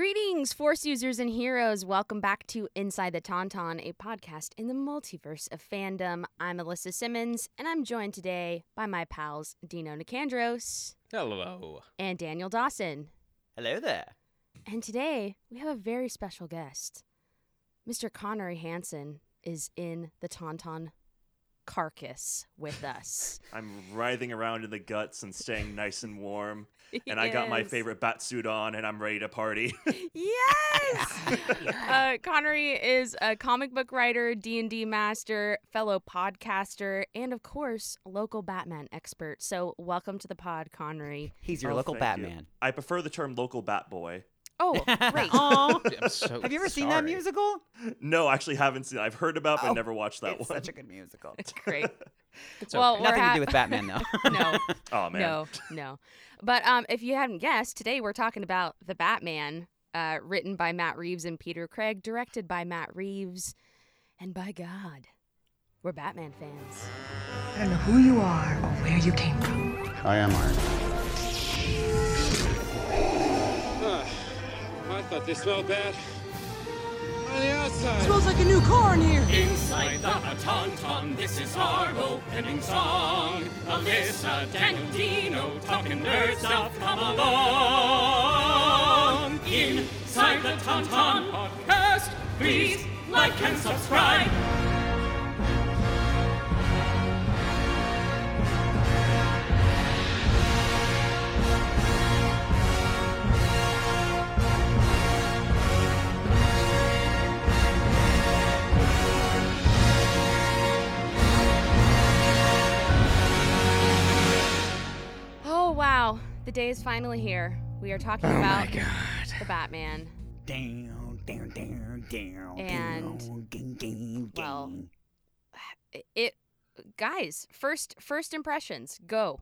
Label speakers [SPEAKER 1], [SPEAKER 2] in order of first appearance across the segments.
[SPEAKER 1] Greetings, Force users and heroes. Welcome back to Inside the Tauntaun, a podcast in the multiverse of fandom. I'm Alyssa Simmons, and I'm joined today by my pals Dino Nicandros
[SPEAKER 2] Hello.
[SPEAKER 1] and Daniel Dawson.
[SPEAKER 3] Hello there.
[SPEAKER 1] And today we have a very special guest. Mr. Connery Hansen is in the Tauntaun carcass with us.
[SPEAKER 4] I'm writhing around in the guts and staying nice and warm. And I got my
[SPEAKER 1] Yes.
[SPEAKER 4] favorite bat suit on and I'm ready to party.
[SPEAKER 1] Yes. uh, Connery is a comic book writer, D and D master, fellow podcaster, and of course, local Batman expert. So, welcome to the pod, Connery.
[SPEAKER 3] He's your
[SPEAKER 4] Oh,
[SPEAKER 3] local
[SPEAKER 4] thank you.
[SPEAKER 3] Batman.
[SPEAKER 4] I prefer the term local bat boy.
[SPEAKER 1] Oh, great!
[SPEAKER 3] Aw.
[SPEAKER 2] I'm so
[SPEAKER 3] Have you ever seen that
[SPEAKER 2] sorry.
[SPEAKER 3] musical?
[SPEAKER 4] No, I actually haven't seen it. I've heard about but
[SPEAKER 3] Oh,
[SPEAKER 4] never watched that
[SPEAKER 3] it's
[SPEAKER 4] one.
[SPEAKER 3] such a good musical.
[SPEAKER 1] great.
[SPEAKER 2] It's
[SPEAKER 1] Well,
[SPEAKER 2] okay.
[SPEAKER 1] we're
[SPEAKER 3] Nothing to
[SPEAKER 1] hap-
[SPEAKER 3] do with Batman though.
[SPEAKER 1] No,
[SPEAKER 4] oh man.
[SPEAKER 1] no, no. But um, if you haven't guessed, today we're talking about the Batman, uh, written by Matt Reeves and Peter Craig, directed by Matt Reeves, and by God, we're Batman fans.
[SPEAKER 5] I don't know who you are or where you came from.
[SPEAKER 6] I am Iron Man.
[SPEAKER 7] Ah, I thought they smelled bad. On the outside.
[SPEAKER 8] Smells like a new car in here.
[SPEAKER 9] Inside the Tauntaun, this is our opening song. Alyssa, Daniel, Dino, talking nerd stuff, come along. Inside the Tauntaun podcast, please like and subscribe.
[SPEAKER 1] Oh wow, the day is finally here. We are talking about the Batman.
[SPEAKER 3] Down, down, down, down.
[SPEAKER 1] And-
[SPEAKER 3] down, ding, ding,
[SPEAKER 1] well,
[SPEAKER 3] ding.
[SPEAKER 1] I- It, guys, first first impressions. Go.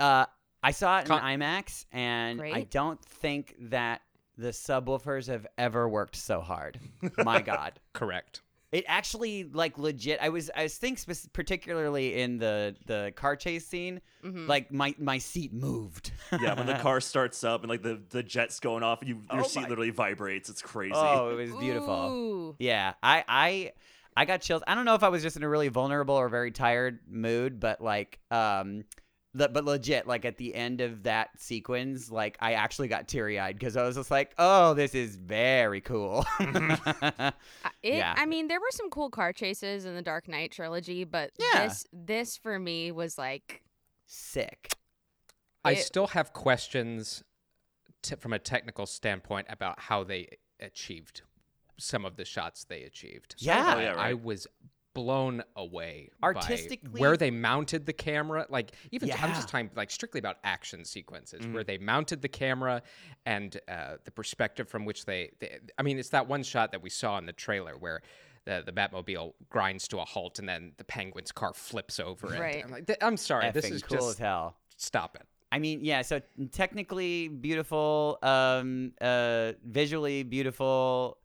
[SPEAKER 3] uh, I saw it
[SPEAKER 2] Con-
[SPEAKER 3] in IMAX, and I
[SPEAKER 1] Great.
[SPEAKER 3] don't think that the subwoofers have ever worked so hard. My God.
[SPEAKER 2] Correct.
[SPEAKER 3] It actually like legit. I was I was think spec- particularly in the the car chase scene.
[SPEAKER 1] Mhm.
[SPEAKER 3] Like my my seat moved.
[SPEAKER 4] yeah, when the car starts up and like the, the jet's going off and you your
[SPEAKER 3] Oh
[SPEAKER 4] seat
[SPEAKER 3] my-
[SPEAKER 4] literally vibrates. It's crazy.
[SPEAKER 3] oh, it was beautiful.
[SPEAKER 1] Ooh.
[SPEAKER 3] Yeah, I I I got chills. I don't know if I was just in a really vulnerable or very tired mood, but like um le- but legit like at the end of that sequence, like I actually got teary-eyed cuz I was just like, "Oh, this is very cool."
[SPEAKER 2] Mm-hmm.
[SPEAKER 1] I- It,
[SPEAKER 3] yeah.
[SPEAKER 1] I mean, there were some cool car chases in the Dark Knight trilogy, but
[SPEAKER 3] Yeah.
[SPEAKER 1] this this for me was like
[SPEAKER 3] Sick.
[SPEAKER 2] I
[SPEAKER 1] It-
[SPEAKER 2] still have questions t- from a technical standpoint about how they achieved some of the shots they achieved.
[SPEAKER 3] Yeah.
[SPEAKER 4] Oh, yeah,
[SPEAKER 2] I
[SPEAKER 4] right.
[SPEAKER 2] was blown away by
[SPEAKER 3] Artistically-
[SPEAKER 2] where they mounted the camera like even i'm just
[SPEAKER 3] Yeah.
[SPEAKER 2] talking like strictly about action sequences
[SPEAKER 4] Mm-hmm.
[SPEAKER 2] where they mounted the camera and uh, the perspective from which they, they i mean it's that one shot that we saw in the trailer where the, the Batmobile grinds to a halt and then the Penguin's car flips over. and-
[SPEAKER 1] Right.
[SPEAKER 2] I'm, like, "Th- I'm sorry, this
[SPEAKER 3] Effing
[SPEAKER 2] is
[SPEAKER 3] cool as
[SPEAKER 2] just
[SPEAKER 3] hell.
[SPEAKER 2] stop it.
[SPEAKER 3] I mean, yeah, so technically beautiful, um, uh, visually beautiful,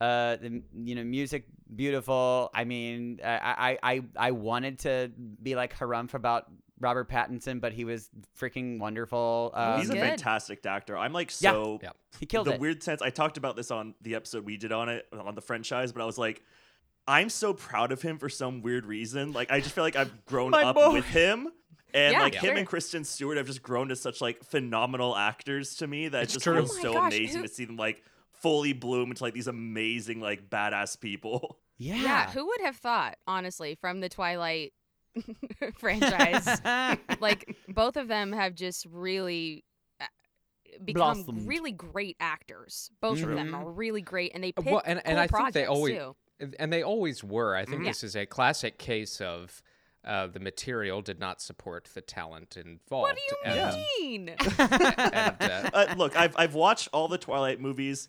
[SPEAKER 3] uh, the, you know, music beautiful. I mean, I, I, I, I wanted to be like harumph about Robert Pattinson, but he was freaking wonderful. Um,
[SPEAKER 4] He's a
[SPEAKER 1] good.
[SPEAKER 4] fantastic actor. I'm like
[SPEAKER 3] Yeah.
[SPEAKER 4] so
[SPEAKER 2] Yeah.
[SPEAKER 3] he killed
[SPEAKER 4] the
[SPEAKER 3] it.
[SPEAKER 4] weird sense I talked about this on the episode we did on it on the franchise, but I was like, I'm so proud of him for some weird reason. Like I just feel like I've grown
[SPEAKER 3] My
[SPEAKER 4] up
[SPEAKER 3] boy.
[SPEAKER 4] with him. And
[SPEAKER 1] Yeah,
[SPEAKER 4] like
[SPEAKER 1] Yeah.
[SPEAKER 4] him
[SPEAKER 1] sure.
[SPEAKER 4] and Kristen Stewart have just grown to such like phenomenal actors to me that
[SPEAKER 2] It's
[SPEAKER 4] it just
[SPEAKER 2] true.
[SPEAKER 4] feels
[SPEAKER 1] Oh my
[SPEAKER 4] so
[SPEAKER 1] gosh,
[SPEAKER 4] amazing
[SPEAKER 1] who-
[SPEAKER 4] to see them like fully bloom into like these amazing like badass people.
[SPEAKER 3] yeah.
[SPEAKER 1] yeah. Who would have thought, honestly, from the Twilight franchise? like both of them have just really uh, become
[SPEAKER 3] Blossomed.
[SPEAKER 1] really great actors. Both of them
[SPEAKER 2] Mhm.
[SPEAKER 1] are really great, and they
[SPEAKER 2] Uh,
[SPEAKER 1] pick
[SPEAKER 2] well, and- and
[SPEAKER 1] cool
[SPEAKER 2] I think they
[SPEAKER 1] projects,
[SPEAKER 2] always-
[SPEAKER 1] too.
[SPEAKER 2] And- And they always were. I think
[SPEAKER 1] Yeah.
[SPEAKER 2] this is a classic case of uh, the material did not support the talent involved.
[SPEAKER 1] What do
[SPEAKER 2] and-
[SPEAKER 1] you mean?
[SPEAKER 2] and, uh,
[SPEAKER 4] uh, look, I've I've watched all the Twilight movies.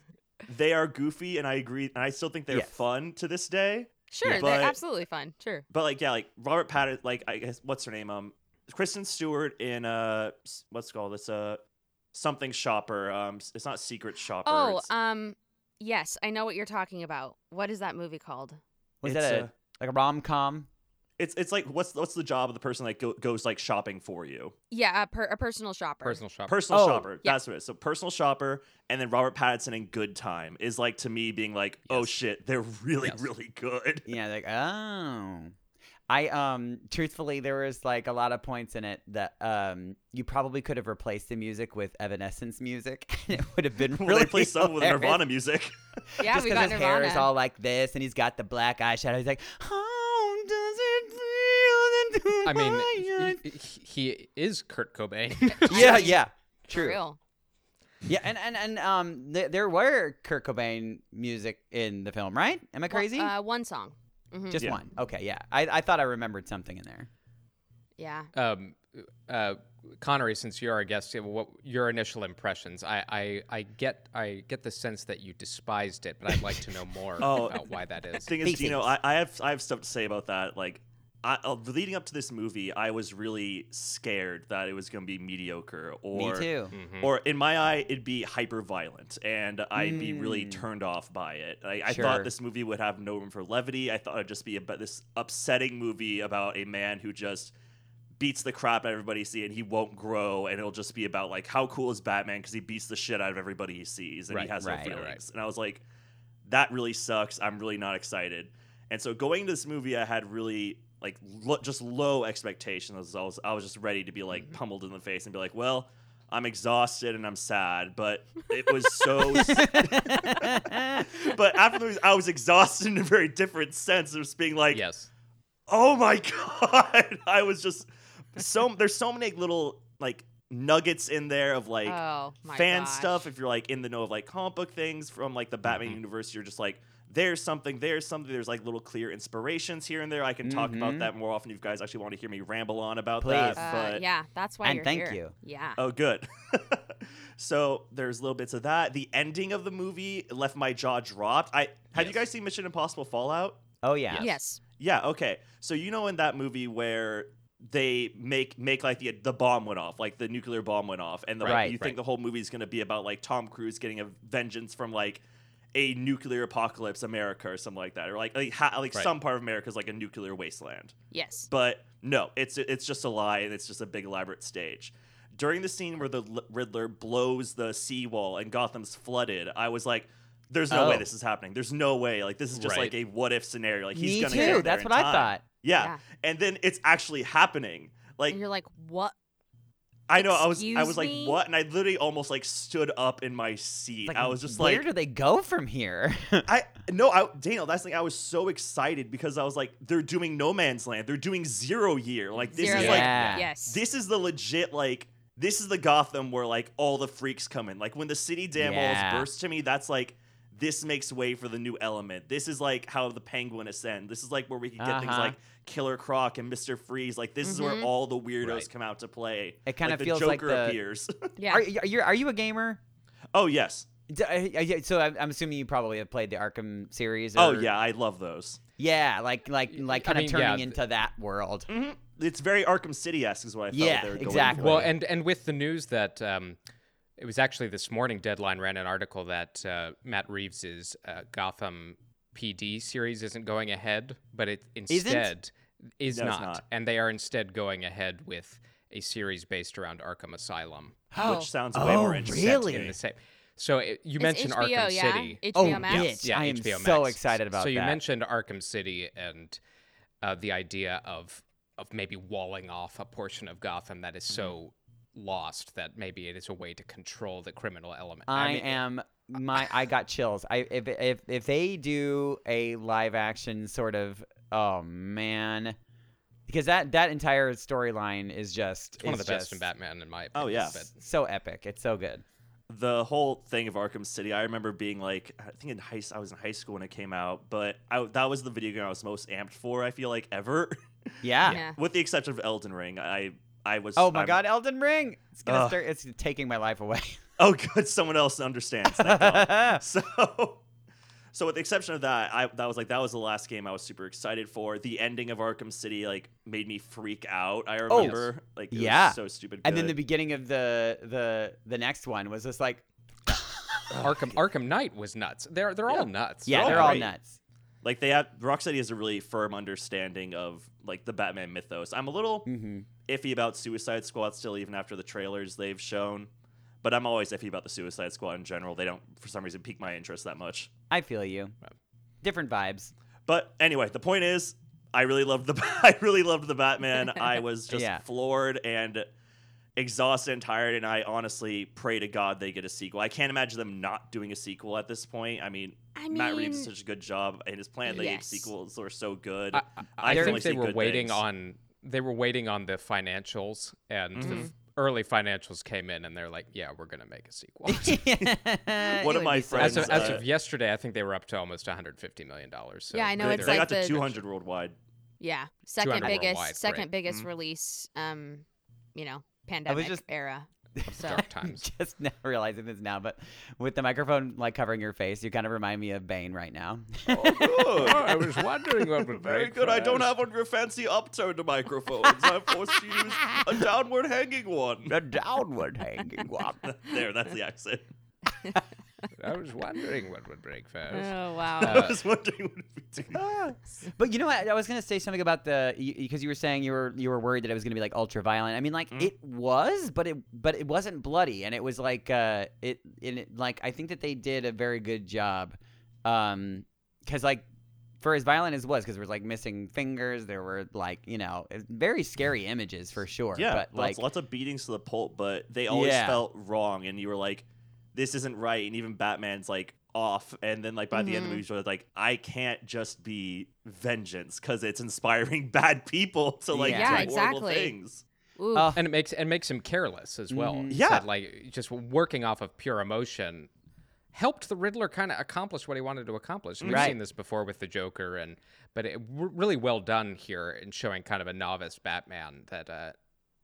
[SPEAKER 4] They are goofy, and I agree, and I still think they're
[SPEAKER 3] Yes.
[SPEAKER 4] fun to this day.
[SPEAKER 1] Sure,
[SPEAKER 4] But-
[SPEAKER 1] they're absolutely fun. Sure.
[SPEAKER 4] But like, yeah, like Robert Pattinson, like I guess what's her name? Um, Kristen Stewart in uh, s- what's it called this uh, something shopper. Um, s- it's not Secret Shopper.
[SPEAKER 1] Oh,
[SPEAKER 4] it's-
[SPEAKER 1] um, yes, I know what you're talking about. What is that movie called?
[SPEAKER 3] was
[SPEAKER 4] it's
[SPEAKER 3] that a,
[SPEAKER 4] a-
[SPEAKER 3] like a rom com?
[SPEAKER 4] it's it's like what's what's the job of the person that go, goes like shopping for you?
[SPEAKER 1] Yeah, a, per- a personal shopper.
[SPEAKER 2] Personal shopper.
[SPEAKER 4] Personal
[SPEAKER 3] Oh,
[SPEAKER 4] shopper.
[SPEAKER 1] yeah.
[SPEAKER 4] That's what it is. So personal shopper and then Robert Pattinson in Good Time is like to me being like, oh shit, they're really,
[SPEAKER 2] Yes.
[SPEAKER 4] really good.
[SPEAKER 3] Yeah, like oh. I um truthfully there was like a lot of points in it that um you probably could have replaced the music with Evanescence music and it would have been
[SPEAKER 4] Well,
[SPEAKER 3] really
[SPEAKER 4] they play some with
[SPEAKER 3] hilarious.
[SPEAKER 4] Nirvana music.
[SPEAKER 1] Yeah,
[SPEAKER 3] Just
[SPEAKER 1] we
[SPEAKER 3] 'cause
[SPEAKER 1] got
[SPEAKER 3] his hair is
[SPEAKER 1] Nirvana.
[SPEAKER 3] all like this and he's got the black eyeshadow. He's like, how does it feel?
[SPEAKER 2] I
[SPEAKER 3] into
[SPEAKER 2] mean,
[SPEAKER 3] my eyes?"
[SPEAKER 2] he, he is Kurt Cobain.
[SPEAKER 3] yeah, yeah,
[SPEAKER 1] For
[SPEAKER 3] true.
[SPEAKER 1] real.
[SPEAKER 3] Yeah, and and and um, th- there were Kurt Cobain music in the film, right? Am I
[SPEAKER 1] One-
[SPEAKER 3] crazy?
[SPEAKER 1] Uh, one song. Mhm.
[SPEAKER 3] Just
[SPEAKER 4] Yeah.
[SPEAKER 3] one. Okay, yeah. I, I thought I remembered something in there.
[SPEAKER 1] Yeah.
[SPEAKER 2] um, uh, Connery, since you're our guest, yeah, what your initial impressions? I, I, I get, I get the sense that you despised it, but I'd like to know more
[SPEAKER 4] Oh.
[SPEAKER 2] about why that is.
[SPEAKER 4] thing is, you know, I,
[SPEAKER 3] Feces.
[SPEAKER 4] I have I have stuff to say about that. Like, I, uh, leading up to this movie, I was really scared that it was going to be mediocre, or
[SPEAKER 3] Me too.
[SPEAKER 2] Mhm.
[SPEAKER 4] or in my eye, it'd be hyper violent, and I'd be really
[SPEAKER 3] Mm.
[SPEAKER 4] turned off by it. Like, I
[SPEAKER 3] Sure.
[SPEAKER 4] thought this movie would have no room for levity. I thought it'd just be about this upsetting movie about a man who just beats the crap out of everybody he sees, and he won't grow, and it'll just be about like how cool is Batman because he beats the shit out of everybody he sees, and
[SPEAKER 2] Right,
[SPEAKER 4] he has
[SPEAKER 3] right,
[SPEAKER 4] no
[SPEAKER 3] right.
[SPEAKER 4] feelings. And I was like, that really sucks. I'm really not excited. And so going to this movie, I had really like lo- just low expectations. I was I was just ready to be like
[SPEAKER 3] Mm-hmm.
[SPEAKER 4] pummeled in the face and be like, well, I'm exhausted and I'm sad, but it was so. Hmm. but after the movie, I was exhausted in a very different sense of just being like,
[SPEAKER 2] yes,
[SPEAKER 4] oh my god, I was just so. There's so many little like nuggets in there of like
[SPEAKER 1] oh my
[SPEAKER 4] fan
[SPEAKER 1] gosh.
[SPEAKER 4] stuff if you're like in the know of like comic book things from like the batman universe you're just like there's something there's something there's like little clear inspirations here and there i can talk
[SPEAKER 3] Mhm.
[SPEAKER 4] about that more often if you guys actually want to hear me ramble on about
[SPEAKER 3] Please.
[SPEAKER 4] that
[SPEAKER 1] Uh,
[SPEAKER 4] but
[SPEAKER 1] yeah, that's why
[SPEAKER 3] And
[SPEAKER 1] you're
[SPEAKER 3] thank
[SPEAKER 1] here.
[SPEAKER 3] you.
[SPEAKER 1] Yeah.
[SPEAKER 4] oh good so there's little bits of that the ending of the movie left my jaw dropped i have you
[SPEAKER 2] Yes.
[SPEAKER 4] guys seen mission impossible fallout
[SPEAKER 3] Oh yeah.
[SPEAKER 1] Yes.
[SPEAKER 4] yeah, okay. So you know in that movie where they make make like the the bomb went off, like the nuclear bomb went off, and the,
[SPEAKER 3] Right,
[SPEAKER 4] you
[SPEAKER 2] right.
[SPEAKER 4] think the whole movie is going to be about like Tom Cruise getting a vengeance from like a nuclear apocalypse America or something like that, or like like, ha- like
[SPEAKER 2] Right.
[SPEAKER 4] some part of America is like a nuclear wasteland.
[SPEAKER 1] Yes.
[SPEAKER 4] But no, it's it's just a lie, and it's just a big elaborate stage. During the scene where the L- Riddler blows the seawall and Gotham's flooded, I was like, "There's no way
[SPEAKER 3] Oh.
[SPEAKER 4] this is happening. There's no way. Like this is just
[SPEAKER 2] Right.
[SPEAKER 4] like a what if scenario. Like he's
[SPEAKER 3] Me
[SPEAKER 4] gonna
[SPEAKER 3] too.
[SPEAKER 4] get there
[SPEAKER 3] That's
[SPEAKER 4] in
[SPEAKER 3] what I
[SPEAKER 4] time."
[SPEAKER 3] thought.
[SPEAKER 4] Yeah.
[SPEAKER 1] Yeah.
[SPEAKER 4] and then it's actually happening. Like
[SPEAKER 1] and you're like, what?
[SPEAKER 4] I know, I was I
[SPEAKER 1] "Excuse
[SPEAKER 4] was like,
[SPEAKER 1] me?"
[SPEAKER 4] "What?" And I literally almost like stood up in my seat.
[SPEAKER 3] Like,
[SPEAKER 4] I was just
[SPEAKER 3] where
[SPEAKER 4] like,
[SPEAKER 3] do they go from here?
[SPEAKER 4] I no, I Daniel. That's the thing. I was so excited because I was like, "They're doing No Man's Land. They're doing Zero Year. Like this
[SPEAKER 1] Zero.
[SPEAKER 4] is
[SPEAKER 3] year.
[SPEAKER 4] like
[SPEAKER 3] Yeah.
[SPEAKER 1] Yes.
[SPEAKER 4] this is the legit like this is the Gotham where like all the freaks come in. Like when the city dam
[SPEAKER 3] Yeah.
[SPEAKER 4] walls burst to me, that's like this makes way for the new element. This is like how the Penguin ascend. This is like where we can get things
[SPEAKER 3] Uh-huh.
[SPEAKER 4] like Killer Croc and Mister Freeze. Like this is where
[SPEAKER 1] Mhm.
[SPEAKER 4] all the weirdos
[SPEAKER 2] Right.
[SPEAKER 4] come out to play.
[SPEAKER 3] It kinda
[SPEAKER 4] like
[SPEAKER 3] feels
[SPEAKER 4] the
[SPEAKER 3] like
[SPEAKER 4] Joker
[SPEAKER 3] the-
[SPEAKER 4] appears.
[SPEAKER 1] yeah.
[SPEAKER 3] Are, you- are you are you a gamer?
[SPEAKER 4] oh yes.
[SPEAKER 3] D- uh, yeah, So I'm, I'm assuming you probably have played the Arkham series. Or,
[SPEAKER 4] Oh yeah, I love those.
[SPEAKER 3] yeah. Like like like
[SPEAKER 2] I
[SPEAKER 3] kind of
[SPEAKER 2] mean, yeah,
[SPEAKER 3] turning
[SPEAKER 2] th-
[SPEAKER 3] into that world.
[SPEAKER 4] hmm It's very Arkham City esque is what I felt.
[SPEAKER 3] Yeah,
[SPEAKER 4] they were going
[SPEAKER 3] exactly.
[SPEAKER 4] for.
[SPEAKER 2] Well, and and with the news that um, it was actually this morning, Deadline ran an article that uh, Matt Reeves's uh, Gotham PD series isn't going ahead, but it instead is
[SPEAKER 4] No, it's
[SPEAKER 2] not,
[SPEAKER 4] not.
[SPEAKER 2] and they are instead going ahead with a series based around Arkham Asylum.
[SPEAKER 1] oh.
[SPEAKER 4] which sounds way more
[SPEAKER 3] Oh,
[SPEAKER 4] interesting.
[SPEAKER 2] set
[SPEAKER 3] Really?
[SPEAKER 2] in the same. So it, you
[SPEAKER 1] It's
[SPEAKER 2] mentioned
[SPEAKER 1] HBO,
[SPEAKER 2] Arkham
[SPEAKER 1] yeah?
[SPEAKER 2] City.
[SPEAKER 1] HBO
[SPEAKER 3] Oh,
[SPEAKER 1] Max.
[SPEAKER 3] bitch! I am
[SPEAKER 2] HBO
[SPEAKER 3] so
[SPEAKER 2] Max.
[SPEAKER 3] excited about
[SPEAKER 2] So you
[SPEAKER 3] that.
[SPEAKER 2] mentioned Arkham City and uh, the idea of of maybe walling off a portion of Gotham that is so
[SPEAKER 3] Mm-hmm.
[SPEAKER 2] lost that maybe it is a way to control the criminal element.
[SPEAKER 3] I,
[SPEAKER 2] mean,
[SPEAKER 3] am my I got chills. I if if if they do a live action sort of oh man. Because that that entire storyline is just
[SPEAKER 2] It's one of the
[SPEAKER 3] is
[SPEAKER 2] best in
[SPEAKER 3] just
[SPEAKER 2] Batman, in my
[SPEAKER 4] Oh,
[SPEAKER 2] opinion.
[SPEAKER 4] yeah.
[SPEAKER 2] but
[SPEAKER 3] So epic. It's so good.
[SPEAKER 4] the whole thing of Arkham City, I remember being like, I think in high, I was in high school when it came out, but I, that was the video game I was most amped for. I feel like ever,
[SPEAKER 3] Yeah.
[SPEAKER 1] Yeah.
[SPEAKER 4] with the exception of Elden Ring. I, I was.
[SPEAKER 3] Oh my
[SPEAKER 4] I'm-
[SPEAKER 3] god, Elden Ring. It's gonna
[SPEAKER 4] Ugh.
[SPEAKER 3] start it's taking my life away.
[SPEAKER 4] Oh good, someone else understands. Thank God. so so with the exception of that i that was like that was the last game i was super excited for the ending of arkham city like made me freak out i remember like it was
[SPEAKER 3] Oh, Yeah.
[SPEAKER 4] so stupid
[SPEAKER 3] and then the
[SPEAKER 4] good.
[SPEAKER 3] beginning of the the the next one was just like
[SPEAKER 2] Arkham Arkham Knight was nuts. They're they're all nuts.
[SPEAKER 3] yeah,
[SPEAKER 4] all
[SPEAKER 3] they're all
[SPEAKER 4] great.
[SPEAKER 3] nuts.
[SPEAKER 4] Like they have Rocksteady has a really firm understanding of like the Batman mythos. I'm a little iffy about Suicide Squad still, even after the trailers they've shown. But I'm always iffy about the Suicide Squad in general. They don't, for some reason, pique my interest that much.
[SPEAKER 3] I feel you. Different vibes.
[SPEAKER 4] But anyway, the point is, I really loved the I really loved the Batman. I was just
[SPEAKER 3] Yeah.
[SPEAKER 4] floored and exhausted and tired, and I honestly pray to God they get a sequel. I can't imagine them not doing a sequel at this point. I mean,
[SPEAKER 1] I
[SPEAKER 4] Matt Reeves
[SPEAKER 1] mean-
[SPEAKER 4] did such a good job, and his plan they
[SPEAKER 1] Yes.
[SPEAKER 4] sequels are so good.
[SPEAKER 2] I, I,
[SPEAKER 4] can
[SPEAKER 2] I
[SPEAKER 4] only
[SPEAKER 2] think they
[SPEAKER 4] see
[SPEAKER 2] were
[SPEAKER 4] good
[SPEAKER 2] waiting
[SPEAKER 4] things.
[SPEAKER 2] on they were waiting on the financials, and the
[SPEAKER 3] Mm-hmm.
[SPEAKER 2] f- early financials came in, and they're like, "Yeah, we're gonna make a sequel."
[SPEAKER 3] One
[SPEAKER 4] my
[SPEAKER 2] as, of,
[SPEAKER 4] friends,
[SPEAKER 2] as
[SPEAKER 4] uh,
[SPEAKER 2] of yesterday, I think they were up to almost 150 million dollars. So
[SPEAKER 1] Yeah, I know
[SPEAKER 4] They-
[SPEAKER 1] it's
[SPEAKER 4] they
[SPEAKER 1] like
[SPEAKER 4] got to
[SPEAKER 1] the-
[SPEAKER 4] 200 worldwide.
[SPEAKER 1] Yeah, second
[SPEAKER 2] 200
[SPEAKER 1] biggest,
[SPEAKER 2] worldwide,
[SPEAKER 1] second
[SPEAKER 2] great.
[SPEAKER 1] biggest release. Um, you know, pandemic
[SPEAKER 3] just-
[SPEAKER 1] era. So
[SPEAKER 2] dark times.
[SPEAKER 3] Just now realizing this now, but with the microphone like covering your face, you kind of remind me of Bane right now.
[SPEAKER 2] Oh, I was wondering what would
[SPEAKER 4] Very
[SPEAKER 2] make
[SPEAKER 4] good. I don't
[SPEAKER 2] for us.
[SPEAKER 4] have one of your fancy upturned microphones. I'm forced to use a downward hanging one.
[SPEAKER 3] the downward hanging one.
[SPEAKER 4] There, that's the accent.
[SPEAKER 2] I was wondering what would break first.
[SPEAKER 1] oh wow.
[SPEAKER 2] Uh,
[SPEAKER 4] I was wondering what it would be.
[SPEAKER 3] But you know what? I was gonna say something about the because you were saying you were you were worried that it was gonna be like ultra violent. I mean, like it was, but it but it wasn't bloody, and it was like uh it in it, like I think that they did a very good job, um, because like for as violent as it was, because there was like missing fingers, there were like you know very scary images for sure.
[SPEAKER 4] Yeah,
[SPEAKER 3] but like
[SPEAKER 4] lots, lots of beatings to the pulp, but they always
[SPEAKER 3] Yeah.
[SPEAKER 4] felt wrong, and you were like, "This isn't right." And even Batman's like off, and then like by the
[SPEAKER 1] Mm-hmm.
[SPEAKER 4] end of the movie, you're like, "I can't just be vengeance because it's inspiring bad people to like
[SPEAKER 3] Yeah.
[SPEAKER 1] Yeah,
[SPEAKER 4] do horrible
[SPEAKER 1] exactly.
[SPEAKER 4] things."
[SPEAKER 1] Ooh,
[SPEAKER 3] uh,
[SPEAKER 2] and it makes and makes him careless as well.
[SPEAKER 3] Mhm.
[SPEAKER 2] He
[SPEAKER 4] Yeah.
[SPEAKER 2] said, like just working off of pure emotion helped the Riddler kind of accomplish what he wanted to accomplish. And We've
[SPEAKER 3] Right.
[SPEAKER 2] seen this before with the Joker, and but it w- really well done here in showing kind of a novice Batman that uh,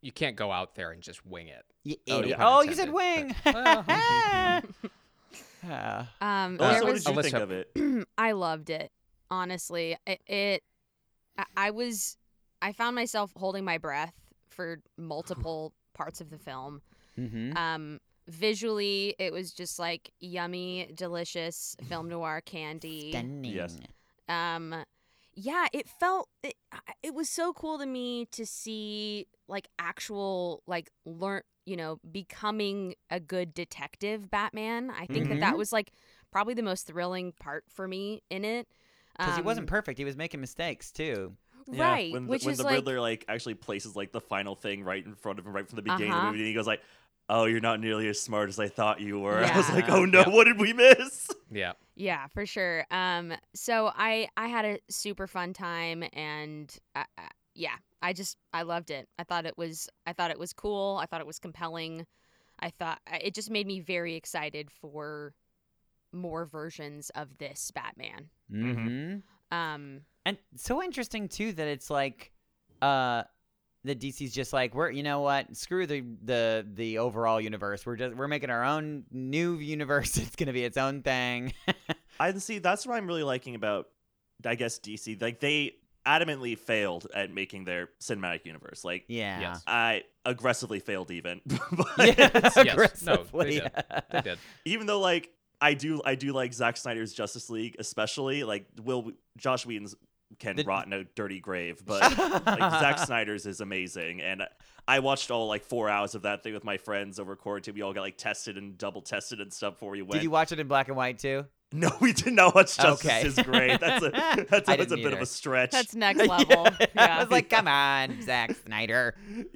[SPEAKER 2] you can't go out there and just wing it.
[SPEAKER 3] you
[SPEAKER 2] no
[SPEAKER 3] idiot.
[SPEAKER 2] pun
[SPEAKER 3] Oh, you said wing.
[SPEAKER 2] intended, but-
[SPEAKER 3] Ah.
[SPEAKER 1] um,
[SPEAKER 4] Alyssa,
[SPEAKER 1] there
[SPEAKER 4] uh, what
[SPEAKER 1] was
[SPEAKER 4] did you
[SPEAKER 2] Alyssa-
[SPEAKER 4] think of it?
[SPEAKER 1] I loved it. Honestly, it, it I, I was I found myself holding my breath for multiple parts of the film.
[SPEAKER 3] Mhm.
[SPEAKER 1] Um visually it was just like yummy, delicious film noir candy.
[SPEAKER 4] Yes.
[SPEAKER 1] Um yeah, it felt it, I- it was so cool to me to see like actual like learn, you know, becoming a good detective Batman. I think that
[SPEAKER 4] Mm-hmm.
[SPEAKER 1] that was like probably the most thrilling part for me in it.
[SPEAKER 3] Because he wasn't
[SPEAKER 1] Um,
[SPEAKER 3] perfect. He was making mistakes too.
[SPEAKER 4] Yeah,
[SPEAKER 1] right
[SPEAKER 4] when the,
[SPEAKER 1] which
[SPEAKER 4] when
[SPEAKER 1] is
[SPEAKER 4] the
[SPEAKER 1] like
[SPEAKER 4] Riddler like actually places like the final thing right in front of him, right from the beginning of
[SPEAKER 1] Uh-huh.
[SPEAKER 4] the movie, and he goes like, "Oh, you're not nearly as smart as I thought you were." I was
[SPEAKER 1] Yeah.
[SPEAKER 4] like, "Oh no,
[SPEAKER 2] Yeah.
[SPEAKER 4] what did we miss?"
[SPEAKER 2] yeah,
[SPEAKER 1] yeah for sure um so i i had a super fun time and uh, uh, yeah i just i loved it i thought it was i thought it was cool i thought it was compelling i thought I- it just made me very excited for more versions of this batman
[SPEAKER 3] Mm-hmm.
[SPEAKER 1] um
[SPEAKER 3] And so interesting too that it's like, uh, that DC's just like we're you know what screw the the the overall universe. We're just we're making our own new universe. It's gonna be its own thing.
[SPEAKER 4] I and see that's what I'm really liking about I guess DC. Like they adamantly failed at making their cinematic universe. Like
[SPEAKER 3] yeah.
[SPEAKER 2] Yes.
[SPEAKER 4] I aggressively failed even. but
[SPEAKER 3] Yeah.
[SPEAKER 2] Yes. No, they
[SPEAKER 3] aggressively.
[SPEAKER 2] did. they did.
[SPEAKER 4] even though like I do I do like Zack Snyder's Justice League especially, like Will Josh Whedon's can
[SPEAKER 3] The-
[SPEAKER 4] rot in a dirty grave, but like Zack Snyder's is amazing and I watched all like 4 hours of that thing with my friends over quarantine. We all got like tested and double tested and stuff before we went.
[SPEAKER 3] Did you watch it in black and white too?
[SPEAKER 4] No, we did not watch Justice
[SPEAKER 3] Okay.
[SPEAKER 4] is Great. That's a that's
[SPEAKER 3] I
[SPEAKER 4] a, that's a
[SPEAKER 3] didn't
[SPEAKER 4] bit of
[SPEAKER 3] either.
[SPEAKER 4] a stretch.
[SPEAKER 1] that's next level
[SPEAKER 3] I
[SPEAKER 1] yeah
[SPEAKER 3] was like, come on, Zack Snyder.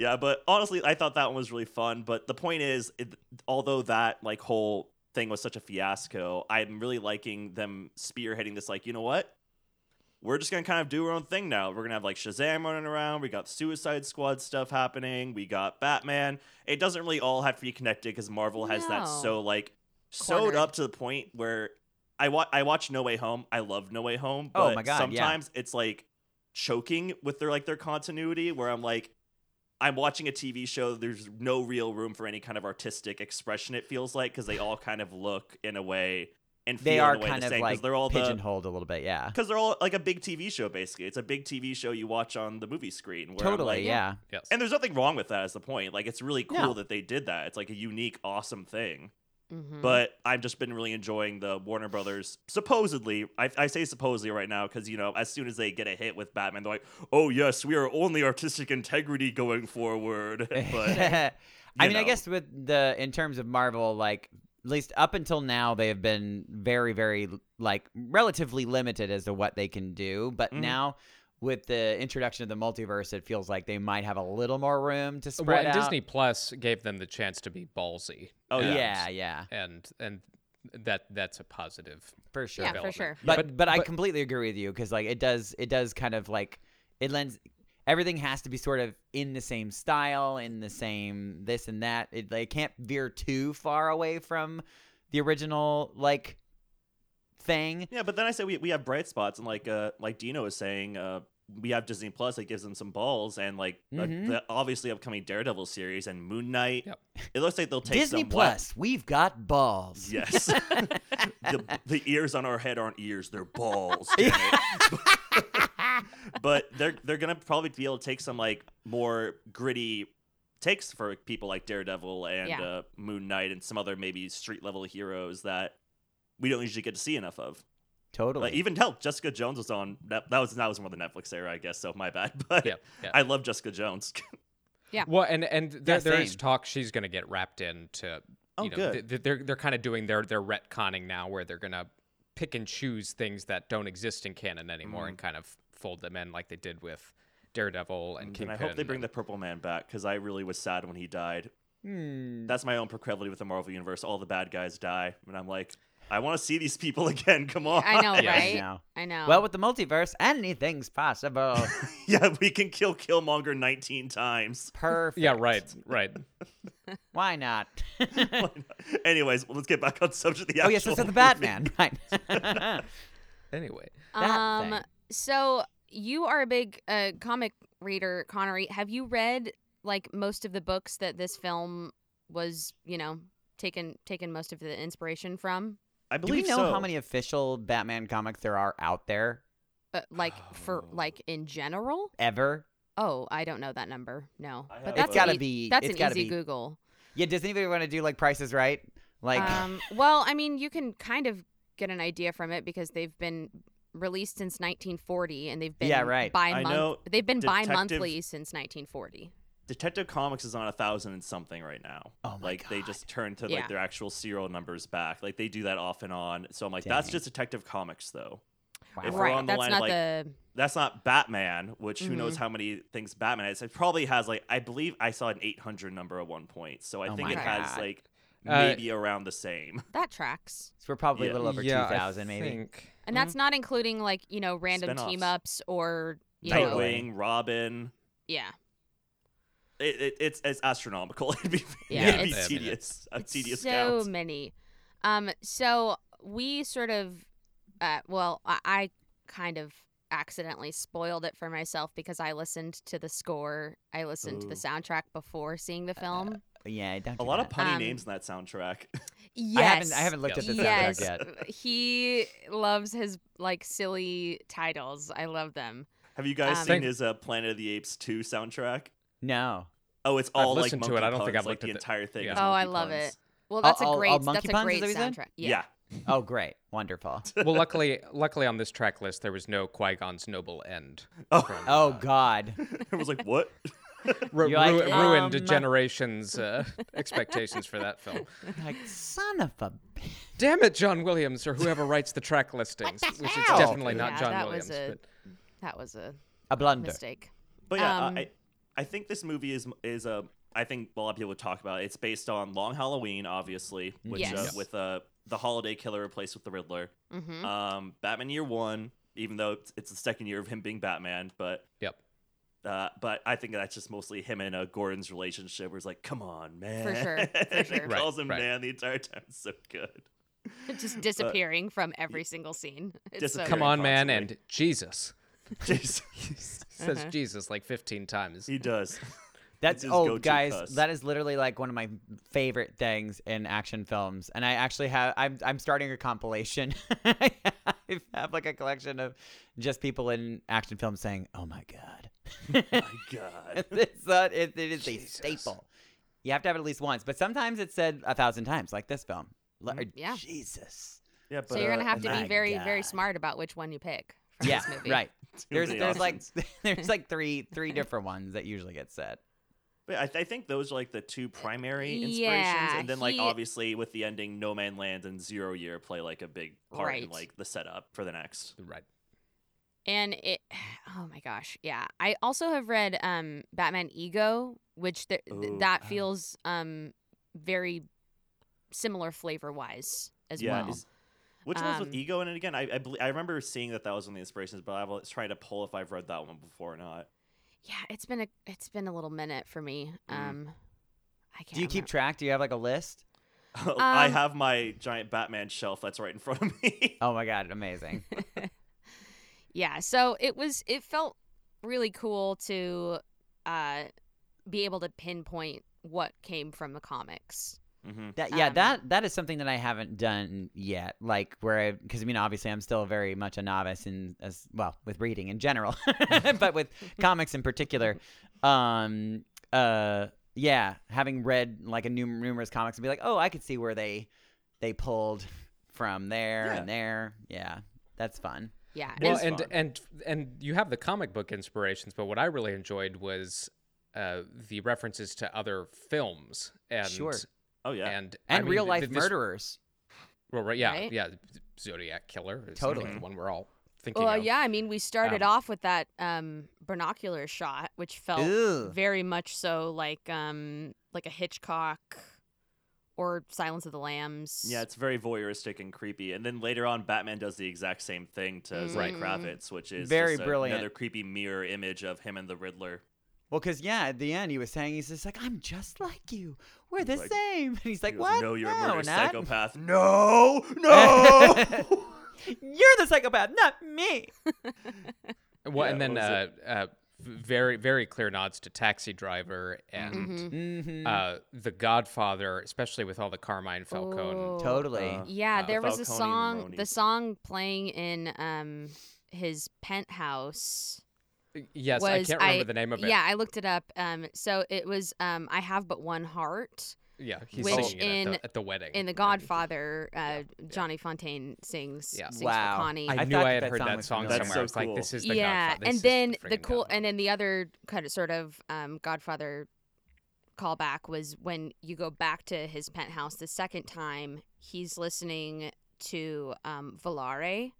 [SPEAKER 4] Yeah, but honestly, I thought that one was really fun. But the point is, it, although that like whole thing was such a fiasco, I'm really liking them spearheading this. Like, you know what? We're just gonna kind of do our own thing now. We're gonna have like Shazam running around. We got Suicide Squad stuff happening. We got Batman. It doesn't really all have to be connected because Marvel has that
[SPEAKER 1] No.
[SPEAKER 4] so like sewed
[SPEAKER 1] Cornered.
[SPEAKER 4] up to the point where I wa- I watch No Way Home. I love No Way Home.
[SPEAKER 3] Oh
[SPEAKER 4] but
[SPEAKER 3] my God, yeah.
[SPEAKER 4] Sometimes it's like choking with their like their continuity where I'm like I'm watching a TV show there's no real room for any kind of artistic expression it feels like because they all kind of look in a way and feel
[SPEAKER 3] They are
[SPEAKER 4] in a way
[SPEAKER 3] kind
[SPEAKER 4] the
[SPEAKER 3] of
[SPEAKER 4] same
[SPEAKER 3] like
[SPEAKER 4] because they're all the
[SPEAKER 3] pigeonholed a little bit. Yeah.
[SPEAKER 4] because they're all like a big TV show basically it's a big TV show you watch on the movie screen where I'm
[SPEAKER 3] Totally.
[SPEAKER 4] like-
[SPEAKER 3] yeah.
[SPEAKER 2] Yes.
[SPEAKER 4] and there's nothing wrong with that as the point like it's really cool
[SPEAKER 3] No.
[SPEAKER 4] that they did that it's like a unique awesome thing
[SPEAKER 3] Mm-hmm.
[SPEAKER 1] Mhm.
[SPEAKER 4] but I've just been really enjoying the Warner Brothers. Supposedly, I, I say supposedly right now because you know, as soon as they get a hit with Batman, they're like, "Oh yes, we are only artistic integrity going forward." but
[SPEAKER 3] I
[SPEAKER 4] you
[SPEAKER 3] mean, I
[SPEAKER 4] know.
[SPEAKER 3] guess with the in terms of Marvel, like at least up until now, they have been very, very like relatively limited as to what they can do. But
[SPEAKER 2] Mm-hmm.
[SPEAKER 4] Mhm.
[SPEAKER 3] now, with the introduction of the multiverse, it feels like they might have a little more room to
[SPEAKER 2] Well,
[SPEAKER 3] spread
[SPEAKER 2] and
[SPEAKER 3] out.
[SPEAKER 2] Disney Plus gave them the chance to be ballsy.
[SPEAKER 4] Oh,
[SPEAKER 2] and-
[SPEAKER 3] yeah, yeah,
[SPEAKER 2] and and that that's a positive.
[SPEAKER 3] for sure.
[SPEAKER 1] yeah, for
[SPEAKER 2] development.
[SPEAKER 1] sure.
[SPEAKER 3] but, but
[SPEAKER 2] But-
[SPEAKER 3] I
[SPEAKER 2] but-
[SPEAKER 3] completely agree with you because like it does it does kind of like it lends everything has to be sort of in the same style in the same this and that it they can't veer too far away from the original like thing
[SPEAKER 4] yeah, but then I say we, we have bright spots, and like uh, like Dino is saying, uh, we have Disney Plus that gives them some balls, and like uh,
[SPEAKER 3] Mhm.
[SPEAKER 4] the obviously upcoming Daredevil series and Moon Knight.
[SPEAKER 2] Yep.
[SPEAKER 4] It looks like they'll take
[SPEAKER 3] Disney
[SPEAKER 4] some whack-
[SPEAKER 3] Plus we've got balls
[SPEAKER 4] Yes. the, the ears on our head aren't ears, they're balls. damn it. but they're they're gonna probably be able to take some like more gritty takes for people like Daredevil and
[SPEAKER 1] Yeah.
[SPEAKER 4] uh, Moon Knight and some other maybe street level heroes that we don't usually get to see enough of.
[SPEAKER 3] totally
[SPEAKER 4] Like, even hell, Jessica Jones was on that, that was that was more the Netflix era, I guess. So my bad, but
[SPEAKER 2] Yeah, yeah.
[SPEAKER 4] I love Jessica Jones.
[SPEAKER 1] Yeah.
[SPEAKER 2] Well, and and there,
[SPEAKER 3] Yeah,
[SPEAKER 2] there is
[SPEAKER 3] same.
[SPEAKER 2] talk she's going to get wrapped into.
[SPEAKER 4] Oh,
[SPEAKER 2] you know,
[SPEAKER 4] good.
[SPEAKER 2] th- th- they're they're kind of doing their their retconning now, where they're going to pick and choose things that don't exist in canon anymore
[SPEAKER 4] Mm-hmm.
[SPEAKER 2] and kind of fold them in, like they did with Daredevil and
[SPEAKER 4] Mm, and
[SPEAKER 2] Kingpin.
[SPEAKER 4] I hope they bring
[SPEAKER 2] and-
[SPEAKER 4] the Purple Man back because I really was sad when he died.
[SPEAKER 3] Hmm.
[SPEAKER 4] That's my own proclivity with the Marvel universe. All the bad guys die, and I'm like, I want to see these people again. Come on.
[SPEAKER 1] I know,
[SPEAKER 2] Yes.
[SPEAKER 1] right?
[SPEAKER 3] No.
[SPEAKER 1] I know.
[SPEAKER 3] well with the multiverse anything's possible
[SPEAKER 4] yeah, we can kill Killmonger 19 times.
[SPEAKER 3] perfect
[SPEAKER 2] Yeah. Right. Right.
[SPEAKER 3] why not
[SPEAKER 4] Anyways, well, let's get back on subject. of The
[SPEAKER 3] oh yes
[SPEAKER 4] actual
[SPEAKER 3] it's the
[SPEAKER 4] movie.
[SPEAKER 3] Batman right
[SPEAKER 2] anyway.
[SPEAKER 3] that
[SPEAKER 1] um,
[SPEAKER 3] thing.
[SPEAKER 1] so you are a big uh, comic reader, Connery. Have you read like most of the books that this film was, you know, taken taken most of the inspiration from,
[SPEAKER 4] I
[SPEAKER 3] Do we
[SPEAKER 4] believe
[SPEAKER 3] know
[SPEAKER 4] so.
[SPEAKER 3] how many official Batman comics there are out there
[SPEAKER 1] uh, like for
[SPEAKER 4] Oh.
[SPEAKER 1] like in general?
[SPEAKER 3] ever?
[SPEAKER 1] Oh, I don't know that number. No,
[SPEAKER 4] I
[SPEAKER 1] but
[SPEAKER 4] have,
[SPEAKER 1] that's
[SPEAKER 3] it's
[SPEAKER 1] an
[SPEAKER 3] gotta
[SPEAKER 1] ea-
[SPEAKER 3] be.
[SPEAKER 1] That's
[SPEAKER 3] it's
[SPEAKER 1] an
[SPEAKER 3] gotta
[SPEAKER 1] easy
[SPEAKER 3] be.
[SPEAKER 1] Google.
[SPEAKER 3] Yeah, does anybody want to do like prices right? Like,
[SPEAKER 1] um, well, I mean, you can kind of get an idea from it because they've been released since 1940, and they've been
[SPEAKER 3] Yeah, right.
[SPEAKER 1] By
[SPEAKER 4] I
[SPEAKER 1] month,
[SPEAKER 4] know
[SPEAKER 1] they've been
[SPEAKER 4] Detective-
[SPEAKER 1] bi-monthly since 1940.
[SPEAKER 4] Detective Comics is on a thousand and something right now.
[SPEAKER 3] Oh my
[SPEAKER 4] like they
[SPEAKER 3] God.
[SPEAKER 4] just turn to
[SPEAKER 1] Yeah.
[SPEAKER 4] like their actual serial numbers back. Like they do that off and on. So I'm like, that's
[SPEAKER 3] Dang.
[SPEAKER 4] just Detective Comics though.
[SPEAKER 3] wow.
[SPEAKER 4] if we're
[SPEAKER 1] right,
[SPEAKER 4] on the
[SPEAKER 1] that's
[SPEAKER 4] line of,
[SPEAKER 1] not
[SPEAKER 4] like,
[SPEAKER 1] the
[SPEAKER 4] That's not Batman, which who
[SPEAKER 1] Mm-hmm.
[SPEAKER 4] knows how many things Batman has. It probably has like I believe I saw an 800 number at one point. So I
[SPEAKER 3] Oh
[SPEAKER 4] think
[SPEAKER 3] my
[SPEAKER 4] it has
[SPEAKER 3] God.
[SPEAKER 4] like
[SPEAKER 2] Uh,
[SPEAKER 4] maybe around the same.
[SPEAKER 1] that tracks,
[SPEAKER 3] so we're probably a
[SPEAKER 4] yeah.
[SPEAKER 3] little over
[SPEAKER 2] Yeah, I
[SPEAKER 3] 2,000 maybe.
[SPEAKER 2] think-
[SPEAKER 1] and that's not including like you know random
[SPEAKER 4] Mm-hmm. Spin-offs.
[SPEAKER 1] team ups or you
[SPEAKER 3] Totally.
[SPEAKER 1] know,
[SPEAKER 4] Nightwing, Robin.
[SPEAKER 1] yeah.
[SPEAKER 4] It, it, it's it's astronomical. It'd be,
[SPEAKER 1] Yeah,
[SPEAKER 4] it'd be
[SPEAKER 2] it's-
[SPEAKER 4] tedious. A
[SPEAKER 1] It's
[SPEAKER 4] tedious
[SPEAKER 1] so
[SPEAKER 4] count.
[SPEAKER 1] many um so we sort of uh, well I, I kind of accidentally spoiled it for myself because i listened to the score i listened to the
[SPEAKER 4] Ooh. Uh,
[SPEAKER 1] soundtrack before seeing the film
[SPEAKER 3] Yeah, don't
[SPEAKER 4] A
[SPEAKER 3] do
[SPEAKER 4] lot of
[SPEAKER 3] that.
[SPEAKER 4] punny
[SPEAKER 1] Um,
[SPEAKER 4] names in that soundtrack.
[SPEAKER 1] yes
[SPEAKER 3] I haven't, I haven't looked at the soundtrack
[SPEAKER 1] yes
[SPEAKER 3] yet.
[SPEAKER 1] he loves his like silly titles i love them
[SPEAKER 4] Have you guys
[SPEAKER 1] um,
[SPEAKER 4] seen
[SPEAKER 2] Thank-
[SPEAKER 4] his uh, Planet of the Apes 2 soundtrack?
[SPEAKER 3] No.
[SPEAKER 4] Oh, it's
[SPEAKER 2] I've
[SPEAKER 4] all like
[SPEAKER 2] listened to it.
[SPEAKER 4] monkey
[SPEAKER 2] I don't think
[SPEAKER 4] puns,
[SPEAKER 2] I've
[SPEAKER 4] like
[SPEAKER 2] looked
[SPEAKER 4] the
[SPEAKER 2] at the-
[SPEAKER 4] entire thing.
[SPEAKER 2] yeah.
[SPEAKER 4] is
[SPEAKER 1] Oh, I
[SPEAKER 4] monkey
[SPEAKER 1] love
[SPEAKER 4] puns.
[SPEAKER 1] it. well
[SPEAKER 3] All-
[SPEAKER 1] that's
[SPEAKER 3] all-
[SPEAKER 1] a
[SPEAKER 3] all
[SPEAKER 1] great
[SPEAKER 3] Monkey
[SPEAKER 1] that's a
[SPEAKER 3] Puns, is
[SPEAKER 1] great
[SPEAKER 3] that what you said?
[SPEAKER 1] soundtrack
[SPEAKER 4] Yeah.
[SPEAKER 3] Oh, great. Wonderful.
[SPEAKER 2] Well, luckily, luckily on this track list, there was no Qui Gon's noble end.
[SPEAKER 4] Oh,
[SPEAKER 3] Oh, God.
[SPEAKER 4] it was like what?
[SPEAKER 2] Ru-
[SPEAKER 3] You're like,
[SPEAKER 2] ru- ruined
[SPEAKER 3] um,
[SPEAKER 2] generations' uh, expectations for that film.
[SPEAKER 3] Like, son of a. b-
[SPEAKER 2] Damn it, John Williams, or whoever writes the track listings, which is
[SPEAKER 3] hell?
[SPEAKER 2] definitely not
[SPEAKER 1] Yeah,
[SPEAKER 2] John
[SPEAKER 1] that was
[SPEAKER 2] Williams.
[SPEAKER 1] a-
[SPEAKER 2] but-
[SPEAKER 1] that was a
[SPEAKER 3] A blunder.
[SPEAKER 1] mistake
[SPEAKER 4] But yeah,
[SPEAKER 1] Um,
[SPEAKER 4] I I I think this movie is is a I think a lot of people would talk about. It. It's based on Long Halloween, obviously, which uh,
[SPEAKER 1] Yes.
[SPEAKER 4] with uh, the Holiday Killer replaced with the Riddler.
[SPEAKER 1] hmm
[SPEAKER 4] Um, Batman Year One, even though it's, it's the second year of him being Batman, but
[SPEAKER 2] Yep.
[SPEAKER 4] uh, but I think that's just mostly him and uh, Gordon's relationship. Where it's like, come on, man,
[SPEAKER 1] sure, for
[SPEAKER 4] And
[SPEAKER 1] sure.
[SPEAKER 4] he
[SPEAKER 2] Right,
[SPEAKER 4] calls him
[SPEAKER 2] right.
[SPEAKER 4] man the entire time. It's so good. Uh,
[SPEAKER 1] just disappearing from every single scene it's so
[SPEAKER 4] Disappearing.
[SPEAKER 2] Come on, man, and
[SPEAKER 4] constantly.
[SPEAKER 2] Jesus.
[SPEAKER 4] Jesus.
[SPEAKER 2] Says
[SPEAKER 1] Uh-huh.
[SPEAKER 2] Jesus like 15 times.
[SPEAKER 4] he does.
[SPEAKER 3] That's
[SPEAKER 4] his
[SPEAKER 3] oh,
[SPEAKER 4] go-to
[SPEAKER 3] guys.
[SPEAKER 4] cuss.
[SPEAKER 3] That is literally like one of my favorite things in action films, and I actually have. I'm I'm starting a compilation. I have like a collection of just people in action films saying, "Oh my god."
[SPEAKER 4] God.
[SPEAKER 3] it's not, it, it is
[SPEAKER 2] Jesus.
[SPEAKER 3] a staple. You have to have it at least once, but sometimes it's said a thousand times, like this film. Lord
[SPEAKER 1] Yeah.
[SPEAKER 3] Jesus.
[SPEAKER 4] Yeah, but uh,
[SPEAKER 1] So you're gonna have to
[SPEAKER 3] my
[SPEAKER 1] be very, very
[SPEAKER 3] God.
[SPEAKER 1] smart about which one you pick from
[SPEAKER 3] Yeah,
[SPEAKER 1] this movie.
[SPEAKER 3] right. There's
[SPEAKER 4] many
[SPEAKER 3] there's like
[SPEAKER 4] options.
[SPEAKER 3] there's like three three different ones that usually get said.
[SPEAKER 4] But I, I think those are like the two primary inspirations,
[SPEAKER 1] Yeah,
[SPEAKER 4] and then like
[SPEAKER 1] he-
[SPEAKER 4] obviously with the ending, No Man Land and Zero Year play like a big part in
[SPEAKER 1] Right.
[SPEAKER 4] like the setup for the next.
[SPEAKER 2] Right.
[SPEAKER 1] And it, oh my gosh, yeah. I also have read um Batman Ego, which th- th-
[SPEAKER 4] Ooh. uh-huh.
[SPEAKER 1] that feels um very similar flavor wise as
[SPEAKER 4] yeah,
[SPEAKER 1] well.
[SPEAKER 4] is- which one's with
[SPEAKER 1] Um,
[SPEAKER 4] ego in it again? I I, bel I remember seeing that that was one of the inspirations, but I was trying to pull if I've read that one before or not.
[SPEAKER 1] Yeah, it's been a it's been a little minute for me.
[SPEAKER 4] Mm.
[SPEAKER 1] Um, I can't.
[SPEAKER 3] Do you keep track? Do you have like a list?
[SPEAKER 4] I
[SPEAKER 1] Um,
[SPEAKER 4] have my giant Batman shelf that's right in front of me.
[SPEAKER 3] Oh my god, amazing.
[SPEAKER 1] Yeah, so it was it felt really cool to uh be able to pinpoint what came from the comics.
[SPEAKER 4] hmm
[SPEAKER 3] That yeah,
[SPEAKER 1] Um,
[SPEAKER 3] that that is something that I haven't done yet. Like where I because I mean obviously I'm still very much a novice in as well with reading in general, but with comics in particular. Um uh yeah, having read like a num- numerous comics and be like, "Oh, I could see where they they pulled from there
[SPEAKER 4] Yeah.
[SPEAKER 3] and there." Yeah. That's fun.
[SPEAKER 1] Yeah.
[SPEAKER 2] Well,
[SPEAKER 4] is
[SPEAKER 2] and
[SPEAKER 4] fun.
[SPEAKER 2] and and you have the comic book inspirations, but what I really enjoyed was uh, the references to other films and
[SPEAKER 3] Sure.
[SPEAKER 4] Oh yeah,
[SPEAKER 2] and I
[SPEAKER 3] And
[SPEAKER 2] mean,
[SPEAKER 3] real
[SPEAKER 2] th-
[SPEAKER 3] life
[SPEAKER 2] th- this-
[SPEAKER 3] murderers.
[SPEAKER 2] Well, right, yeah,
[SPEAKER 1] Right?
[SPEAKER 2] yeah, Zodiac killer is I think,
[SPEAKER 3] Totally.
[SPEAKER 2] the one we're all thinking.
[SPEAKER 1] uh, Well,
[SPEAKER 2] of.
[SPEAKER 1] yeah, I mean, we started
[SPEAKER 2] Um,
[SPEAKER 1] off with that um binocular shot, which felt
[SPEAKER 3] Ooh.
[SPEAKER 1] very much so like um like a Hitchcock or Silence of the Lambs.
[SPEAKER 4] yeah, it's very voyeuristic and creepy. And then later on, Batman does the exact same thing to Zoe
[SPEAKER 1] Right.
[SPEAKER 4] Kravitz, which is
[SPEAKER 3] Very
[SPEAKER 4] just a-
[SPEAKER 3] brilliant.
[SPEAKER 4] Another creepy mirror image of him and the Riddler.
[SPEAKER 3] Well, because yeah, at the end he was saying he's just like, I'm just like you. We're the
[SPEAKER 4] He's like-
[SPEAKER 3] same. And he's like,
[SPEAKER 4] He goes,
[SPEAKER 3] What?
[SPEAKER 4] No, you're a
[SPEAKER 3] no,
[SPEAKER 4] murderous
[SPEAKER 3] not.
[SPEAKER 4] psychopath. No, no.
[SPEAKER 3] Oh. You're the psychopath, not me.
[SPEAKER 2] Well,
[SPEAKER 4] Yeah,
[SPEAKER 2] and then
[SPEAKER 4] what
[SPEAKER 2] uh,
[SPEAKER 4] was
[SPEAKER 2] uh, v- very very clear nods to Taxi Driver and
[SPEAKER 1] Mhm.
[SPEAKER 3] Mm-hmm.
[SPEAKER 2] uh, The Godfather, especially with all the Carmine Falcone.
[SPEAKER 1] Oh.
[SPEAKER 3] totally.
[SPEAKER 4] Uh,
[SPEAKER 1] Yeah,
[SPEAKER 2] Uh,
[SPEAKER 1] there was a
[SPEAKER 4] Falcone and
[SPEAKER 1] song,
[SPEAKER 4] Maloney.
[SPEAKER 1] the song playing in um his penthouse.
[SPEAKER 2] Yes, I
[SPEAKER 1] was
[SPEAKER 2] can't remember the name of it.
[SPEAKER 1] Yeah, I looked it up. Um, so it was um, I have but one heart
[SPEAKER 2] yeah, he's
[SPEAKER 1] Which
[SPEAKER 2] singing it at
[SPEAKER 1] in-
[SPEAKER 2] the, at the wedding
[SPEAKER 1] in The Godfather. Uh,
[SPEAKER 2] yeah.
[SPEAKER 1] Johnny Fontaine sings,
[SPEAKER 2] Yeah.
[SPEAKER 1] sings
[SPEAKER 3] Wow.
[SPEAKER 1] for Connie.
[SPEAKER 2] I,
[SPEAKER 3] I
[SPEAKER 2] knew
[SPEAKER 3] thought
[SPEAKER 2] I had
[SPEAKER 3] that that
[SPEAKER 2] heard
[SPEAKER 3] song
[SPEAKER 2] that
[SPEAKER 3] was
[SPEAKER 2] song
[SPEAKER 3] familiar.
[SPEAKER 2] somewhere.
[SPEAKER 4] That's
[SPEAKER 2] I
[SPEAKER 4] so
[SPEAKER 2] was like,
[SPEAKER 4] cool.
[SPEAKER 2] this is the
[SPEAKER 1] yeah,
[SPEAKER 2] Godfather. This
[SPEAKER 1] and
[SPEAKER 2] is
[SPEAKER 1] then the,
[SPEAKER 2] friggin'
[SPEAKER 1] cool, and
[SPEAKER 2] Godfather.
[SPEAKER 1] then the other kind of sort of um, Godfather callback was when you go back to his penthouse the second time. He's listening to um, Volare,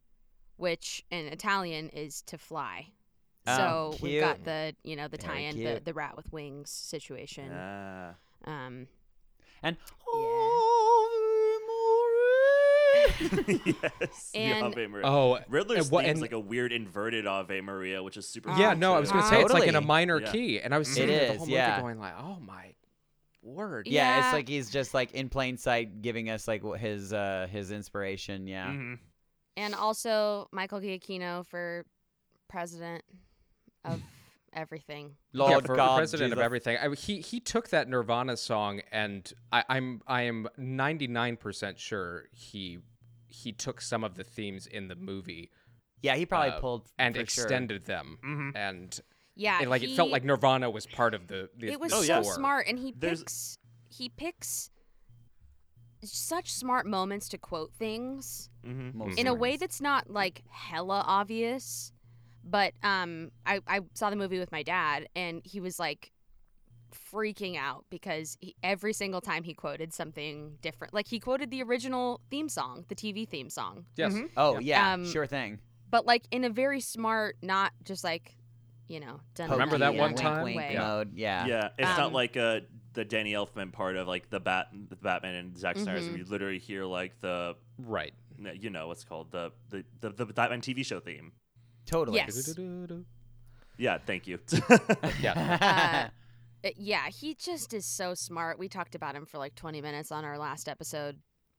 [SPEAKER 1] which in Italian is to fly.
[SPEAKER 3] Oh,
[SPEAKER 2] Ah,
[SPEAKER 1] So we've got
[SPEAKER 3] cute.
[SPEAKER 1] the you know the
[SPEAKER 3] Very
[SPEAKER 1] tie-in, the,
[SPEAKER 3] cute.
[SPEAKER 1] the rat with wings situation.
[SPEAKER 4] Ah.
[SPEAKER 1] Um,
[SPEAKER 3] and
[SPEAKER 4] yes.
[SPEAKER 1] And-
[SPEAKER 4] the Ave Maria.
[SPEAKER 2] Oh,
[SPEAKER 4] Riddler's
[SPEAKER 2] and what-
[SPEAKER 4] theme's
[SPEAKER 2] and-
[SPEAKER 4] like a weird inverted Ave Maria, which is super.
[SPEAKER 2] yeah,
[SPEAKER 4] cool,
[SPEAKER 2] no, I was
[SPEAKER 4] too.
[SPEAKER 2] going to say it's like in a
[SPEAKER 3] Totally.
[SPEAKER 2] minor
[SPEAKER 4] Yeah.
[SPEAKER 2] key, and I was
[SPEAKER 4] It
[SPEAKER 2] sitting there the
[SPEAKER 3] is,
[SPEAKER 2] whole
[SPEAKER 3] yeah.
[SPEAKER 2] movie going like, "Oh my word!"
[SPEAKER 3] yeah,
[SPEAKER 1] Yeah.
[SPEAKER 3] it's like he's just like in plain sight, giving us like wh- his uh his inspiration. Yeah,
[SPEAKER 4] Mhm.
[SPEAKER 1] and also Michael Giacchino for president of everything.
[SPEAKER 3] Lord
[SPEAKER 2] yeah, for
[SPEAKER 3] God,
[SPEAKER 2] president of
[SPEAKER 3] Jesus.
[SPEAKER 2] everything. I, he he took that Nirvana song, and I, I'm I am 99 percent sure he he took some of the themes in the movie
[SPEAKER 3] yeah, he probably
[SPEAKER 2] uh,
[SPEAKER 3] pulled
[SPEAKER 2] and
[SPEAKER 3] for sure. Mm-hmm.
[SPEAKER 2] extended them, and
[SPEAKER 1] Yeah,
[SPEAKER 2] it, like it felt like Nirvana was part of the. the
[SPEAKER 1] it was
[SPEAKER 2] the
[SPEAKER 1] so
[SPEAKER 2] score.
[SPEAKER 1] smart, and he
[SPEAKER 4] There's-
[SPEAKER 1] picks he picks such smart moments to quote things
[SPEAKER 3] Most
[SPEAKER 1] in a way
[SPEAKER 3] times.
[SPEAKER 1] that's not like hella obvious. But um, I I saw the movie with my dad, and he was like freaking out because he, every single time he quoted something different. Like he quoted the original theme song, the TV theme song.
[SPEAKER 2] Yes.
[SPEAKER 3] Oh yeah,
[SPEAKER 1] Um,
[SPEAKER 3] sure thing.
[SPEAKER 1] but like in a very smart, not just like, you know, done
[SPEAKER 2] Remember that
[SPEAKER 3] Pokey,
[SPEAKER 2] one
[SPEAKER 3] wink,
[SPEAKER 2] time?
[SPEAKER 3] wink
[SPEAKER 1] Way.
[SPEAKER 2] Yeah.
[SPEAKER 3] mode. Yeah.
[SPEAKER 4] Yeah, it's not
[SPEAKER 1] Um,
[SPEAKER 4] like uh, the Danny Elfman part of like the Bat, the Batman and Zack Snyder's.
[SPEAKER 1] Mhm.
[SPEAKER 4] where You literally hear like the,
[SPEAKER 2] Right.
[SPEAKER 3] Mm-hmm.
[SPEAKER 4] you know, what's it called the the, the the Batman TV show theme.
[SPEAKER 3] Totally.
[SPEAKER 1] Yes.
[SPEAKER 4] Yeah, thank you.
[SPEAKER 2] Yeah.
[SPEAKER 1] Uh, Uh, yeah, he just is so smart. We talked about him for like 20 minutes on our last episode,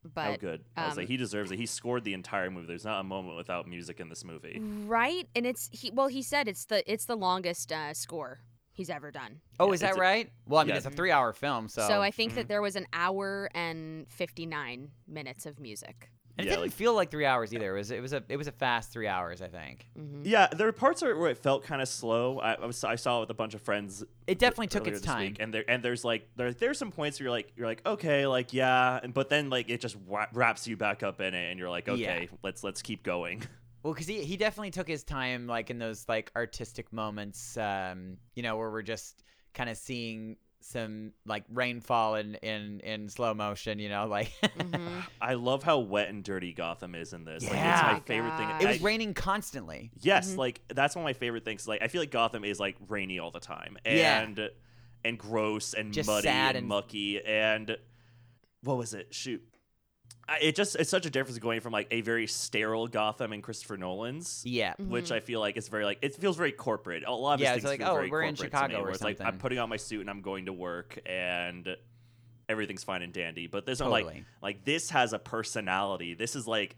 [SPEAKER 4] oh,
[SPEAKER 1] but
[SPEAKER 4] good. I was
[SPEAKER 1] um,
[SPEAKER 4] like, he deserves it. He scored the entire movie. There's not a moment without music in this
[SPEAKER 3] Mm-hmm.
[SPEAKER 4] movie.
[SPEAKER 1] right, and it's he. Well, he said it's the it's the longest uh, score he's ever done.
[SPEAKER 3] oh,
[SPEAKER 4] yeah,
[SPEAKER 3] is
[SPEAKER 4] it's
[SPEAKER 3] that
[SPEAKER 4] a-
[SPEAKER 3] right? Well, I mean,
[SPEAKER 4] yeah.
[SPEAKER 3] it's a three-hour film, so
[SPEAKER 4] mm-hmm.
[SPEAKER 1] So, I think that there was an hour and 59 minutes of music.
[SPEAKER 3] And it
[SPEAKER 4] Yeah,
[SPEAKER 3] didn't
[SPEAKER 4] like-
[SPEAKER 3] feel like three hours either. It was it was a it was a fast three hours. I think
[SPEAKER 4] Yeah, there were parts where where it felt kind of slow. I, I, was, I saw it with a bunch of friends.
[SPEAKER 3] it definitely took
[SPEAKER 4] earlier
[SPEAKER 3] its
[SPEAKER 4] this
[SPEAKER 3] time.
[SPEAKER 4] week, and there and there's like there there's some points where you're like you're like okay like yeah, and but then like it just wa- wraps you back up in it, and you're like okay
[SPEAKER 3] Yeah.
[SPEAKER 4] let's let's keep going.
[SPEAKER 3] Well, because he he definitely took his time, like in those like artistic moments, um, you know, where we're just kind of seeing some like rainfall in in in slow motion, you know, like
[SPEAKER 1] Mhm.
[SPEAKER 4] I love how wet and dirty Gotham is in this.
[SPEAKER 3] Yeah. Oh
[SPEAKER 4] Like it's my favorite thing.
[SPEAKER 1] God.
[SPEAKER 3] it was
[SPEAKER 4] I-
[SPEAKER 3] raining constantly.
[SPEAKER 4] Yes, like that's one of my favorite things. Like I feel like Gotham is like rainy all the time
[SPEAKER 3] Yeah.
[SPEAKER 4] and and gross and
[SPEAKER 3] Just
[SPEAKER 4] muddy
[SPEAKER 3] sad
[SPEAKER 4] and,
[SPEAKER 3] and-
[SPEAKER 4] mucky and what was it? Shoot. I, it just it's such a difference going from like a very sterile Gotham and Christopher Nolan's
[SPEAKER 3] Yeah.
[SPEAKER 4] which I feel like it's very like it feels very corporate. A lot of
[SPEAKER 3] Mm-hmm. Yeah, it's
[SPEAKER 4] these things
[SPEAKER 3] like,
[SPEAKER 4] feel
[SPEAKER 3] oh,
[SPEAKER 4] very
[SPEAKER 3] we're in
[SPEAKER 4] corporate to me,
[SPEAKER 3] Chicago or
[SPEAKER 4] where it's like I'm
[SPEAKER 3] something.
[SPEAKER 4] putting on my suit and I'm going to work and everything's fine and dandy. But there's no like
[SPEAKER 3] Totally.
[SPEAKER 4] like this has a personality. This is like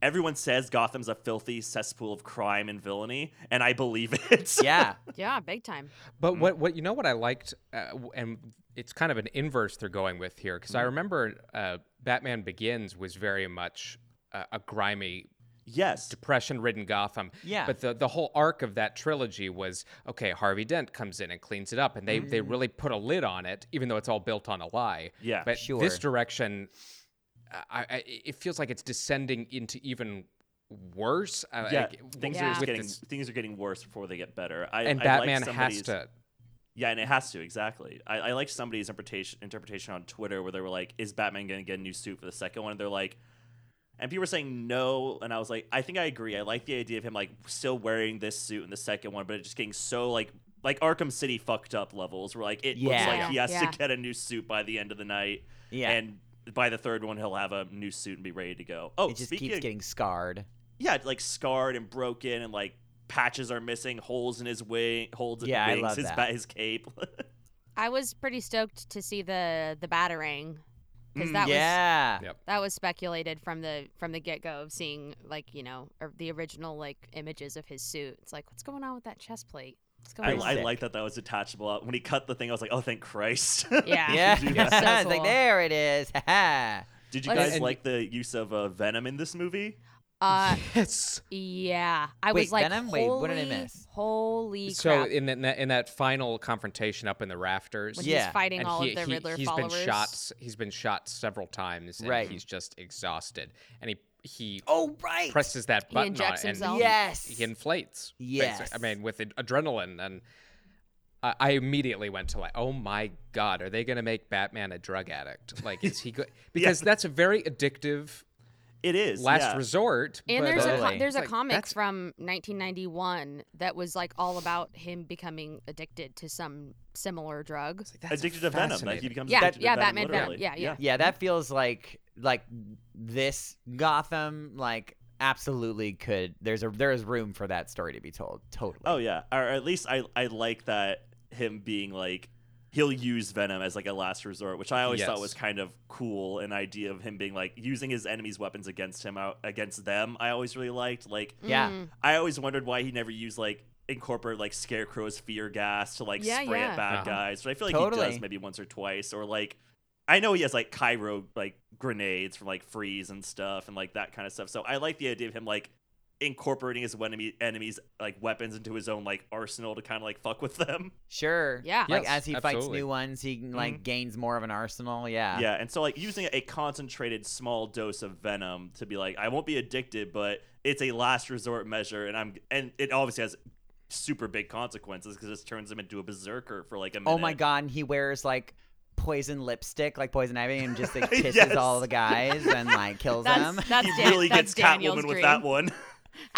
[SPEAKER 4] everyone says Gotham's a filthy cesspool of crime and villainy, and I believe it.
[SPEAKER 3] Yeah.
[SPEAKER 4] Mm-hmm.
[SPEAKER 1] Yeah, big time.
[SPEAKER 2] But what what you know what I liked, uh, w- and it's kind of an inverse they're going with here because
[SPEAKER 3] Mm-hmm.
[SPEAKER 2] I remember uh, Batman Begins was very much uh, a grimy
[SPEAKER 4] yes.
[SPEAKER 2] depression-ridden Gotham.
[SPEAKER 3] Yeah.
[SPEAKER 2] But the the whole arc of that trilogy was okay. Harvey Dent comes in and cleans it up, and they they
[SPEAKER 3] Mm-hmm.
[SPEAKER 2] really put a lid on it, even though it's all built on a lie.
[SPEAKER 4] Yeah.
[SPEAKER 2] But
[SPEAKER 3] Sure.
[SPEAKER 2] this direction, I- I, I it feels like it's descending into even worse. uh,
[SPEAKER 4] Yeah,
[SPEAKER 2] like, w-
[SPEAKER 4] things
[SPEAKER 1] Yeah.
[SPEAKER 4] are just
[SPEAKER 2] with
[SPEAKER 4] getting
[SPEAKER 2] this-
[SPEAKER 4] things are getting worse before they get better. I,
[SPEAKER 2] and
[SPEAKER 4] I like
[SPEAKER 2] Batman has
[SPEAKER 4] somebody's-
[SPEAKER 2] to.
[SPEAKER 4] Yeah, and it has to exactly. I, I liked somebody's interpretation interpretation on Twitter where they were like, "Is Batman going to get a new suit for the second one?" And they're like, and people were saying no, and I was like, I think I agree. I like the idea of him like still wearing this suit in the second one, but it just getting so like like Arkham City fucked up levels where like it looks
[SPEAKER 3] Yeah.
[SPEAKER 4] like he has
[SPEAKER 1] Yeah.
[SPEAKER 4] to get a new suit by the end of the night,
[SPEAKER 3] Yeah.
[SPEAKER 4] and by the third one he'll have a new suit and be ready to go. Oh,
[SPEAKER 3] it just
[SPEAKER 4] speaking
[SPEAKER 3] keeps
[SPEAKER 4] of-
[SPEAKER 3] getting scarred.
[SPEAKER 4] yeah, like scarred and broken and like patches are missing, holes in his wing, holes in
[SPEAKER 3] Yeah, I
[SPEAKER 4] wings,
[SPEAKER 3] love
[SPEAKER 4] his
[SPEAKER 3] that.
[SPEAKER 4] ba- his cape.
[SPEAKER 1] I was pretty stoked to see the the batarang because
[SPEAKER 4] Mm,
[SPEAKER 1] that was
[SPEAKER 3] yeah.
[SPEAKER 2] Yep.
[SPEAKER 1] that was speculated from the from the get go of seeing like you know or the original like images of his suit. It's like what's going on with that chest plate? What's
[SPEAKER 4] I,
[SPEAKER 1] going on?
[SPEAKER 4] I
[SPEAKER 3] sick.
[SPEAKER 4] like that that was detachable. Uh, When he cut the thing, I was like, oh, thank Christ.
[SPEAKER 1] yeah.
[SPEAKER 3] Yeah.
[SPEAKER 1] It was so
[SPEAKER 3] it's like
[SPEAKER 1] cool.
[SPEAKER 3] there it is. Ha ha.
[SPEAKER 4] Did you
[SPEAKER 1] Like-
[SPEAKER 4] guys
[SPEAKER 2] And-
[SPEAKER 4] like the use of uh, Venom in this movie?
[SPEAKER 1] Uh,
[SPEAKER 2] Yes.
[SPEAKER 1] yeah. I
[SPEAKER 3] Wait,
[SPEAKER 1] was like,
[SPEAKER 3] Venom? Wait,
[SPEAKER 1] holy,
[SPEAKER 3] what did I miss?
[SPEAKER 1] Holy crap!
[SPEAKER 2] So in that in that- in that final confrontation up in the rafters,
[SPEAKER 1] when
[SPEAKER 3] Yeah.
[SPEAKER 1] he's fighting
[SPEAKER 2] and
[SPEAKER 1] all
[SPEAKER 2] he,
[SPEAKER 1] of the
[SPEAKER 2] he,
[SPEAKER 1] Riddler
[SPEAKER 2] has
[SPEAKER 1] followers.
[SPEAKER 2] been shot. s- He's been shot several times, and
[SPEAKER 3] Right.
[SPEAKER 2] he's just exhausted. And he he
[SPEAKER 3] Oh right.
[SPEAKER 2] presses that
[SPEAKER 1] He
[SPEAKER 2] button on
[SPEAKER 1] injects
[SPEAKER 2] it,
[SPEAKER 1] himself.
[SPEAKER 2] and
[SPEAKER 3] yes.
[SPEAKER 2] he inflates. basi-
[SPEAKER 3] Yes.
[SPEAKER 2] I mean with ad- adrenaline, and I, I immediately went to like, oh my god, are they going to make Batman a drug addict? Like, is he good? Because that's a very addictive
[SPEAKER 4] It is.
[SPEAKER 2] last
[SPEAKER 4] yeah.
[SPEAKER 2] resort.
[SPEAKER 1] And
[SPEAKER 2] but-
[SPEAKER 1] there's a co-
[SPEAKER 3] Totally.
[SPEAKER 1] there's a
[SPEAKER 2] It's like,
[SPEAKER 1] comic
[SPEAKER 2] that's-
[SPEAKER 1] from 1991 that was like all about him becoming addicted to some similar drug.
[SPEAKER 2] that's
[SPEAKER 4] Addicted to Venom. Like, he
[SPEAKER 2] fascinating.
[SPEAKER 4] becomes
[SPEAKER 1] Yeah,
[SPEAKER 4] addicted to
[SPEAKER 1] yeah,
[SPEAKER 4] Venom,
[SPEAKER 1] Batman Venom.
[SPEAKER 4] literally.
[SPEAKER 1] Yeah, yeah.
[SPEAKER 3] yeah that feels like like this gotham like absolutely could there's a there is room for that story to be told totally
[SPEAKER 4] Oh, yeah. Or at least I, I like that him being like, he'll use Venom as like a last resort, which I always
[SPEAKER 2] Yes.
[SPEAKER 4] thought was kind of cool. An idea of him being like using his enemies' weapons against him, out against them, I always really liked. Like,
[SPEAKER 3] yeah
[SPEAKER 1] Mm-hmm.
[SPEAKER 4] I always wondered why he never used like incorporate like Scarecrow's fear gas to like
[SPEAKER 1] Yeah,
[SPEAKER 4] spray
[SPEAKER 1] yeah.
[SPEAKER 4] at bad
[SPEAKER 2] Uh-huh.
[SPEAKER 4] guys. But I feel like he
[SPEAKER 3] Totally.
[SPEAKER 4] does maybe once or twice, or like I know he has like Cairo like grenades from like freeze and stuff and like that kind of stuff. So I like the idea of him like incorporating his enemy enemies like weapons into his own like arsenal to kind of like fuck with them.
[SPEAKER 3] sure
[SPEAKER 1] Yeah.
[SPEAKER 3] like
[SPEAKER 2] Yes,
[SPEAKER 3] as he fights
[SPEAKER 2] absolutely. Mm-hmm.
[SPEAKER 3] new ones he like gains more of an arsenal yeah
[SPEAKER 4] yeah, and so like using a concentrated small dose of venom to be like I won't be addicted, but it's a last resort measure, and I'm and it obviously has super big consequences because this turns him into a berserker for like a minute.
[SPEAKER 3] oh my god and he wears like poison lipstick like poison ivy and just like kisses
[SPEAKER 4] Yes.
[SPEAKER 3] all the guys and like kills
[SPEAKER 1] That's
[SPEAKER 3] them
[SPEAKER 1] that's
[SPEAKER 4] He
[SPEAKER 1] Dan-
[SPEAKER 4] really
[SPEAKER 1] that's
[SPEAKER 4] gets
[SPEAKER 1] Daniel's
[SPEAKER 4] Catwoman
[SPEAKER 1] dream.
[SPEAKER 4] with that one.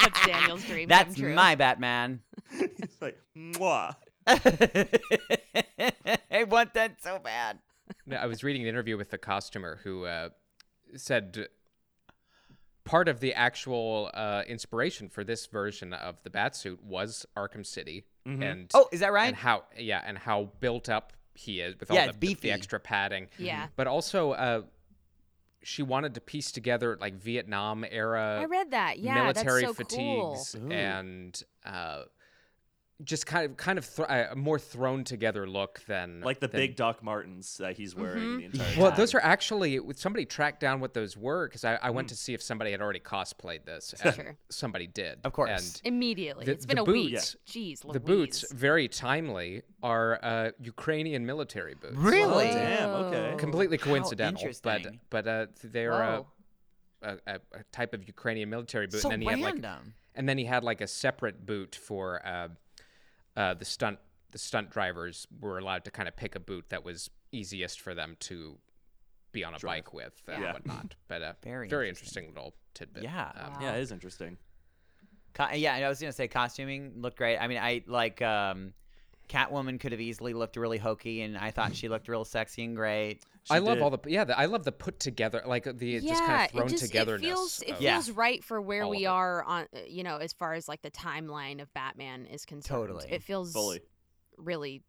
[SPEAKER 1] That's Daniel's dream. come
[SPEAKER 3] that's
[SPEAKER 1] true.
[SPEAKER 3] my batman
[SPEAKER 4] He's like, mwah.
[SPEAKER 3] i want that so bad
[SPEAKER 2] No, I was reading an interview with the costumer who uh, said part of the actual uh, inspiration for this version of the Batsuit was Arkham City
[SPEAKER 4] Mm-hmm.
[SPEAKER 2] and
[SPEAKER 3] oh is that right
[SPEAKER 2] and how yeah and how built up he is with
[SPEAKER 3] Yeah,
[SPEAKER 2] all
[SPEAKER 3] it's
[SPEAKER 2] the,
[SPEAKER 3] beefy.
[SPEAKER 2] the extra padding.
[SPEAKER 1] Yeah.
[SPEAKER 2] but also uh, she wanted to piece together like Vietnam era
[SPEAKER 1] I read that. Yeah,
[SPEAKER 2] military
[SPEAKER 1] that's so
[SPEAKER 2] fatigues
[SPEAKER 1] cool.
[SPEAKER 2] and uh, just kind of kind of thr uh, a more thrown together look than
[SPEAKER 4] like the
[SPEAKER 2] than-
[SPEAKER 4] big Doc Martens that he's wearing the entire
[SPEAKER 2] Well,
[SPEAKER 4] time.
[SPEAKER 2] those are actually somebody tracked down what those were because I, I
[SPEAKER 4] Mm.
[SPEAKER 2] went to see if somebody had already cosplayed this. and
[SPEAKER 1] Sure.
[SPEAKER 2] Somebody did,
[SPEAKER 3] Of course.
[SPEAKER 2] And
[SPEAKER 1] Immediately.
[SPEAKER 2] The-
[SPEAKER 1] it's been
[SPEAKER 2] the
[SPEAKER 1] a
[SPEAKER 2] boots-
[SPEAKER 1] week. Jeez,
[SPEAKER 2] the boots, very timely, are uh, Ukrainian military boots.
[SPEAKER 3] Really?
[SPEAKER 4] Oh, damn,
[SPEAKER 3] Oh.
[SPEAKER 4] okay.
[SPEAKER 2] completely
[SPEAKER 3] How
[SPEAKER 2] coincidental, but
[SPEAKER 3] interesting.
[SPEAKER 2] but uh, they are a,
[SPEAKER 1] Oh, Whoa.
[SPEAKER 2] a, a, a type of Ukrainian military boot,
[SPEAKER 3] So
[SPEAKER 2] and then he had like,
[SPEAKER 3] random.
[SPEAKER 2] and then he had like a separate boot for uh, uh, the stunt. The stunt drivers were allowed to kind of pick a boot that was easiest for them to be on a bike with and
[SPEAKER 4] Yeah.
[SPEAKER 2] whatnot. But uh,
[SPEAKER 3] Very
[SPEAKER 2] very,
[SPEAKER 3] interesting.
[SPEAKER 2] interesting. little tidbit.
[SPEAKER 3] Yeah.
[SPEAKER 2] Um,
[SPEAKER 4] yeah, it is interesting.
[SPEAKER 3] Co- yeah, and I was gonna say costuming looked great. I mean, I like um, Catwoman could have easily looked really hokey, and I thought she looked real sexy and great.
[SPEAKER 2] I love
[SPEAKER 4] did.
[SPEAKER 2] all the yeah. The, I love the put together like the
[SPEAKER 1] yeah,
[SPEAKER 2] just kind of thrown
[SPEAKER 1] it just it
[SPEAKER 2] togetherness.
[SPEAKER 1] feels it
[SPEAKER 2] of-
[SPEAKER 3] Yeah.
[SPEAKER 1] feels right for where
[SPEAKER 2] all
[SPEAKER 1] we
[SPEAKER 2] of it.
[SPEAKER 1] are on uh, you know as far as like the timeline of Batman is concerned.
[SPEAKER 3] Totally.
[SPEAKER 1] it feels
[SPEAKER 4] Fully.
[SPEAKER 1] really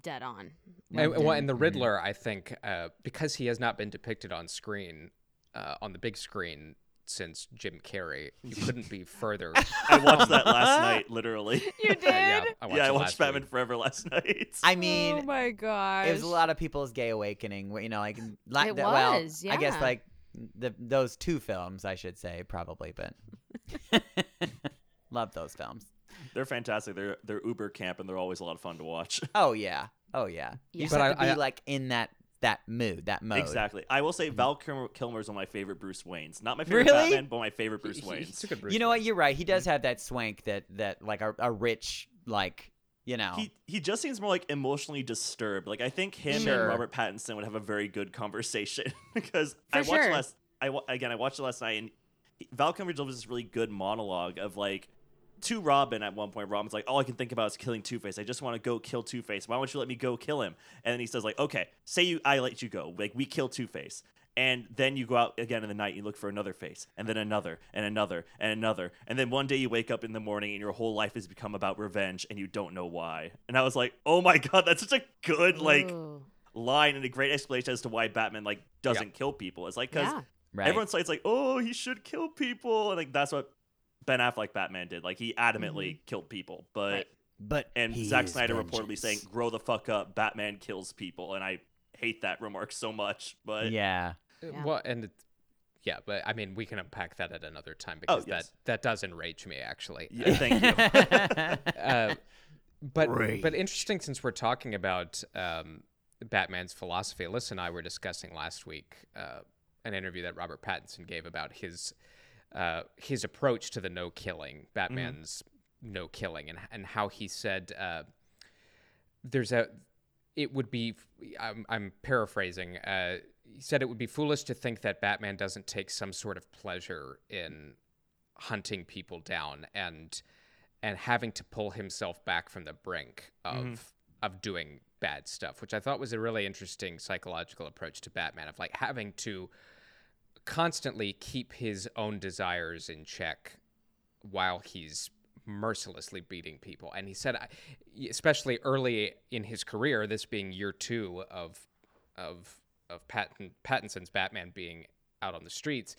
[SPEAKER 1] dead on.
[SPEAKER 2] And, well, and the Riddler, I think, uh, because he has not been depicted on screen, uh, on the big screen since Jim Carrey, you couldn't be further. uh,
[SPEAKER 4] I watched that last night, literally.
[SPEAKER 1] You did?
[SPEAKER 2] yeah, I watched,
[SPEAKER 4] yeah, I
[SPEAKER 2] it
[SPEAKER 4] watched
[SPEAKER 2] last
[SPEAKER 4] Batman
[SPEAKER 2] week.
[SPEAKER 4] Forever last night.
[SPEAKER 3] I
[SPEAKER 1] oh
[SPEAKER 3] mean,
[SPEAKER 1] my gosh!
[SPEAKER 3] it was a lot of people's gay awakening. wh- You know, like la-
[SPEAKER 1] It
[SPEAKER 3] the- well,
[SPEAKER 1] was,
[SPEAKER 3] I guess
[SPEAKER 1] yeah.
[SPEAKER 3] like the those two films, I should say, probably, but love those films.
[SPEAKER 4] They're fantastic. They're they're uber camp and they're always a lot of fun to watch.
[SPEAKER 3] Oh yeah, oh yeah. You
[SPEAKER 1] Yeah.
[SPEAKER 3] just
[SPEAKER 2] But
[SPEAKER 3] have to
[SPEAKER 2] I-
[SPEAKER 3] be
[SPEAKER 2] I-
[SPEAKER 3] like in that that mood, that mode.
[SPEAKER 4] Exactly. I will
[SPEAKER 2] Mm-hmm.
[SPEAKER 4] say Val Kilmer, Kilmer is one of my favorite Bruce Waynes. Not my favorite
[SPEAKER 3] Really?
[SPEAKER 4] Batman, but my favorite Bruce
[SPEAKER 2] He- he-
[SPEAKER 4] Wayne.
[SPEAKER 2] he's a good Bruce
[SPEAKER 3] you know what?
[SPEAKER 2] Wayne.
[SPEAKER 3] You're right. He does have that swank that that like a, a rich like you know.
[SPEAKER 4] He he just seems more like emotionally disturbed. Like I think him
[SPEAKER 2] Sure.
[SPEAKER 4] and Robert Pattinson would have a very good conversation because I
[SPEAKER 1] For
[SPEAKER 4] watched
[SPEAKER 1] sure.
[SPEAKER 4] last I wa- again I watched it last night and he- Val Kilmer delivers this really good monologue of like to Robin at one point. Robin's like, all I can think about is killing Two Face. I just want to go kill Two Face. Why won't you let me go kill him? And then he says like, okay, say you I let you go. Like we kill Two Face. And then you go out again in the night, you look for another face, and then another, and another, and another. And then one day you wake up in the morning and your whole life has become about revenge and you don't know why. And I was like, oh my God, that's such a good, like,
[SPEAKER 1] Ooh.
[SPEAKER 4] line and a great explanation as to why Batman, like, doesn't kill people. It's like, because
[SPEAKER 1] Yeah.
[SPEAKER 3] right?
[SPEAKER 4] everyone's like, it's like, oh, he should kill people. And, like, that's what Ben Affleck Batman did. Like, he adamantly killed people. But,
[SPEAKER 1] Right.
[SPEAKER 3] but
[SPEAKER 4] and
[SPEAKER 3] he
[SPEAKER 4] Zack
[SPEAKER 3] is
[SPEAKER 4] Snyder reportedly
[SPEAKER 3] vengeance.
[SPEAKER 4] saying, grow the fuck up, Batman kills people. And I hate that remark so much. But,
[SPEAKER 3] yeah.
[SPEAKER 2] Uh,
[SPEAKER 1] Yeah.
[SPEAKER 2] Well, and it- yeah, but I mean, we can unpack that at another time because
[SPEAKER 4] Oh, yes.
[SPEAKER 2] that that does enrage me actually.
[SPEAKER 4] yeah thank you.
[SPEAKER 2] Uh, but but interesting since we're talking about um, Batman's philosophy. Alyssa and I were discussing last week uh, an interview that Robert Pattinson gave about his uh, his approach to the no killing Batman's no killing and and how he said uh, there's a it would be I'm, I'm paraphrasing uh, he said it would be foolish to think that batman doesn't take some sort of pleasure in hunting people down and and having to pull himself back from the brink of of doing bad stuff which i thought was a really interesting psychological approach to batman of like having to constantly keep his own desires in check while he's mercilessly beating people. And he said, I- especially early in his career, this being year two of of of Patton, Pattinson's Batman being out on the streets.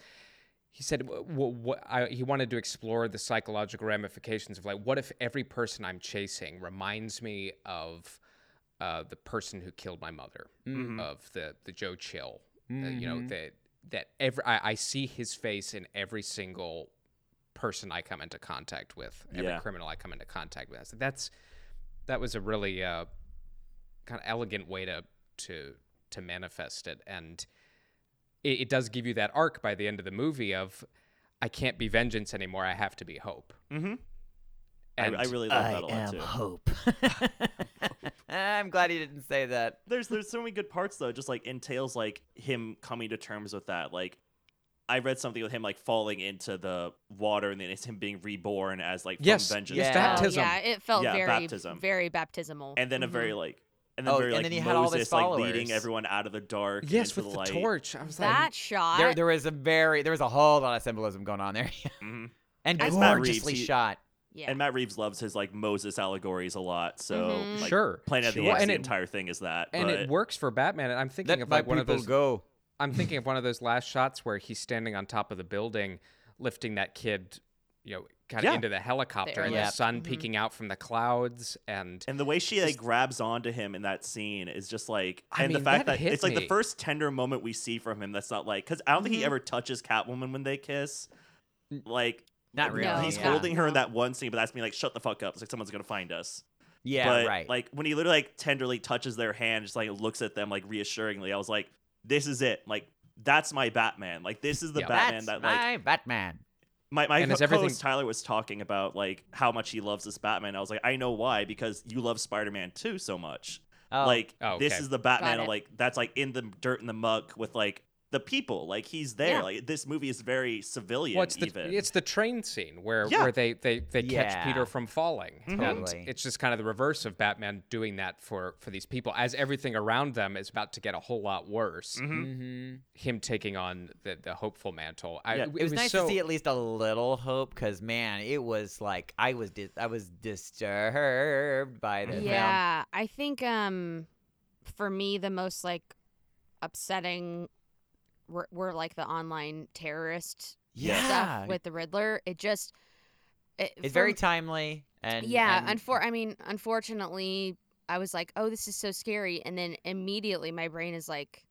[SPEAKER 2] He said w- w- w- I, he wanted to explore the psychological ramifications of like, what if every person I'm chasing reminds me of uh, the person who killed my mother, of the the Joe Chill,
[SPEAKER 3] Mm-hmm.
[SPEAKER 2] uh, you
[SPEAKER 4] Mm-hmm.
[SPEAKER 2] know that that every I, I see his face in every single person I come into contact with, every
[SPEAKER 4] Yeah.
[SPEAKER 2] criminal I come into contact with. So that's that was a really uh, kind of elegant way to to to manifest it, and it, it does give you that arc by the end of the movie of I can't be vengeance anymore. I have to be hope.
[SPEAKER 4] hmm I,
[SPEAKER 2] And
[SPEAKER 4] I really love that a lot too.
[SPEAKER 3] hope. I'm glad he didn't say that.
[SPEAKER 4] There's there's so many good parts though. Just like entails like him coming to terms with that. Like I read something with him like falling into the water and then it's him being reborn as like from
[SPEAKER 2] Yes,
[SPEAKER 4] vengeance.
[SPEAKER 2] yes,
[SPEAKER 3] Yeah.
[SPEAKER 1] Oh,
[SPEAKER 2] baptism.
[SPEAKER 1] yeah, it felt
[SPEAKER 4] Yeah,
[SPEAKER 1] very
[SPEAKER 4] baptism.
[SPEAKER 1] very baptismal.
[SPEAKER 2] Oh.
[SPEAKER 4] And then a
[SPEAKER 1] Mhm.
[SPEAKER 4] very
[SPEAKER 2] Mm-hmm.
[SPEAKER 4] like and then
[SPEAKER 3] Oh,
[SPEAKER 4] very
[SPEAKER 3] and
[SPEAKER 4] like
[SPEAKER 3] then he
[SPEAKER 4] Moses
[SPEAKER 3] had all his
[SPEAKER 4] like leading
[SPEAKER 3] followers.
[SPEAKER 4] everyone out of the dark. and
[SPEAKER 2] Yes,
[SPEAKER 4] into
[SPEAKER 2] with the,
[SPEAKER 4] the, light.
[SPEAKER 2] torch. I was
[SPEAKER 1] that
[SPEAKER 2] Mm-hmm. like,
[SPEAKER 1] shot.
[SPEAKER 3] There, there was a very, there was a whole lot of symbolism going on there,
[SPEAKER 4] Mhm.
[SPEAKER 3] and
[SPEAKER 4] It's Matt Reeves,
[SPEAKER 3] gorgeously
[SPEAKER 4] he-
[SPEAKER 3] shot.
[SPEAKER 1] yeah.
[SPEAKER 4] And Matt Reeves loves his like Moses allegories a lot. So
[SPEAKER 1] Mhm.
[SPEAKER 4] like,
[SPEAKER 2] Mm-hmm. Sure,
[SPEAKER 4] Planet of the
[SPEAKER 2] sure.
[SPEAKER 4] Apes,
[SPEAKER 2] And
[SPEAKER 4] the
[SPEAKER 2] it-
[SPEAKER 4] entire thing is that.
[SPEAKER 2] and
[SPEAKER 4] but
[SPEAKER 2] it works for Batman. And I'm thinking of like one of those.
[SPEAKER 3] go.
[SPEAKER 2] I'm thinking of one of those last shots where he's standing on top of the building, lifting that kid, you know, kind of
[SPEAKER 4] Yeah.
[SPEAKER 2] into the helicopter
[SPEAKER 1] There.
[SPEAKER 2] and the
[SPEAKER 3] Yep. Mm-hmm.
[SPEAKER 2] sun peeking out from the clouds and
[SPEAKER 4] And the way she like grabs onto him in that scene is just like,
[SPEAKER 2] I
[SPEAKER 4] and
[SPEAKER 2] mean,
[SPEAKER 4] the fact
[SPEAKER 2] that
[SPEAKER 4] that,
[SPEAKER 2] hit
[SPEAKER 4] it's like
[SPEAKER 2] me. Mm-hmm.
[SPEAKER 4] the first tender moment we see from him. That's not like because I don't think he ever touches Catwoman when they kiss. Like
[SPEAKER 3] Not
[SPEAKER 1] No,
[SPEAKER 3] really.
[SPEAKER 4] he's
[SPEAKER 3] yeah.
[SPEAKER 4] holding her in
[SPEAKER 1] No.
[SPEAKER 4] that one scene, but that's me like, shut the fuck up. It's like someone's gonna find us.
[SPEAKER 3] Yeah,
[SPEAKER 4] but
[SPEAKER 3] right.
[SPEAKER 4] like when he literally like tenderly touches their hand, just like looks at them like reassuringly. I was like, this is it. Like that's my Batman. Like this is the
[SPEAKER 2] Yeah.
[SPEAKER 4] Batman
[SPEAKER 3] That's
[SPEAKER 4] that like
[SPEAKER 3] my Batman.
[SPEAKER 4] my my
[SPEAKER 2] And it's
[SPEAKER 4] co-
[SPEAKER 2] everything-
[SPEAKER 4] co-host Tyler was talking about like how much he loves this Batman. I was like, I know why because you love Spider-Man 2 so much.
[SPEAKER 3] Oh,
[SPEAKER 4] Like
[SPEAKER 2] Oh,
[SPEAKER 4] this
[SPEAKER 2] okay.
[SPEAKER 4] is the Batman
[SPEAKER 1] Got it.
[SPEAKER 4] like that's like in the dirt and the muck with like the people. Like he's there.
[SPEAKER 1] Yeah.
[SPEAKER 4] Like this movie is very civilian
[SPEAKER 2] well, it's the
[SPEAKER 4] even.
[SPEAKER 2] it's the train scene where
[SPEAKER 4] Yeah. Mm-hmm.
[SPEAKER 2] where they they, they catch
[SPEAKER 3] Yeah.
[SPEAKER 2] Peter from falling,
[SPEAKER 3] Totally.
[SPEAKER 2] and it's just kind of the reverse of Batman doing that for for these people as everything around them is about to get a whole lot worse.
[SPEAKER 4] Mm-hmm.
[SPEAKER 3] mm-hmm.
[SPEAKER 2] Him taking on the, the hopeful mantle. I,
[SPEAKER 4] Yeah.
[SPEAKER 2] it,
[SPEAKER 3] it was, nice
[SPEAKER 2] so,
[SPEAKER 3] to see at least a little hope because man it was like i was dis- i was disturbed by the film
[SPEAKER 1] Yeah, I think um, for me the most like upsetting were, were like the online terrorist
[SPEAKER 3] yeah
[SPEAKER 1] stuff with the Riddler. It just it,
[SPEAKER 3] it's
[SPEAKER 1] for
[SPEAKER 3] very
[SPEAKER 1] m-
[SPEAKER 3] timely and
[SPEAKER 1] yeah.
[SPEAKER 3] and,
[SPEAKER 1] unfor- I mean, unfortunately, I was like, oh, this is so scary, and then immediately my brain is like,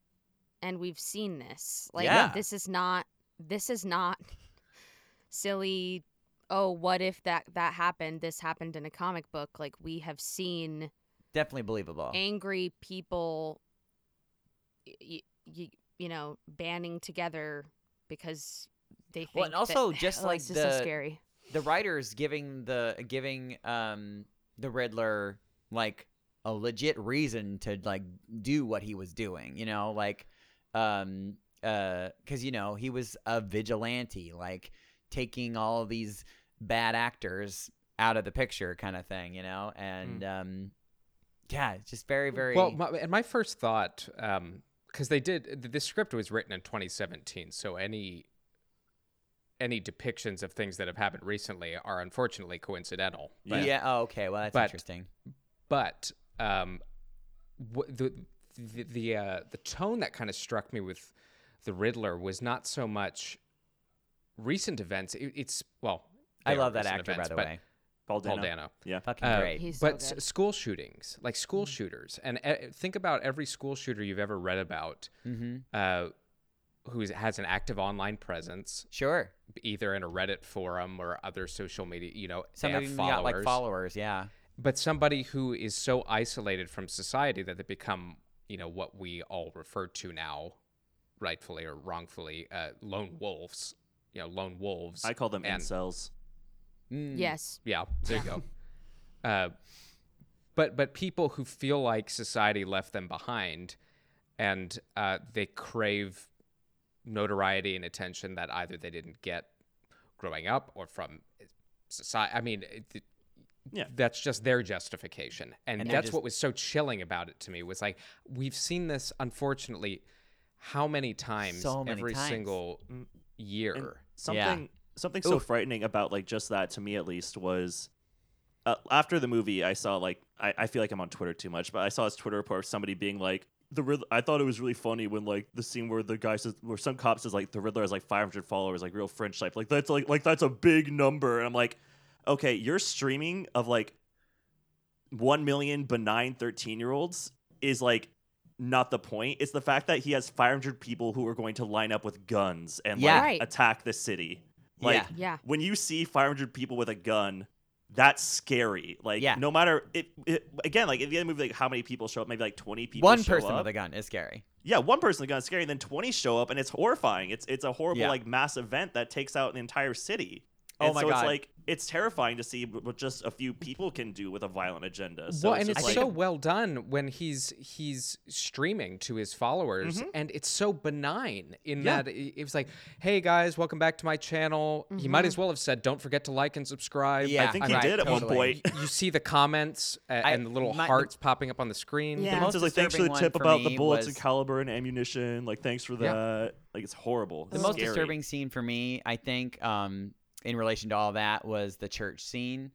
[SPEAKER 1] and we've seen this. Like
[SPEAKER 3] Yeah.
[SPEAKER 1] this is not this is not silly. Oh, what if that that happened? This happened in a comic book. Like we have seen
[SPEAKER 3] definitely believable
[SPEAKER 1] angry people you, you, you know banding together because they think
[SPEAKER 3] Well, and
[SPEAKER 1] that-
[SPEAKER 3] also just
[SPEAKER 1] oh,
[SPEAKER 3] like
[SPEAKER 1] it's so
[SPEAKER 3] the-
[SPEAKER 1] scary
[SPEAKER 3] the writers giving the giving um the riddler like a legit reason to like do what he was doing you know like um uh cuz you know he was a vigilante like taking all these bad actors out of the picture kind of thing you know and um yeah it's just very very
[SPEAKER 2] Hmm. Well, my, and my first thought, because they did, th- the script was written in 2017, so any any depictions of things that have happened recently are unfortunately coincidental. But,
[SPEAKER 3] yeah oh, okay well that's
[SPEAKER 2] but-
[SPEAKER 3] interesting
[SPEAKER 2] but um, wh- the the the, uh, the tone that kind of struck me with the Riddler was not so much recent events. It, it's well,
[SPEAKER 3] i
[SPEAKER 2] they are
[SPEAKER 3] love that
[SPEAKER 2] recent
[SPEAKER 3] actor by
[SPEAKER 2] events,
[SPEAKER 3] the
[SPEAKER 2] but
[SPEAKER 3] way
[SPEAKER 4] Paul
[SPEAKER 2] Paul
[SPEAKER 4] Dano.
[SPEAKER 2] Dano.
[SPEAKER 4] Yeah.
[SPEAKER 3] fucking
[SPEAKER 2] Uh,
[SPEAKER 3] great
[SPEAKER 1] He's so
[SPEAKER 2] but s-
[SPEAKER 1] good.
[SPEAKER 2] school shootings, like school shooters, and uh, think about every school shooter you've ever read about,
[SPEAKER 3] mhm
[SPEAKER 2] uh, who has an active online presence,
[SPEAKER 3] sure
[SPEAKER 2] either in a Reddit forum or other social media. You know, they
[SPEAKER 3] some
[SPEAKER 2] have
[SPEAKER 3] of them
[SPEAKER 2] followers,
[SPEAKER 3] got like followers yeah
[SPEAKER 2] but somebody who is so isolated from society that they become, you know, what we all refer to now, rightfully or wrongfully, uh, lone wolves. You know, lone wolves.
[SPEAKER 4] I call them
[SPEAKER 2] and-
[SPEAKER 4] incels. Hmm.
[SPEAKER 3] Mm.
[SPEAKER 1] yes
[SPEAKER 2] Yeah, there you go. Uh, but but people who feel like society left them behind, and uh, they crave notoriety and attention that either they didn't get growing up or from society. I mean, it, it-
[SPEAKER 4] Yeah.
[SPEAKER 2] that's just their justification, and,
[SPEAKER 3] And they're
[SPEAKER 2] that's
[SPEAKER 3] just-
[SPEAKER 2] what was so chilling about it to me was like we've seen this unfortunately how many times
[SPEAKER 3] So many
[SPEAKER 2] every
[SPEAKER 3] times. Mm.
[SPEAKER 2] single year.
[SPEAKER 4] And something something so frightening about like just that to me at least was uh, after the movie i saw like I, I feel like i'm on twitter too much but i saw his twitter report of somebody being like the Riddler, i thought it was really funny when like the scene where the guy says where some cop says like the riddler has like 500 followers like real french type like that's like like that's a big number and i'm like okay your streaming of like 1 million benign 13 year olds is like not the point it's the fact that he has 500 people who are going to line up with guns and
[SPEAKER 3] Yeah.
[SPEAKER 4] like
[SPEAKER 1] Right.
[SPEAKER 4] attack the city like
[SPEAKER 3] Yeah.
[SPEAKER 1] yeah
[SPEAKER 4] when you see 500 people with a gun, that's scary. Like,
[SPEAKER 3] Yeah.
[SPEAKER 4] no matter it, it again, like in the other movie, like how many people show up? Maybe like 20 people.
[SPEAKER 3] one
[SPEAKER 4] show
[SPEAKER 3] person
[SPEAKER 4] up.
[SPEAKER 3] with a gun is scary
[SPEAKER 4] yeah, one person with a gun is scary. And then 20 show up, and it's horrifying. It's it's a horrible
[SPEAKER 3] Yeah.
[SPEAKER 4] like mass event that takes out an entire city.
[SPEAKER 3] Oh
[SPEAKER 4] and
[SPEAKER 3] my
[SPEAKER 4] so
[SPEAKER 3] God.
[SPEAKER 4] it's like it's terrifying to see what what just a few people can do with a violent agenda. So
[SPEAKER 2] well, and
[SPEAKER 4] just
[SPEAKER 2] it's
[SPEAKER 4] like,
[SPEAKER 2] so well done when he's he's streaming to his followers, and it's so benign in
[SPEAKER 4] Mm-hmm. Yeah.
[SPEAKER 2] that it it was like, "Hey guys, welcome back to my channel." He
[SPEAKER 4] Mm-hmm.
[SPEAKER 2] might
[SPEAKER 1] Mhm.
[SPEAKER 2] as well have said, "Don't forget to like and subscribe."
[SPEAKER 3] Yeah,
[SPEAKER 4] I think he
[SPEAKER 3] right,
[SPEAKER 4] did at one
[SPEAKER 3] totally.
[SPEAKER 4] point.
[SPEAKER 2] You see the comments uh,
[SPEAKER 3] I-
[SPEAKER 2] and the little
[SPEAKER 3] my- the-
[SPEAKER 2] hearts popping up on the screen.
[SPEAKER 1] Yeah.
[SPEAKER 4] It
[SPEAKER 3] most
[SPEAKER 4] says, like thanks for the
[SPEAKER 3] disturbing
[SPEAKER 4] tip
[SPEAKER 3] one for
[SPEAKER 4] about the
[SPEAKER 3] me
[SPEAKER 4] bullets
[SPEAKER 3] was-
[SPEAKER 4] and caliber and ammunition. Like thanks for
[SPEAKER 2] Yeah.
[SPEAKER 4] that. Like it's horrible.
[SPEAKER 3] the
[SPEAKER 4] It's
[SPEAKER 3] most
[SPEAKER 4] scary.
[SPEAKER 3] disturbing scene for me, I think, um, in relation to all that was the church scene.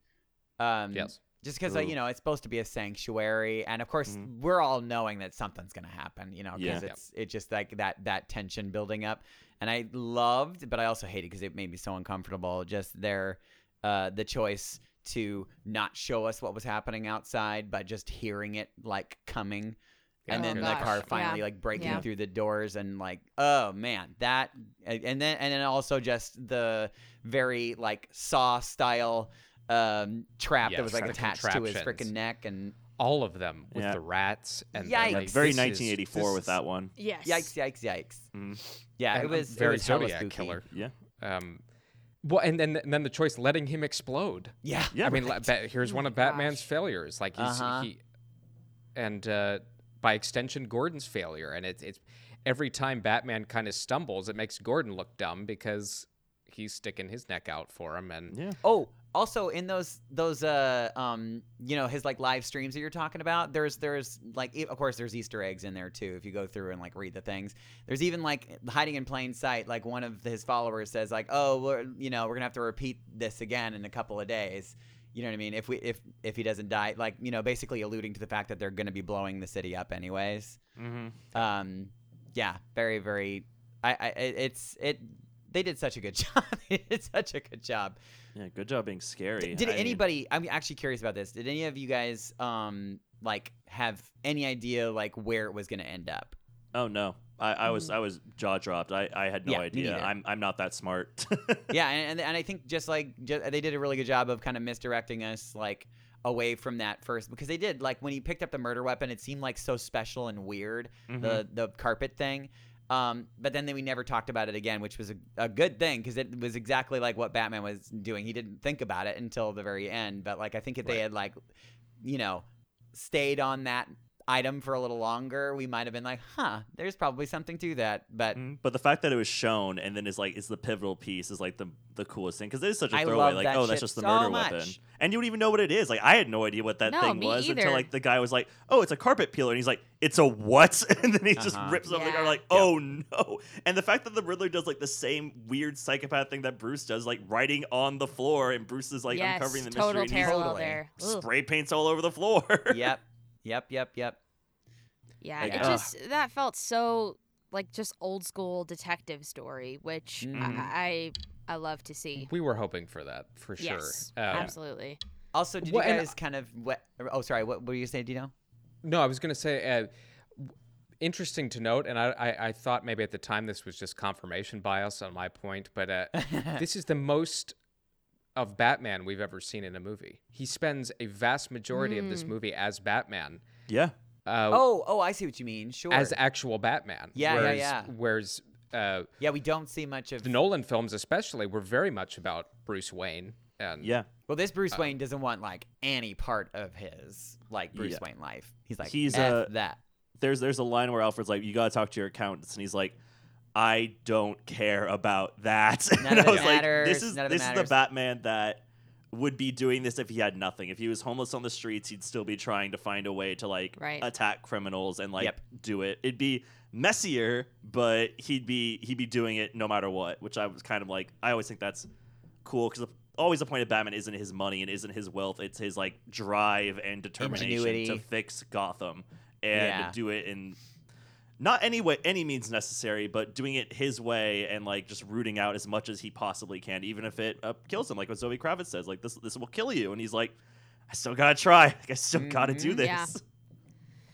[SPEAKER 3] Um,
[SPEAKER 2] Yes.
[SPEAKER 3] just because like,
[SPEAKER 4] True.
[SPEAKER 3] you know it's supposed to be a sanctuary and of course
[SPEAKER 1] Mm-hmm.
[SPEAKER 3] we're all knowing that something's gonna happen you know
[SPEAKER 4] Yeah.
[SPEAKER 3] because
[SPEAKER 4] Yep.
[SPEAKER 3] it's it's just like that that tension building up and i loved but i also hated because it made me so uncomfortable just their uh the choice to not show us what was happening outside but just hearing it like coming and
[SPEAKER 1] Yeah.
[SPEAKER 3] then
[SPEAKER 1] Oh,
[SPEAKER 3] the
[SPEAKER 1] gosh.
[SPEAKER 3] car finally
[SPEAKER 1] Yeah.
[SPEAKER 3] like breaking
[SPEAKER 1] Yeah.
[SPEAKER 3] through the doors and like oh man that and then and then also just the very like saw style um trap
[SPEAKER 2] Yeah,
[SPEAKER 3] that was like
[SPEAKER 2] the
[SPEAKER 3] attached to his
[SPEAKER 2] contraptions.
[SPEAKER 3] freaking neck and
[SPEAKER 2] all of them with
[SPEAKER 4] Yeah.
[SPEAKER 2] the rats and the,
[SPEAKER 3] Yikes.
[SPEAKER 2] like,
[SPEAKER 4] Very
[SPEAKER 2] this is-
[SPEAKER 4] 1984
[SPEAKER 2] this
[SPEAKER 4] with
[SPEAKER 2] is-
[SPEAKER 4] that one.
[SPEAKER 1] Yes.
[SPEAKER 3] yikes yikes yikes
[SPEAKER 4] Mm.
[SPEAKER 2] Mm-hmm.
[SPEAKER 3] yeah
[SPEAKER 2] and
[SPEAKER 3] it
[SPEAKER 2] a
[SPEAKER 3] was
[SPEAKER 2] very
[SPEAKER 3] it was hella
[SPEAKER 2] Zodiac
[SPEAKER 3] spooky.
[SPEAKER 2] killer.
[SPEAKER 4] Yeah.
[SPEAKER 2] Um, well, and then and then the choice letting him explode.
[SPEAKER 3] yeah
[SPEAKER 4] Yeah.
[SPEAKER 2] I mean,
[SPEAKER 4] right.
[SPEAKER 2] like, ba- here's one of Batman's failures. Like he's,
[SPEAKER 3] Uh-huh.
[SPEAKER 2] he, and uh, by extension, Gordon's failure. And it's it's every time Batman kind of stumbles, it makes Gordon look dumb because he's sticking his neck out for him. And
[SPEAKER 4] yeah.
[SPEAKER 3] oh also in those those uh um you know his like live streams that you're talking about there's there's like e- of course there's easter eggs in there too if you go through and like read the things there's even like hiding in plain sight like one of his followers says like oh we're, you know we're gonna have to repeat this again in a couple of days you know what i mean if we if if he doesn't die like you know basically alluding to the fact that they're gonna be blowing the city up anyways
[SPEAKER 4] Mm-hmm.
[SPEAKER 3] um yeah very very i i it- it's it they did such a good job they did such a good job
[SPEAKER 4] Yeah. Good job being scary.
[SPEAKER 3] D- Did
[SPEAKER 4] I mean,
[SPEAKER 3] anybody? I'm actually curious about this. Did any of you guys, um, like, have any idea like where it was gonna end up?
[SPEAKER 4] oh no. I, I was I was jaw dropped. I, I had no
[SPEAKER 3] Mm. Yeah, me
[SPEAKER 4] idea.
[SPEAKER 3] neither.
[SPEAKER 4] I'm I'm not that smart.
[SPEAKER 3] yeah, and, and and I think just like ju- they did a really good job of kind of misdirecting us like away from that first because they did like when he picked up the murder weapon, it seemed like so special and weird the the carpet thing. Um, but then, then we never talked about it again, which was a, a good thing because it was exactly like what Batman was doing. He didn't think about it until the very end. But like I think if they
[SPEAKER 2] Right.
[SPEAKER 3] had like, you know, stayed on that item for a little longer, we might have been like, huh, there's probably something to that. But
[SPEAKER 4] Mhm. But the fact that it was shown and then is like is the pivotal piece is like the the coolest thing because it is such a
[SPEAKER 3] I
[SPEAKER 4] throwaway.
[SPEAKER 3] love
[SPEAKER 4] Like
[SPEAKER 3] that
[SPEAKER 4] oh, that's
[SPEAKER 3] shit
[SPEAKER 4] just the
[SPEAKER 3] so
[SPEAKER 4] murder
[SPEAKER 3] much.
[SPEAKER 4] weapon, and you don't even know what it is. Like I had no idea what that
[SPEAKER 1] No,
[SPEAKER 4] thing
[SPEAKER 1] me
[SPEAKER 4] was
[SPEAKER 1] either.
[SPEAKER 4] until like the guy was like, oh, it's a carpet peeler, and he's like, it's a what? And then he just
[SPEAKER 3] Uh-huh.
[SPEAKER 4] rips open the car
[SPEAKER 1] Yeah.
[SPEAKER 4] like, oh no. And the fact that the Riddler does like the same weird psychopath thing that Bruce does, like writing on the floor, and Bruce is like
[SPEAKER 1] yes,
[SPEAKER 4] uncovering the
[SPEAKER 1] total
[SPEAKER 4] mystery, and
[SPEAKER 1] parallel
[SPEAKER 3] Totally.
[SPEAKER 1] there.
[SPEAKER 4] he's
[SPEAKER 1] Ugh.
[SPEAKER 4] spray paints all over the floor.
[SPEAKER 3] yep, yep, yep, yep.
[SPEAKER 1] Yeah,
[SPEAKER 4] Like,
[SPEAKER 1] it
[SPEAKER 4] ugh.
[SPEAKER 1] just that felt so like just old school detective story, which
[SPEAKER 4] Hmm.
[SPEAKER 3] Mhm.
[SPEAKER 1] I, I I love to see.
[SPEAKER 2] we were hoping for that for
[SPEAKER 1] Yes,
[SPEAKER 4] Uh,
[SPEAKER 2] sure. Um,
[SPEAKER 1] absolutely.
[SPEAKER 3] Also, did
[SPEAKER 2] Well,
[SPEAKER 3] you
[SPEAKER 2] and-
[SPEAKER 3] guys kind of what? Oh, sorry. What, what were you saying, Dino?
[SPEAKER 2] No, I was going to say, uh, w- interesting to note, and I, I, I thought maybe at the time this was just confirmation bias on my point, but uh, this is the most of Batman we've ever seen in a movie. He spends a vast majority of this movie as Batman,
[SPEAKER 4] yeah.
[SPEAKER 2] uh,
[SPEAKER 3] Hmm. Oh, oh, I see what you mean. Sure.
[SPEAKER 2] as actual Batman.
[SPEAKER 3] Yeah, yeah,
[SPEAKER 2] whereas,
[SPEAKER 3] yeah.
[SPEAKER 2] Whereas uh,
[SPEAKER 3] yeah, we don't see much of.
[SPEAKER 2] the Nolan films, especially, were very much about Bruce Wayne. And
[SPEAKER 4] Yeah.
[SPEAKER 3] well, this Bruce Wayne doesn't want like any part of his like Bruce
[SPEAKER 4] Yeah.
[SPEAKER 3] Wayne life. He's like,
[SPEAKER 4] He's,
[SPEAKER 3] he's F
[SPEAKER 4] uh,
[SPEAKER 3] that.
[SPEAKER 4] there's there's a line where Alfred's like, "You gotta talk to your accountants," and he's like, "I don't care about that."
[SPEAKER 3] None
[SPEAKER 4] and
[SPEAKER 3] of
[SPEAKER 4] I
[SPEAKER 3] it
[SPEAKER 4] was like, "This
[SPEAKER 3] matters.
[SPEAKER 4] is
[SPEAKER 3] None of it
[SPEAKER 4] this is the
[SPEAKER 3] matters."
[SPEAKER 4] Batman that would be doing this if he had nothing. If he was homeless on the streets, he'd still be trying to find a way to like
[SPEAKER 1] Right.
[SPEAKER 4] attack criminals and like
[SPEAKER 3] Yep.
[SPEAKER 4] do it. It'd be messier, but he'd be he'd be doing it no matter what." Which I was kind of like, I always think that's cool because. Always the point of Batman isn't his money and isn't his wealth; it's his like drive and determination to
[SPEAKER 3] Ingenuity.
[SPEAKER 4] fix Gotham and
[SPEAKER 3] Yeah.
[SPEAKER 4] do it in not any way any means necessary but doing it his way and like just rooting out as much as he possibly can even if it uh, kills him like what zoe kravitz says like this this will kill you and he's like i still gotta try like, i still gotta do
[SPEAKER 3] Mhm.
[SPEAKER 4] this
[SPEAKER 1] Mm-hmm.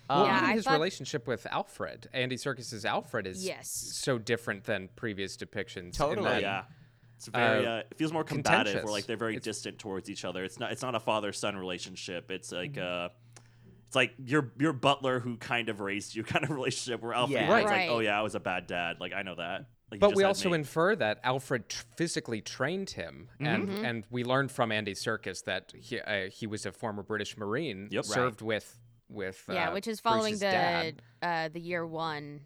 [SPEAKER 1] Yeah.
[SPEAKER 2] Well,
[SPEAKER 3] Uh, Um,
[SPEAKER 1] Yeah,
[SPEAKER 2] even
[SPEAKER 1] I
[SPEAKER 2] his
[SPEAKER 1] thought-
[SPEAKER 2] relationship with Alfred, Andy Serkis's Alfred, is
[SPEAKER 1] Yes.
[SPEAKER 2] so different than previous depictions.
[SPEAKER 3] Totally.
[SPEAKER 2] In that
[SPEAKER 4] yeah it's very
[SPEAKER 2] Uh,
[SPEAKER 4] uh, it feels more combative
[SPEAKER 2] contentious.
[SPEAKER 4] where like they're very
[SPEAKER 2] It's-
[SPEAKER 4] distant towards each other it's not it's not a father-son relationship it's like
[SPEAKER 1] Mm-hmm.
[SPEAKER 4] uh it's like your your butler who kind of raised you kind of relationship where Alfred
[SPEAKER 3] Yeah.
[SPEAKER 4] is like,
[SPEAKER 1] Right.
[SPEAKER 4] oh yeah, I was a bad dad. Like I know that. Like, you
[SPEAKER 2] But
[SPEAKER 4] just
[SPEAKER 2] we
[SPEAKER 4] had
[SPEAKER 2] also
[SPEAKER 4] me. Mm-hmm.
[SPEAKER 2] infer that Alfred tr- physically trained him, and and we learned from Andy Serkis that he uh, he was a former British Marine,
[SPEAKER 4] Yep. Right.
[SPEAKER 2] served with with
[SPEAKER 1] yeah,
[SPEAKER 2] uh,
[SPEAKER 1] which is following
[SPEAKER 2] Bruce's
[SPEAKER 1] the
[SPEAKER 2] dad.
[SPEAKER 1] uh, the year one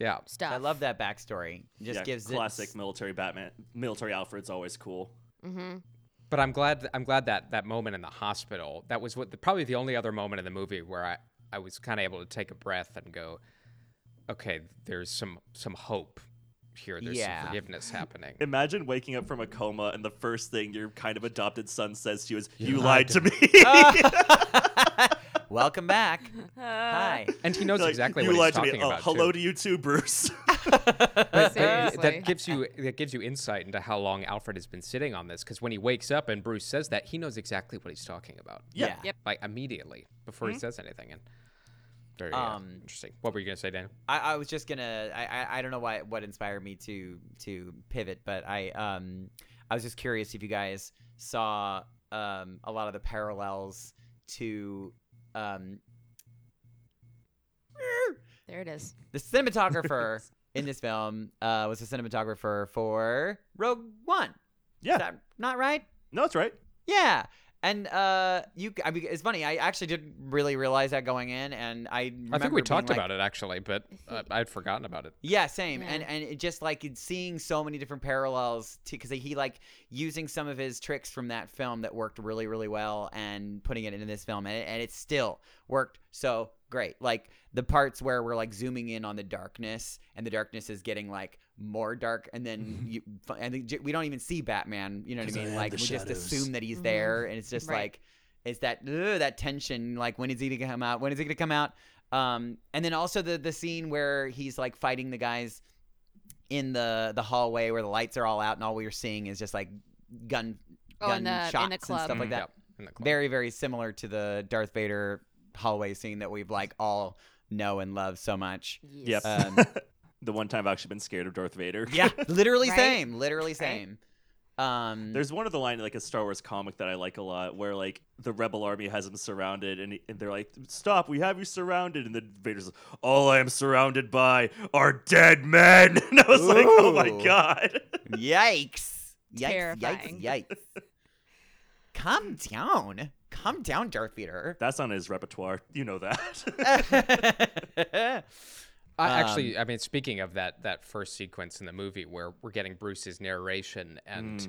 [SPEAKER 2] yeah.
[SPEAKER 1] stuff.
[SPEAKER 3] I love that backstory. Just
[SPEAKER 4] yeah,
[SPEAKER 3] gives
[SPEAKER 4] classic
[SPEAKER 3] It,
[SPEAKER 4] military Batman. Military Alfred's always cool.
[SPEAKER 1] Mm-hmm.
[SPEAKER 2] But I'm glad I'm glad that that moment in the hospital that was what the, probably the only other moment in the movie where I I was kind of able to take a breath and go, okay, there's some some hope here. There's
[SPEAKER 3] Yeah.
[SPEAKER 2] some forgiveness happening.
[SPEAKER 4] Imagine waking up from a coma and the first thing your kind of adopted son says to you is, "You, lied, to me."
[SPEAKER 2] Ah,
[SPEAKER 3] Welcome back. Hi.
[SPEAKER 2] And he knows
[SPEAKER 4] Like,
[SPEAKER 2] exactly
[SPEAKER 4] you
[SPEAKER 2] what he's
[SPEAKER 4] lied
[SPEAKER 2] talking
[SPEAKER 4] to me. Oh,
[SPEAKER 2] about.
[SPEAKER 4] hello
[SPEAKER 2] too.
[SPEAKER 4] to you too, Bruce.
[SPEAKER 2] But- but
[SPEAKER 1] Seriously.
[SPEAKER 2] that gives you that gives you insight into how long Alfred has been sitting on this. Because when he wakes up and Bruce says that, he knows exactly what he's talking about.
[SPEAKER 3] Yeah.
[SPEAKER 1] Yep.
[SPEAKER 2] like immediately before he says anything. And very uh,
[SPEAKER 3] Hmm? Um,
[SPEAKER 2] interesting. What were you gonna say, Daniel?
[SPEAKER 3] I, I was just gonna. I, I I don't know why what inspired me to to pivot, but I um I was just curious if you guys saw um a lot of the parallels to um
[SPEAKER 1] There it is.
[SPEAKER 3] the cinematographer in this film uh was the cinematographer for Rogue One. Is
[SPEAKER 4] yeah,
[SPEAKER 3] that not right?
[SPEAKER 4] no, that's right.
[SPEAKER 3] Yeah. And uh, you, I mean, it's funny. I actually didn't really realize that going in, and
[SPEAKER 2] I
[SPEAKER 3] I.
[SPEAKER 2] think we
[SPEAKER 3] remember being
[SPEAKER 2] talked
[SPEAKER 3] like-
[SPEAKER 2] about it actually, but uh, I'd forgotten about it.
[SPEAKER 3] Yeah, same.
[SPEAKER 1] Yeah.
[SPEAKER 3] And and it just like it's seeing so many different parallels because he like using some of his tricks from that film that worked really really well and putting it into this film, and it, and it still worked so great. Like the parts where we're like zooming in on the darkness, and the darkness is getting like more dark, and then you and then j- we don't even see Batman. You know what I
[SPEAKER 4] 'Cause I
[SPEAKER 3] mean?
[SPEAKER 4] am
[SPEAKER 3] Like
[SPEAKER 4] the
[SPEAKER 3] we just
[SPEAKER 4] shadows.
[SPEAKER 3] assume that he's
[SPEAKER 1] Mhm.
[SPEAKER 3] there, and it's just
[SPEAKER 1] Right.
[SPEAKER 3] like it's that ugh, that tension. Like when is he gonna come out? When is he gonna come out? Um, and then also the the scene where he's like fighting the guys in the the hallway where the lights are all out and all we're seeing is just like gun
[SPEAKER 1] Oh, in
[SPEAKER 3] gun
[SPEAKER 1] the- in the
[SPEAKER 3] shots
[SPEAKER 1] club.
[SPEAKER 3] and stuff
[SPEAKER 2] Mhm.
[SPEAKER 3] like that.
[SPEAKER 2] Yep, in the club.
[SPEAKER 3] Very very similar to the Darth Vader hallway scene that we've like all know and love so much.
[SPEAKER 1] Yes.
[SPEAKER 4] Yep.
[SPEAKER 3] Um,
[SPEAKER 4] The one time I've actually been scared of Darth Vader.
[SPEAKER 3] yeah, literally
[SPEAKER 1] Right?
[SPEAKER 3] same, literally
[SPEAKER 1] Right?
[SPEAKER 3] same. Um,
[SPEAKER 4] There's one of the line like a Star Wars comic that I like a lot, where like the Rebel army has him surrounded, and, and they're like, "Stop! We have you surrounded!" And then Vader's like, "All I am surrounded by are dead men." And I was like, "Oh my
[SPEAKER 3] Ooh.
[SPEAKER 4] god!"
[SPEAKER 3] Yikes. Yikes,
[SPEAKER 1] Terrifying.
[SPEAKER 3] yikes, yikes. Calm down. Calm down, Darth Vader.
[SPEAKER 4] That's on his repertoire. You know that.
[SPEAKER 2] I
[SPEAKER 3] Um,
[SPEAKER 2] actually, I mean, speaking of that that first sequence in the movie where we're getting Bruce's narration and
[SPEAKER 3] Mm-hmm.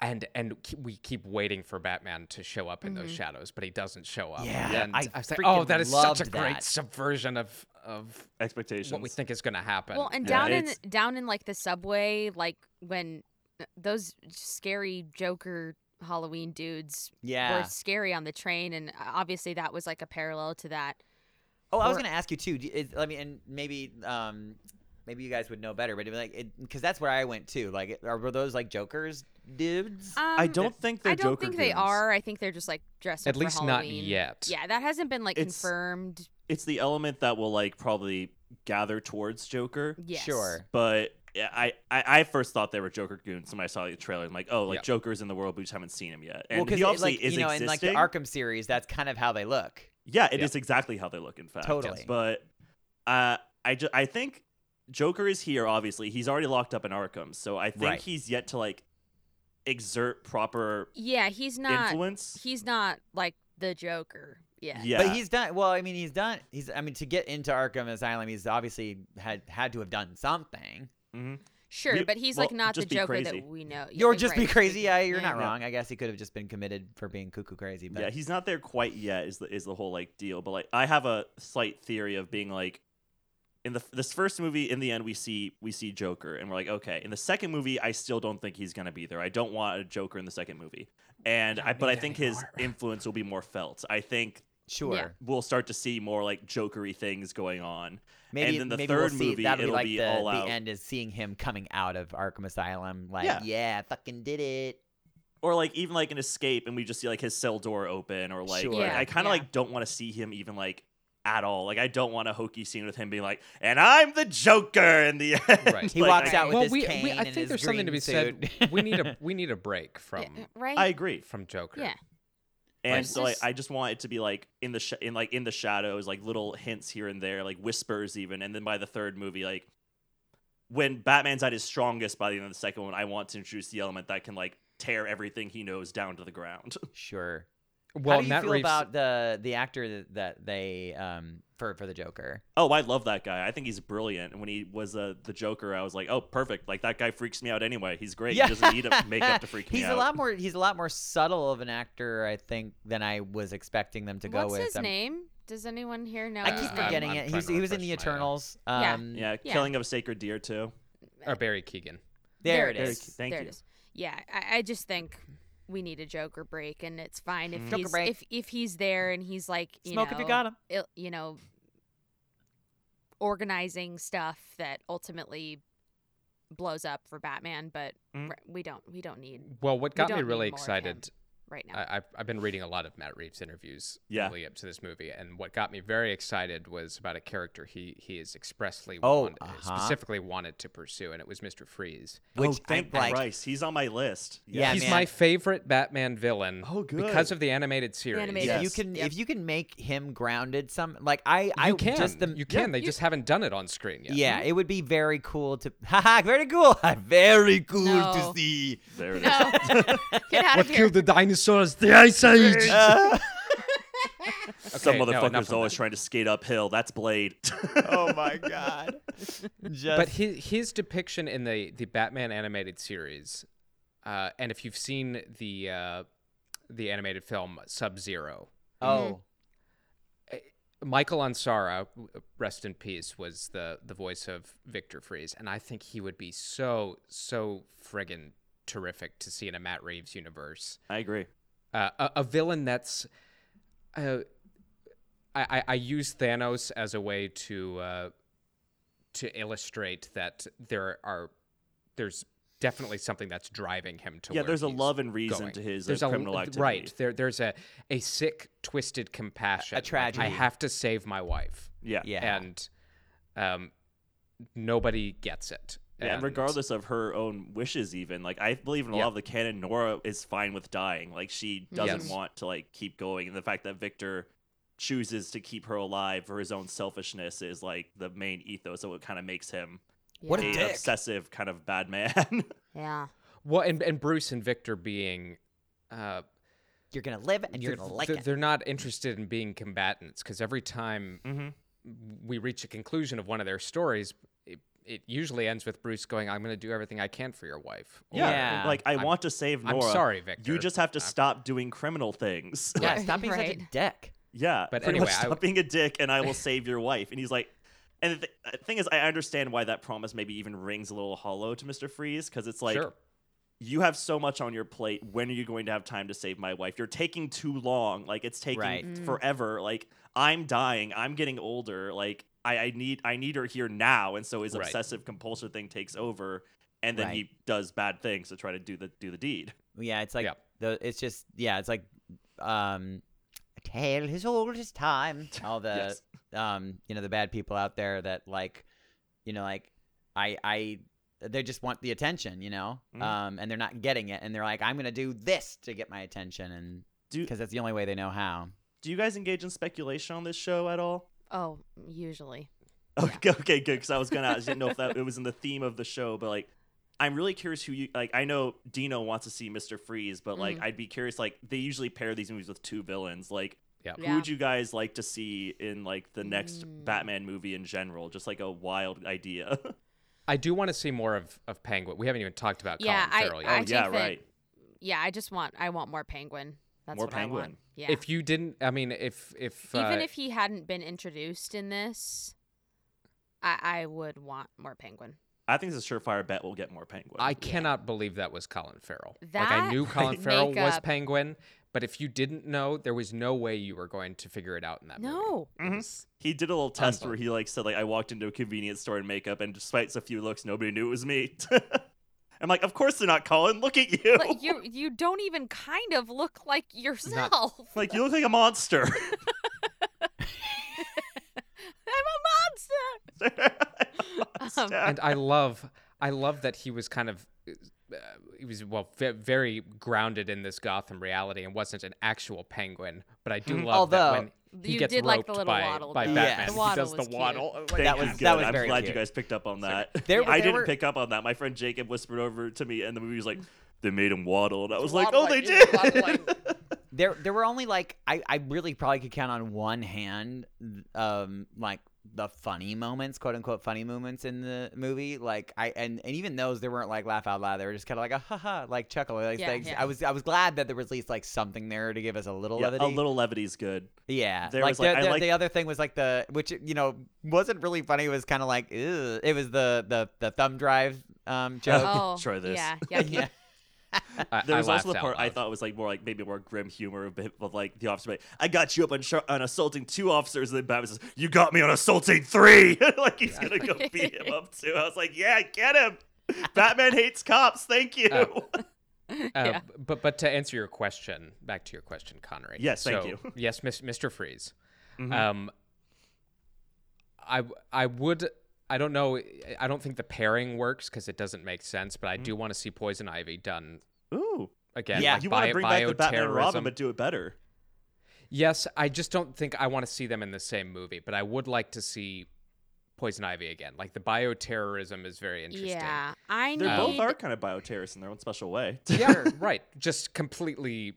[SPEAKER 2] and and ke- we keep waiting for Batman to show up in
[SPEAKER 1] Mm-hmm.
[SPEAKER 2] those shadows, but he doesn't show up.
[SPEAKER 3] Yeah,
[SPEAKER 2] and
[SPEAKER 3] I
[SPEAKER 2] was like, oh,
[SPEAKER 3] freaking
[SPEAKER 2] that is such a
[SPEAKER 3] loved
[SPEAKER 2] great
[SPEAKER 3] that."
[SPEAKER 2] subversion of of
[SPEAKER 4] Expectations.
[SPEAKER 2] what we think is going to happen.
[SPEAKER 1] Well, and
[SPEAKER 4] Yeah,
[SPEAKER 1] down in
[SPEAKER 4] it's-
[SPEAKER 1] down in like the subway, like when those scary Joker Halloween dudes
[SPEAKER 3] yeah.
[SPEAKER 1] were scary on the train, and uh, obviously that was like a parallel to that.
[SPEAKER 3] Oh, I was
[SPEAKER 1] Or-
[SPEAKER 3] gonna ask you too. do- Is, I mean, and maybe, um, maybe you guys would know better, but it'd be like, because that's where I went too. Like, it- are were those like Joker's dudes?
[SPEAKER 4] I
[SPEAKER 1] Um,
[SPEAKER 4] don't think they're
[SPEAKER 1] I don't
[SPEAKER 4] Joker
[SPEAKER 1] think they
[SPEAKER 4] goons.
[SPEAKER 1] are. I think they're just like dressed
[SPEAKER 2] At
[SPEAKER 1] up for
[SPEAKER 2] least not
[SPEAKER 1] Halloween.
[SPEAKER 2] yet.
[SPEAKER 1] Yeah, that hasn't been like
[SPEAKER 4] It's-
[SPEAKER 1] confirmed.
[SPEAKER 4] It's the element that will like probably gather towards Joker.
[SPEAKER 1] Yes.
[SPEAKER 3] Sure.
[SPEAKER 4] but I, I I first thought they were Joker goons. When I saw the trailer, I'm like, oh, like
[SPEAKER 2] Yeah.
[SPEAKER 4] Joker's in the world, but we just haven't seen him yet. And
[SPEAKER 3] well,
[SPEAKER 4] he
[SPEAKER 3] it,
[SPEAKER 4] obviously
[SPEAKER 3] like
[SPEAKER 4] is
[SPEAKER 3] you know, in like the
[SPEAKER 4] existing.
[SPEAKER 3] Arkham series, that's kind of how they look.
[SPEAKER 4] yeah, it is
[SPEAKER 2] Yeah.
[SPEAKER 4] exactly how they look. In fact,
[SPEAKER 3] Totally.
[SPEAKER 4] But uh, I ju- I think Joker is here. Obviously, he's already locked up in Arkham, so I think
[SPEAKER 3] Right.
[SPEAKER 4] he's yet to like exert proper
[SPEAKER 1] Yeah, he's not.
[SPEAKER 4] influence.
[SPEAKER 1] He's not like the Joker. Yeah.
[SPEAKER 4] yeah,
[SPEAKER 3] But he's done well. I mean, he's done. He's. I mean, to get into Arkham Asylum, he's obviously had had to have done something.
[SPEAKER 4] Mhm.
[SPEAKER 1] Sure,
[SPEAKER 4] We-
[SPEAKER 1] but he's like
[SPEAKER 4] well,
[SPEAKER 1] not the
[SPEAKER 4] just be
[SPEAKER 1] Joker
[SPEAKER 4] crazy.
[SPEAKER 1] that we know. Yeah,
[SPEAKER 3] You're just be
[SPEAKER 1] right,
[SPEAKER 3] crazy. Yeah, you're not
[SPEAKER 4] Yeah.
[SPEAKER 3] wrong. I guess he could have just been committed for being cuckoo crazy. But
[SPEAKER 4] yeah, he's not there quite yet. Is the is the whole like deal? But like, I have a slight theory of being like, in the this first movie, in the end, we see we see Joker, and we're like, okay. In the second movie, I still don't think he's gonna be there. I don't want a Joker in the second movie, and I but I think his influence will be more felt. I think
[SPEAKER 3] sure.
[SPEAKER 1] Yeah.
[SPEAKER 4] we'll start to see more like Jokery things going on.
[SPEAKER 3] Maybe
[SPEAKER 4] and then the
[SPEAKER 3] maybe
[SPEAKER 4] third
[SPEAKER 3] we'll see,
[SPEAKER 4] movie,
[SPEAKER 3] that'll
[SPEAKER 4] it'll
[SPEAKER 3] be like
[SPEAKER 4] be
[SPEAKER 3] the,
[SPEAKER 4] all
[SPEAKER 3] the
[SPEAKER 4] out.
[SPEAKER 3] end is seeing him coming out of Arkham Asylum. Like, yeah,
[SPEAKER 4] Yeah.
[SPEAKER 3] I fucking did it.
[SPEAKER 4] Or like even like an escape, and we just see like his cell door open, or like,
[SPEAKER 3] Sure.
[SPEAKER 4] like,
[SPEAKER 1] Yeah,
[SPEAKER 4] I kind of
[SPEAKER 1] yeah.
[SPEAKER 4] like don't want to see him even like at all. Like I don't want a hokey scene with him being like, "And I'm the Joker" in the end.
[SPEAKER 2] Right.
[SPEAKER 3] He
[SPEAKER 4] Like,
[SPEAKER 3] walks
[SPEAKER 4] I-
[SPEAKER 3] out with
[SPEAKER 2] well,
[SPEAKER 3] his
[SPEAKER 2] we,
[SPEAKER 3] cane
[SPEAKER 2] we I
[SPEAKER 3] and
[SPEAKER 2] think
[SPEAKER 3] his
[SPEAKER 2] there's something to
[SPEAKER 3] green
[SPEAKER 2] be said.
[SPEAKER 3] suit.
[SPEAKER 2] we need a we need a break from
[SPEAKER 1] Yeah, right.
[SPEAKER 4] I agree.
[SPEAKER 2] from Joker.
[SPEAKER 1] Yeah.
[SPEAKER 4] And
[SPEAKER 2] Like-
[SPEAKER 4] so like,
[SPEAKER 1] Just-
[SPEAKER 4] I just want it to be like in the sh- in like in the shadows, like little hints here and there, like whispers even. And then by the third movie, like when Batman's at his strongest by the end of the second one, I want to introduce the element that can like tear everything he knows down to the ground.
[SPEAKER 3] Sure.
[SPEAKER 2] Well,
[SPEAKER 3] How do you
[SPEAKER 2] Matt
[SPEAKER 3] feel
[SPEAKER 2] Reeves-
[SPEAKER 3] about the the actor that, that they um for for the Joker?
[SPEAKER 4] oh, I love that guy. I think he's brilliant. And when he was uh, the Joker, I was like, oh, perfect. Like that guy freaks me out anyway. He's great. He doesn't need a makeup to freak me
[SPEAKER 3] he's
[SPEAKER 4] out.
[SPEAKER 3] a lot more he's a lot more subtle of an actor, I think, than I was expecting them to go
[SPEAKER 1] What's
[SPEAKER 3] with.
[SPEAKER 1] his
[SPEAKER 3] I'm-
[SPEAKER 1] name? Does anyone here know?
[SPEAKER 3] I
[SPEAKER 2] Uh,
[SPEAKER 1] his
[SPEAKER 3] keep
[SPEAKER 1] name?
[SPEAKER 3] forgetting
[SPEAKER 2] I'm
[SPEAKER 3] it.
[SPEAKER 2] trying
[SPEAKER 3] He was,
[SPEAKER 2] to
[SPEAKER 3] he was
[SPEAKER 2] refresh
[SPEAKER 3] in the
[SPEAKER 2] my, uh,
[SPEAKER 3] Eternals.
[SPEAKER 1] Yeah.
[SPEAKER 3] Um,
[SPEAKER 4] yeah,
[SPEAKER 1] Yeah.
[SPEAKER 4] killing of a sacred deer too.
[SPEAKER 2] or Barry Keegan.
[SPEAKER 3] There, it is.
[SPEAKER 4] Thank
[SPEAKER 1] there
[SPEAKER 4] you.
[SPEAKER 1] it is. Yeah, I, I just think we need a Joker break, and it's fine if he's
[SPEAKER 3] Hmm. break.
[SPEAKER 1] if if he's there and he's like you
[SPEAKER 3] Smoke
[SPEAKER 1] know,
[SPEAKER 3] if you got 'em.
[SPEAKER 1] il- you know, organizing stuff that ultimately blows up for Batman, but
[SPEAKER 4] Mm.
[SPEAKER 3] Hmm.
[SPEAKER 1] r- we don't we don't need
[SPEAKER 2] Well, what
[SPEAKER 1] We
[SPEAKER 2] got me
[SPEAKER 1] don't need
[SPEAKER 2] really
[SPEAKER 1] more of him
[SPEAKER 2] excited,
[SPEAKER 1] right now.
[SPEAKER 2] I, I've, I've been reading a lot of Matt Reeves interviews
[SPEAKER 4] Yeah.
[SPEAKER 2] leading up to this movie, and what got me very excited was about a character he he is expressly
[SPEAKER 3] Oh,
[SPEAKER 2] want-
[SPEAKER 3] uh-huh.
[SPEAKER 2] specifically wanted to pursue, and it was Mister Freeze.
[SPEAKER 3] Which
[SPEAKER 4] oh, thank
[SPEAKER 3] I'm like,
[SPEAKER 4] Christ. He's on my list.
[SPEAKER 3] Yeah,
[SPEAKER 2] He's
[SPEAKER 3] man.
[SPEAKER 2] my favorite Batman villain.
[SPEAKER 4] Oh,
[SPEAKER 2] Because
[SPEAKER 4] good.
[SPEAKER 2] of the animated series.
[SPEAKER 1] animated
[SPEAKER 4] Yeah.
[SPEAKER 3] if you
[SPEAKER 4] Yes.
[SPEAKER 3] can
[SPEAKER 1] Yep.
[SPEAKER 3] if you can make him grounded some like I I
[SPEAKER 2] you can.
[SPEAKER 3] just
[SPEAKER 4] um,
[SPEAKER 3] the
[SPEAKER 2] you can. they Mm-hmm.
[SPEAKER 3] you-
[SPEAKER 2] just haven't done it on screen yet.
[SPEAKER 3] yeah, it would be very cool to haha very cool very cool to
[SPEAKER 1] No.
[SPEAKER 3] see
[SPEAKER 4] There it is.
[SPEAKER 1] No. Get out of here.
[SPEAKER 2] the dinosaurs? The Ice Age.
[SPEAKER 4] Some
[SPEAKER 2] Okay, no, enough
[SPEAKER 4] motherfucker's
[SPEAKER 2] of
[SPEAKER 4] always
[SPEAKER 2] that.
[SPEAKER 4] trying to skate uphill. That's Blade.
[SPEAKER 3] oh my god just
[SPEAKER 2] But his his depiction in the the Batman animated series, uh, and if you've seen the uh, the animated film Sub Zero,
[SPEAKER 3] oh
[SPEAKER 2] Michael Ansara, w- rest in peace, was the the voice of Victor Freeze, and I think he would be so so friggin' terrific to see in a Matt Reeves universe.
[SPEAKER 4] I agree.
[SPEAKER 2] uh, a, a villain that's uh, I, I, I use Thanos as a way to uh, to illustrate that there are there's definitely something that's driving him to
[SPEAKER 4] Yeah,
[SPEAKER 2] where
[SPEAKER 4] there's a
[SPEAKER 2] he's
[SPEAKER 4] love and reason
[SPEAKER 2] going.
[SPEAKER 4] to his uh,
[SPEAKER 2] there's a-
[SPEAKER 4] criminal activity.
[SPEAKER 2] right there there's a a sick twisted compassion like,
[SPEAKER 3] tragedy.
[SPEAKER 2] I have to save my wife
[SPEAKER 4] Yeah.
[SPEAKER 3] yeah
[SPEAKER 2] and um nobody gets it
[SPEAKER 4] Yeah, and regardless of her own wishes, even like I believe in a
[SPEAKER 2] Yeah.
[SPEAKER 4] lot of the canon, Nora is fine with dying. Like she doesn't
[SPEAKER 2] Yes.
[SPEAKER 4] want to like keep going, and the fact that Victor chooses to keep her alive for his own selfishness is like the main ethos of what kind of makes him
[SPEAKER 3] What a
[SPEAKER 4] a
[SPEAKER 3] dick.
[SPEAKER 4] obsessive kind of bad man.
[SPEAKER 1] Yeah.
[SPEAKER 2] well and, and Bruce and Victor being uh
[SPEAKER 3] you're gonna live it and you're
[SPEAKER 2] th-
[SPEAKER 3] gonna like
[SPEAKER 2] th-
[SPEAKER 3] it
[SPEAKER 2] They're not interested in being combatants because every time
[SPEAKER 4] mm-hmm.
[SPEAKER 2] we reach a conclusion of one of their stories, it, it usually ends with Bruce going, "I'm going to do everything I can for your wife." Or,
[SPEAKER 4] Yeah.
[SPEAKER 3] Yeah.
[SPEAKER 4] Like I
[SPEAKER 2] I'm-
[SPEAKER 4] want to save
[SPEAKER 2] I'm
[SPEAKER 4] Nora.
[SPEAKER 2] sorry, Victor. Uh,
[SPEAKER 4] You just have to stop doing criminal things.
[SPEAKER 3] yeah stop being such a
[SPEAKER 1] Right.
[SPEAKER 3] dick
[SPEAKER 4] Yeah,
[SPEAKER 2] But
[SPEAKER 4] pretty much
[SPEAKER 2] anyway, I-
[SPEAKER 4] stop being a dick, and I will save your wife. And he's like, and the th- uh, thing is, I understand why that promise maybe even rings a little hollow to Mister Freeze because it's like
[SPEAKER 2] sure.
[SPEAKER 4] you have so much on your plate. When are you going to have time to save my wife? You're taking too long. Like it's taking
[SPEAKER 3] Right.
[SPEAKER 4] forever. Like I'm dying. I'm getting older. Like I, I need I need her here now. And so his
[SPEAKER 2] Right.
[SPEAKER 4] obsessive compulsive thing takes over, and then
[SPEAKER 3] Right.
[SPEAKER 4] he does bad things to try to do the do the deed.
[SPEAKER 3] yeah it's like
[SPEAKER 2] Yep.
[SPEAKER 3] the it's just yeah it's like um a tale as old as time all the
[SPEAKER 4] Yes.
[SPEAKER 3] um, you know, the bad people out there that like, you know, like I I they just want the attention, you know,
[SPEAKER 4] Mhm.
[SPEAKER 3] um, and they're not getting it, and they're like, I'm gonna do this to get my attention, and
[SPEAKER 4] Do
[SPEAKER 3] because that's the only way they know how.
[SPEAKER 4] do you guys engage in speculation on this show at all?
[SPEAKER 1] Oh, usually.
[SPEAKER 4] Okay, okay, good. Because I was gonna, I didn't know if that it was in the theme of the show, but like, I'm really curious who you like. I know Dino wants to see Mister Freeze, but
[SPEAKER 1] Mm-hmm.
[SPEAKER 4] like, I'd be curious. Like, they usually pair these movies with two villains. Like,
[SPEAKER 2] Yeah.
[SPEAKER 4] who would you guys like to see in like the next
[SPEAKER 1] Mm.
[SPEAKER 4] Batman movie in general? Just like a wild idea.
[SPEAKER 2] I do want to see more of, of Penguin. We haven't even talked about
[SPEAKER 1] Yeah,
[SPEAKER 2] Colin
[SPEAKER 1] I-
[SPEAKER 2] Farrell yet.
[SPEAKER 1] I
[SPEAKER 4] oh yeah,
[SPEAKER 1] think that-
[SPEAKER 4] right.
[SPEAKER 1] Yeah, I just want I want more penguin. That's
[SPEAKER 4] More
[SPEAKER 1] what I
[SPEAKER 4] Penguin.
[SPEAKER 1] want. Yeah.
[SPEAKER 2] If you didn't, I mean, if if uh,
[SPEAKER 1] Even if he hadn't been introduced in this, I, I would want more penguin.
[SPEAKER 4] I think it's a surefire bet we'll get more Penguin.
[SPEAKER 2] I cannot believe that was Colin Farrell. like I
[SPEAKER 1] That
[SPEAKER 2] knew Colin Farrell was
[SPEAKER 1] makeup-
[SPEAKER 2] Penguin, but if you didn't know, there was no way you were going to figure it out in that movie.
[SPEAKER 1] No.
[SPEAKER 4] he did a little test where he like said like I walked into a convenience store in makeup, and despite a few looks, nobody knew it was me. I'm like, of course they're not Colin. Look at you.
[SPEAKER 1] But you you don't even kind of look like yourself.
[SPEAKER 4] like you look like a monster.
[SPEAKER 1] I'm a monster. Um,
[SPEAKER 2] and I love, I love that he was kind of, uh, he was well, ve- very grounded in this Gotham reality and wasn't an actual penguin. But I do love
[SPEAKER 3] Mm-hmm. Although,
[SPEAKER 2] that when he
[SPEAKER 1] you
[SPEAKER 2] gets
[SPEAKER 1] did
[SPEAKER 2] roped
[SPEAKER 1] like the little
[SPEAKER 2] by,
[SPEAKER 1] waddle,
[SPEAKER 2] by
[SPEAKER 1] though.
[SPEAKER 3] Yes.
[SPEAKER 2] Batman,
[SPEAKER 3] The
[SPEAKER 2] he
[SPEAKER 1] waddle
[SPEAKER 2] does the
[SPEAKER 1] was cute.
[SPEAKER 2] waddle. Oh, wait,
[SPEAKER 4] Thank
[SPEAKER 3] That
[SPEAKER 4] you.
[SPEAKER 3] was-
[SPEAKER 4] Good.
[SPEAKER 3] that was
[SPEAKER 4] I'm
[SPEAKER 3] very
[SPEAKER 4] glad you
[SPEAKER 3] cute.
[SPEAKER 4] guys picked up on that.
[SPEAKER 3] There-
[SPEAKER 4] I
[SPEAKER 3] there
[SPEAKER 4] didn't
[SPEAKER 3] were-
[SPEAKER 4] pick up on that. My friend Jacob whispered over to me, and the movie was like, "They made him waddle," and I was like, "Oh, they did."
[SPEAKER 3] There there were only like I I really probably could count on one hand um like the funny moments, quote unquote funny moments in the movie. Like I and, and even those they weren't like laugh out loud. They were just kind of like a ha ha, like chuckle. Like,
[SPEAKER 1] Yeah,
[SPEAKER 3] like,
[SPEAKER 1] yeah.
[SPEAKER 3] I was I was glad that there was at least like something there to give us a little
[SPEAKER 4] Yeah,
[SPEAKER 3] levity.
[SPEAKER 4] a little levity's good.
[SPEAKER 3] Yeah,
[SPEAKER 4] There
[SPEAKER 3] like,
[SPEAKER 4] was, like-
[SPEAKER 3] the,
[SPEAKER 4] I
[SPEAKER 3] the,
[SPEAKER 4] like-
[SPEAKER 3] the other thing was like the which you know wasn't really funny. It was kind of like Ew. it was the the the thumb drive um joke.
[SPEAKER 1] Oh,
[SPEAKER 4] Try this.
[SPEAKER 1] Yeah, yeah.
[SPEAKER 3] yeah,
[SPEAKER 2] I,
[SPEAKER 4] There
[SPEAKER 2] I
[SPEAKER 4] was also
[SPEAKER 2] laughed
[SPEAKER 4] the
[SPEAKER 2] out
[SPEAKER 4] part I
[SPEAKER 2] loud.
[SPEAKER 4] thought was like more like maybe more grim humor of, of like the officer. Like, I got you up on, shar- on assaulting two officers, and then Batman says, "You got me on assaulting three. like he's gonna go beat him up too. I was like, "Yeah, get him." Batman hates cops. Thank you.
[SPEAKER 2] Oh. Uh,
[SPEAKER 1] Yeah.
[SPEAKER 2] b- But but to answer your question, back to your question, Connery.
[SPEAKER 4] Yes, thank
[SPEAKER 2] So,
[SPEAKER 4] you.
[SPEAKER 2] yes, Mis- Mr. Freeze.
[SPEAKER 4] Mhm.
[SPEAKER 2] Um, I w- I would I don't know I don't think the pairing works because it doesn't make sense. But I
[SPEAKER 4] Mm-hmm.
[SPEAKER 2] do want to see Poison Ivy done
[SPEAKER 4] Ooh.
[SPEAKER 2] again.
[SPEAKER 3] Yeah.
[SPEAKER 2] like
[SPEAKER 4] you want
[SPEAKER 2] bio-
[SPEAKER 4] to bring back the Batman and Robin,
[SPEAKER 2] bioterrorism.
[SPEAKER 4] but do it better.
[SPEAKER 2] Yes, I just don't think I want to see them in the same movie. But I would like to see Poison Ivy again. Like the bioterrorism is very interesting.
[SPEAKER 1] Yeah, I need.
[SPEAKER 4] They both are kind of bioterrorists in their own special way.
[SPEAKER 2] Yeah, right. Just completely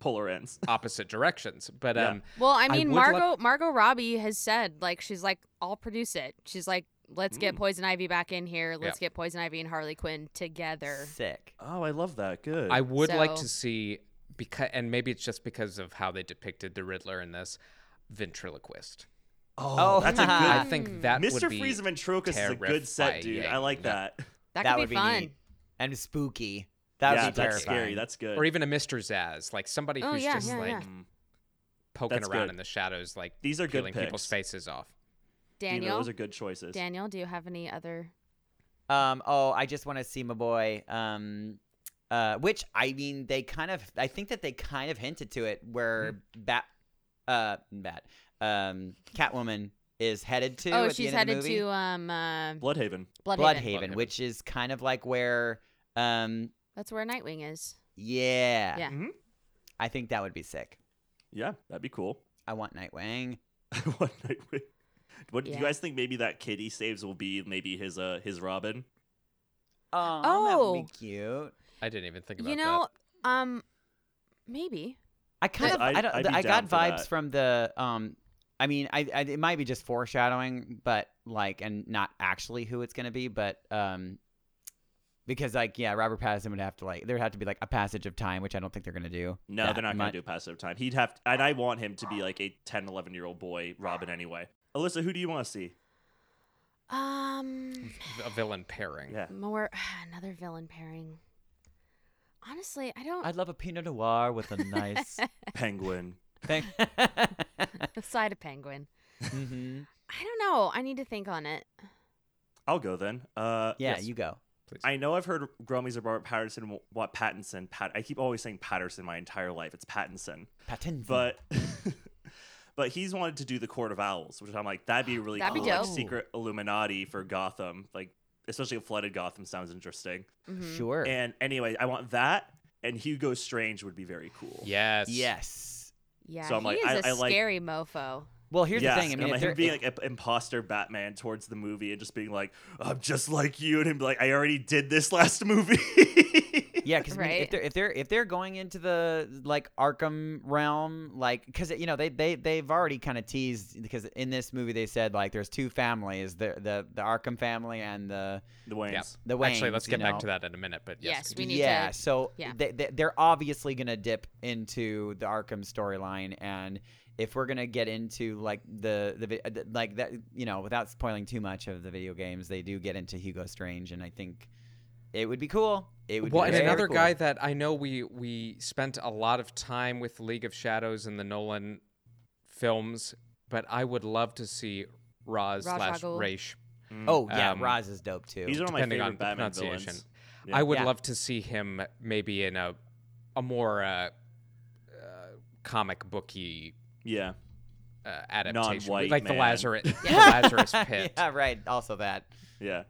[SPEAKER 4] Polar ends.
[SPEAKER 2] opposite directions. But
[SPEAKER 4] Yeah.
[SPEAKER 2] um,
[SPEAKER 1] Well, I
[SPEAKER 2] I
[SPEAKER 1] mean,
[SPEAKER 2] would
[SPEAKER 1] Margot
[SPEAKER 2] love-
[SPEAKER 1] Margot Robbie has said like she's like I'll produce it. She's like let's
[SPEAKER 2] Mm.
[SPEAKER 1] get Poison Ivy back in here. Let's get Poison Ivy and Harley Quinn together.
[SPEAKER 3] sick.
[SPEAKER 4] Oh, I love that. Good.
[SPEAKER 2] I would like
[SPEAKER 1] So-
[SPEAKER 2] to see because, and maybe it's just because of how they depicted the Riddler in this ventriloquist.
[SPEAKER 4] oh,
[SPEAKER 3] Oh,
[SPEAKER 4] that's a
[SPEAKER 2] I
[SPEAKER 1] Mm.
[SPEAKER 4] good.
[SPEAKER 2] think that
[SPEAKER 4] Mr.
[SPEAKER 2] would be
[SPEAKER 4] Freeze and Ventriloquist is a good set, dude. I
[SPEAKER 2] terrifying.
[SPEAKER 4] like
[SPEAKER 2] Yeah.
[SPEAKER 4] that.
[SPEAKER 1] That,
[SPEAKER 3] That
[SPEAKER 1] could
[SPEAKER 3] would
[SPEAKER 1] be
[SPEAKER 3] be
[SPEAKER 1] fun.
[SPEAKER 3] neat. and spooky. That
[SPEAKER 4] yeah,
[SPEAKER 3] would be
[SPEAKER 4] that's
[SPEAKER 3] terrifying.
[SPEAKER 4] scary. That's good.
[SPEAKER 2] or even a Mr. Zaz, like somebody
[SPEAKER 1] Oh,
[SPEAKER 2] who's
[SPEAKER 1] yeah,
[SPEAKER 2] just
[SPEAKER 1] yeah,
[SPEAKER 2] like
[SPEAKER 1] yeah.
[SPEAKER 2] poking
[SPEAKER 4] That's
[SPEAKER 2] around
[SPEAKER 4] good.
[SPEAKER 2] in the shadows, like
[SPEAKER 4] These are good
[SPEAKER 2] peeling people's
[SPEAKER 4] picks.
[SPEAKER 2] faces off.
[SPEAKER 4] You know,
[SPEAKER 1] Daniel,
[SPEAKER 4] those are good choices.
[SPEAKER 1] Daniel, do you have any other?
[SPEAKER 3] Um, oh, I just want to see my boy. Um, uh, which I mean, they kind of. I think that they kind of hinted to it where
[SPEAKER 1] Mm-hmm.
[SPEAKER 3] Bat, uh, Bat, um, Catwoman is headed to.
[SPEAKER 1] oh,
[SPEAKER 3] at
[SPEAKER 1] she's
[SPEAKER 3] the end
[SPEAKER 1] headed
[SPEAKER 3] of the movie.
[SPEAKER 1] to um uh,
[SPEAKER 4] Bloodhaven.
[SPEAKER 1] Bloodhaven.
[SPEAKER 3] Bloodhaven,
[SPEAKER 2] Bloodhaven.
[SPEAKER 3] which is kind of like where, um,
[SPEAKER 1] That's where Nightwing is.
[SPEAKER 3] yeah,
[SPEAKER 1] Yeah.
[SPEAKER 4] Mhm.
[SPEAKER 3] I think that would be sick.
[SPEAKER 4] Yeah, that'd be cool.
[SPEAKER 3] I want Nightwing.
[SPEAKER 4] One night we- What do
[SPEAKER 1] Yeah.
[SPEAKER 4] you guys think? Maybe that kid he saves will be maybe his uh his Robin.
[SPEAKER 3] Oh, that
[SPEAKER 1] Oh.
[SPEAKER 3] would be cute.
[SPEAKER 2] I didn't even think about
[SPEAKER 1] You know, um, maybe.
[SPEAKER 3] I kind
[SPEAKER 4] Yeah,
[SPEAKER 3] of
[SPEAKER 4] I'd-
[SPEAKER 3] I don't
[SPEAKER 4] I'd be
[SPEAKER 3] I got
[SPEAKER 4] down for
[SPEAKER 3] vibes
[SPEAKER 4] that.
[SPEAKER 3] from the um I mean I, I it might be just foreshadowing but like and not actually who it's going to be but um because like yeah Robert Pattinson would have to like there would have to be like a passage of time which I don't think they're going to do.
[SPEAKER 4] No,
[SPEAKER 3] that
[SPEAKER 4] they're not
[SPEAKER 3] much.
[SPEAKER 4] gonna do passive time. He'd have, and I want him to be like a 10, 11 year old boy Robin anyway. Alyssa, who do you want to see?
[SPEAKER 1] Um,
[SPEAKER 2] that. A villain pairing.
[SPEAKER 4] Yeah,
[SPEAKER 1] more another villain pairing. Honestly, I don't.
[SPEAKER 3] I'd love a Pinot Noir with a nice
[SPEAKER 4] Penguin.
[SPEAKER 3] thing.
[SPEAKER 1] The side of Penguin.
[SPEAKER 3] hmm
[SPEAKER 1] I don't know. I need to think on it.
[SPEAKER 4] I'll go then. Uh,
[SPEAKER 3] Yeah,
[SPEAKER 4] yes.
[SPEAKER 3] you go.
[SPEAKER 4] I know I've heard Grummies about Patterson. What Pattinson? Pat. I keep always saying Patterson my entire life. It's Pattinson,
[SPEAKER 3] Pattinson.
[SPEAKER 4] but. But he's wanted to do the Court of Owls, which I'm like, that'd be really
[SPEAKER 1] That'd be
[SPEAKER 4] cool, like,
[SPEAKER 1] dope.
[SPEAKER 4] secret Illuminati for Gotham, like especially flooded Gotham sounds interesting.
[SPEAKER 1] Mhm.
[SPEAKER 3] sure.
[SPEAKER 4] And anyway, I want that, and Hugo Strange would be very cool.
[SPEAKER 2] Yes.
[SPEAKER 3] yes.
[SPEAKER 1] Yeah,
[SPEAKER 4] So I'm
[SPEAKER 1] he
[SPEAKER 4] like,
[SPEAKER 1] is
[SPEAKER 4] I-
[SPEAKER 1] a
[SPEAKER 4] I like-
[SPEAKER 1] scary mofo.
[SPEAKER 3] Well, here's
[SPEAKER 4] Yes,
[SPEAKER 3] the thing. I
[SPEAKER 4] and
[SPEAKER 3] mean,
[SPEAKER 4] I'm
[SPEAKER 3] if
[SPEAKER 4] like,
[SPEAKER 3] they're-
[SPEAKER 4] him being like an imposter Batman towards the movie and just being like, I'm just like you, and him be like, I already did this last movie.
[SPEAKER 3] Yeah, because
[SPEAKER 1] Right.
[SPEAKER 3] if they're if they're if they're going into the like Arkham realm, like because you know they they they've already kind of teased because in this movie they said like there's two families the the the Arkham family and the
[SPEAKER 4] the Wayans.
[SPEAKER 2] Yeah.
[SPEAKER 3] the Waynes.
[SPEAKER 2] Actually, let's
[SPEAKER 3] you
[SPEAKER 2] get back
[SPEAKER 3] know.
[SPEAKER 2] to that in a minute. But yes,
[SPEAKER 1] Yes, we need
[SPEAKER 3] yeah,
[SPEAKER 1] to-
[SPEAKER 3] so
[SPEAKER 1] yeah.
[SPEAKER 3] They, they, they're obviously gonna dip into the Arkham storyline, and if we're gonna get into like the the, vi- the like that, you know, without spoiling too much of the video games, they do get into Hugo Strange, and I think it would be cool. It would
[SPEAKER 2] Well,
[SPEAKER 3] be
[SPEAKER 2] and
[SPEAKER 3] very
[SPEAKER 2] another
[SPEAKER 3] cool.
[SPEAKER 2] guy that I know we we spent a lot of time with League of Shadows and the Nolan films, but I would love to see Roz
[SPEAKER 1] Ra's
[SPEAKER 2] slash
[SPEAKER 1] al Ghul.
[SPEAKER 2] Raish.
[SPEAKER 3] Oh yeah,
[SPEAKER 2] Um,
[SPEAKER 3] Roz is dope too.
[SPEAKER 4] He's one of my
[SPEAKER 2] depending
[SPEAKER 4] favorite
[SPEAKER 2] on the
[SPEAKER 4] Batman
[SPEAKER 2] pronunciation.
[SPEAKER 4] villains.
[SPEAKER 2] I would
[SPEAKER 3] Yeah.
[SPEAKER 2] love to see him maybe in a a more uh, uh, comic booky
[SPEAKER 4] Yeah.
[SPEAKER 2] uh, adaptation,
[SPEAKER 4] Non-white
[SPEAKER 2] like
[SPEAKER 4] man.
[SPEAKER 2] the Lazarus, the Lazarus Pit.
[SPEAKER 3] yeah, right. Also that.
[SPEAKER 4] Yeah.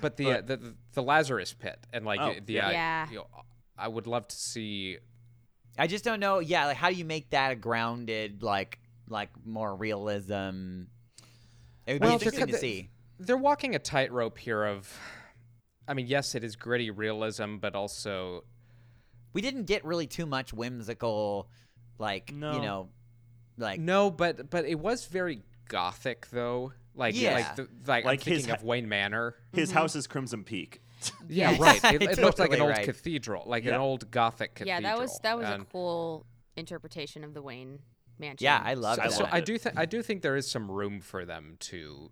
[SPEAKER 2] But the,
[SPEAKER 4] But-
[SPEAKER 2] uh, the the Lazarus Pit and like
[SPEAKER 4] Oh,
[SPEAKER 2] the
[SPEAKER 4] yeah.
[SPEAKER 2] uh,
[SPEAKER 1] Yeah.
[SPEAKER 2] you know, I would love to see
[SPEAKER 3] I just don't know. Yeah, like how do you make that a grounded, like, like more realism? It
[SPEAKER 2] Well,
[SPEAKER 3] would be
[SPEAKER 2] there
[SPEAKER 3] interesting
[SPEAKER 2] could
[SPEAKER 3] to
[SPEAKER 2] be-
[SPEAKER 3] see.
[SPEAKER 2] they're walking a tightrope here of i mean yes it is gritty realism but also
[SPEAKER 3] We didn't get really too much whimsical, like
[SPEAKER 4] No.
[SPEAKER 3] you know, like
[SPEAKER 2] no but but it was very gothic though Like
[SPEAKER 3] Yeah.
[SPEAKER 2] like the, like,
[SPEAKER 4] Like
[SPEAKER 2] I'm
[SPEAKER 4] his
[SPEAKER 2] thinking
[SPEAKER 4] ha-
[SPEAKER 2] of Wayne Manor.
[SPEAKER 4] His
[SPEAKER 3] Mm-hmm.
[SPEAKER 4] house is Crimson Peak.
[SPEAKER 2] Yeah,
[SPEAKER 3] Yes,
[SPEAKER 2] right. It, it looks like
[SPEAKER 3] totally
[SPEAKER 2] an old
[SPEAKER 3] right.
[SPEAKER 2] cathedral, like an
[SPEAKER 4] Yeah.
[SPEAKER 2] old Gothic
[SPEAKER 1] yeah,
[SPEAKER 2] cathedral.
[SPEAKER 1] that was that was
[SPEAKER 2] And-
[SPEAKER 1] a cool interpretation of the Wayne mansion.
[SPEAKER 3] Yeah, I love
[SPEAKER 2] so,
[SPEAKER 3] that.
[SPEAKER 2] so
[SPEAKER 4] love
[SPEAKER 2] I
[SPEAKER 4] it.
[SPEAKER 2] do think I do think there is some room for them to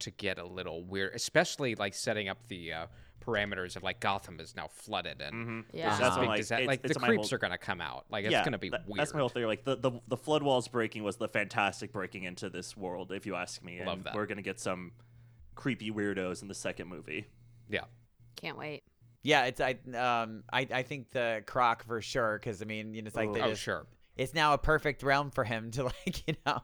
[SPEAKER 2] to get a little weird, especially like setting up the uh, parameters of like Gotham is now flooded and
[SPEAKER 1] Yeah.
[SPEAKER 2] there's this
[SPEAKER 4] Mm-hmm. That's
[SPEAKER 2] big
[SPEAKER 4] what, like,
[SPEAKER 2] disa-
[SPEAKER 4] it's-
[SPEAKER 2] like
[SPEAKER 4] it's
[SPEAKER 2] the
[SPEAKER 4] my
[SPEAKER 2] creeps
[SPEAKER 4] whole-
[SPEAKER 2] are gonna come out. Like it's
[SPEAKER 4] yeah,
[SPEAKER 2] gonna be
[SPEAKER 4] that-
[SPEAKER 2] weird.
[SPEAKER 4] That's my whole theory. Like the, the the flood walls breaking was the fantastic breaking into this world, if you ask me. And
[SPEAKER 2] Love that.
[SPEAKER 4] We're gonna get some creepy weirdos in the second movie.
[SPEAKER 2] Yeah.
[SPEAKER 1] Can't wait.
[SPEAKER 3] Yeah, it's I um I, I think the croc for sure because I mean you know, it's like they
[SPEAKER 2] Oh
[SPEAKER 3] just-
[SPEAKER 2] sure.
[SPEAKER 3] it's now a perfect realm for him to like you know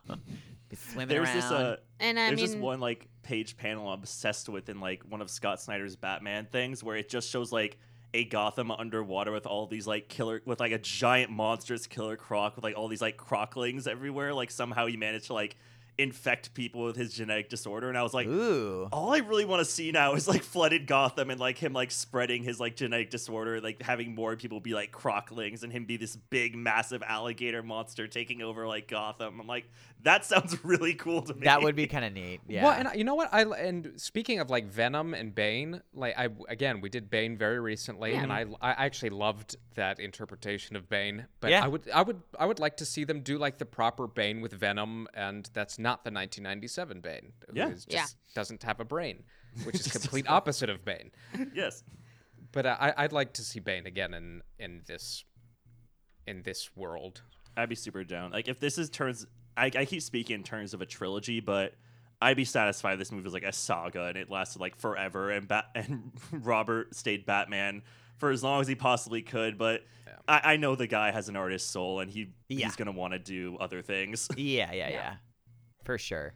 [SPEAKER 3] be swimming
[SPEAKER 4] There's
[SPEAKER 3] around.
[SPEAKER 4] this uh,
[SPEAKER 1] And I
[SPEAKER 4] there's
[SPEAKER 1] mean,
[SPEAKER 4] this one like page panel I'm obsessed with in like one of Scott Snyder's Batman things where it just shows like a Gotham underwater with all these like killer with like a giant monstrous killer croc with like all these like crocklings everywhere. Like somehow he managed to like infect people with his genetic disorder, and I was like.
[SPEAKER 3] Ooh,
[SPEAKER 4] All I really want to see now is like flooded Gotham and like him like spreading his like genetic disorder, like having more people be like crocklings and him be this big massive alligator monster taking over like Gotham. I'm like, that sounds really cool to me.
[SPEAKER 3] that would be kind of neat. Yeah.
[SPEAKER 2] Well, and I- you know what? I and speaking of like Venom and Bane, like I again we did Bane very recently, and I I actually loved that interpretation of Bane. But
[SPEAKER 3] Yeah.
[SPEAKER 2] I would I would I would like to see them do like the proper Bane with Venom, and that's not the 1997 Bane, who
[SPEAKER 4] Yeah.
[SPEAKER 2] is just
[SPEAKER 1] Yeah.
[SPEAKER 2] doesn't have a brain, which is complete opposite of Bane.
[SPEAKER 4] yes.
[SPEAKER 2] But uh, I I'd like to see Bane again in in this in this world.
[SPEAKER 4] I'd be super down. Like if this is turns I, I keep speaking in terms of a trilogy, but I'd be satisfied if this movie was like a saga and it lasted like forever and Bat- and Robert stayed Batman for as long as he possibly could, but I, I know the guy has an artist's soul and he
[SPEAKER 3] Yeah.
[SPEAKER 4] he's gonna wanna do other things.
[SPEAKER 3] yeah, yeah, yeah,
[SPEAKER 1] Yeah.
[SPEAKER 3] for sure.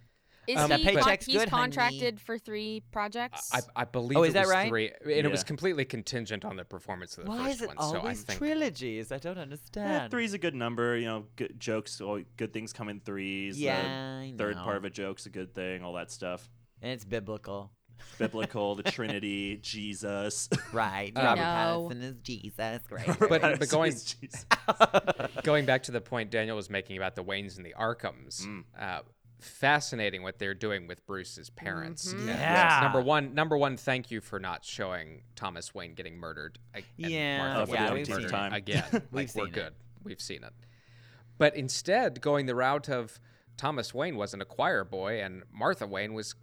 [SPEAKER 1] is
[SPEAKER 2] Um,
[SPEAKER 1] he
[SPEAKER 2] That
[SPEAKER 1] con-
[SPEAKER 3] paycheck's
[SPEAKER 1] he's
[SPEAKER 3] good, honey.
[SPEAKER 1] contracted for three projects?
[SPEAKER 2] I, I believe
[SPEAKER 3] Oh, is
[SPEAKER 2] it
[SPEAKER 3] that
[SPEAKER 2] was
[SPEAKER 3] right?
[SPEAKER 2] three, and it was
[SPEAKER 4] Yeah.
[SPEAKER 2] completely contingent on the performance of the
[SPEAKER 3] Why
[SPEAKER 2] first
[SPEAKER 3] is it
[SPEAKER 2] one. so I
[SPEAKER 3] always
[SPEAKER 2] think
[SPEAKER 3] trilogies? I don't
[SPEAKER 4] Yeah,
[SPEAKER 3] understand.
[SPEAKER 4] three's a good number. You know, good jokes, all good things come in threes. the
[SPEAKER 3] Yeah, I
[SPEAKER 4] third
[SPEAKER 3] know.
[SPEAKER 4] part of a joke's a good thing. All that stuff.
[SPEAKER 3] and it's biblical,
[SPEAKER 4] Biblical, the Trinity, Jesus.
[SPEAKER 3] right?
[SPEAKER 2] Uh,
[SPEAKER 3] Robert
[SPEAKER 1] No.
[SPEAKER 3] Pattinson is Jesus, great.
[SPEAKER 2] But-
[SPEAKER 3] right.
[SPEAKER 2] but going-
[SPEAKER 4] It's Jesus.
[SPEAKER 2] going back to the point Daniel was making about the Waynes and the Arkhams,
[SPEAKER 4] Mm.
[SPEAKER 2] uh, fascinating what they're doing with Bruce's parents. And that's
[SPEAKER 3] Mm-hmm. Yeah.
[SPEAKER 2] Number one, number one, thank you for not showing Thomas Wayne getting murdered. a- and
[SPEAKER 3] Yeah.
[SPEAKER 2] Martha
[SPEAKER 3] Oh,
[SPEAKER 2] Wayne
[SPEAKER 3] yeah,
[SPEAKER 2] getting
[SPEAKER 3] we've seen
[SPEAKER 2] murdered
[SPEAKER 4] it.
[SPEAKER 2] again. like,
[SPEAKER 3] seen
[SPEAKER 2] we're
[SPEAKER 3] it.
[SPEAKER 2] good. We've seen it. But instead, going the route of Thomas Wayne wasn't a choir boy and Martha Wayne was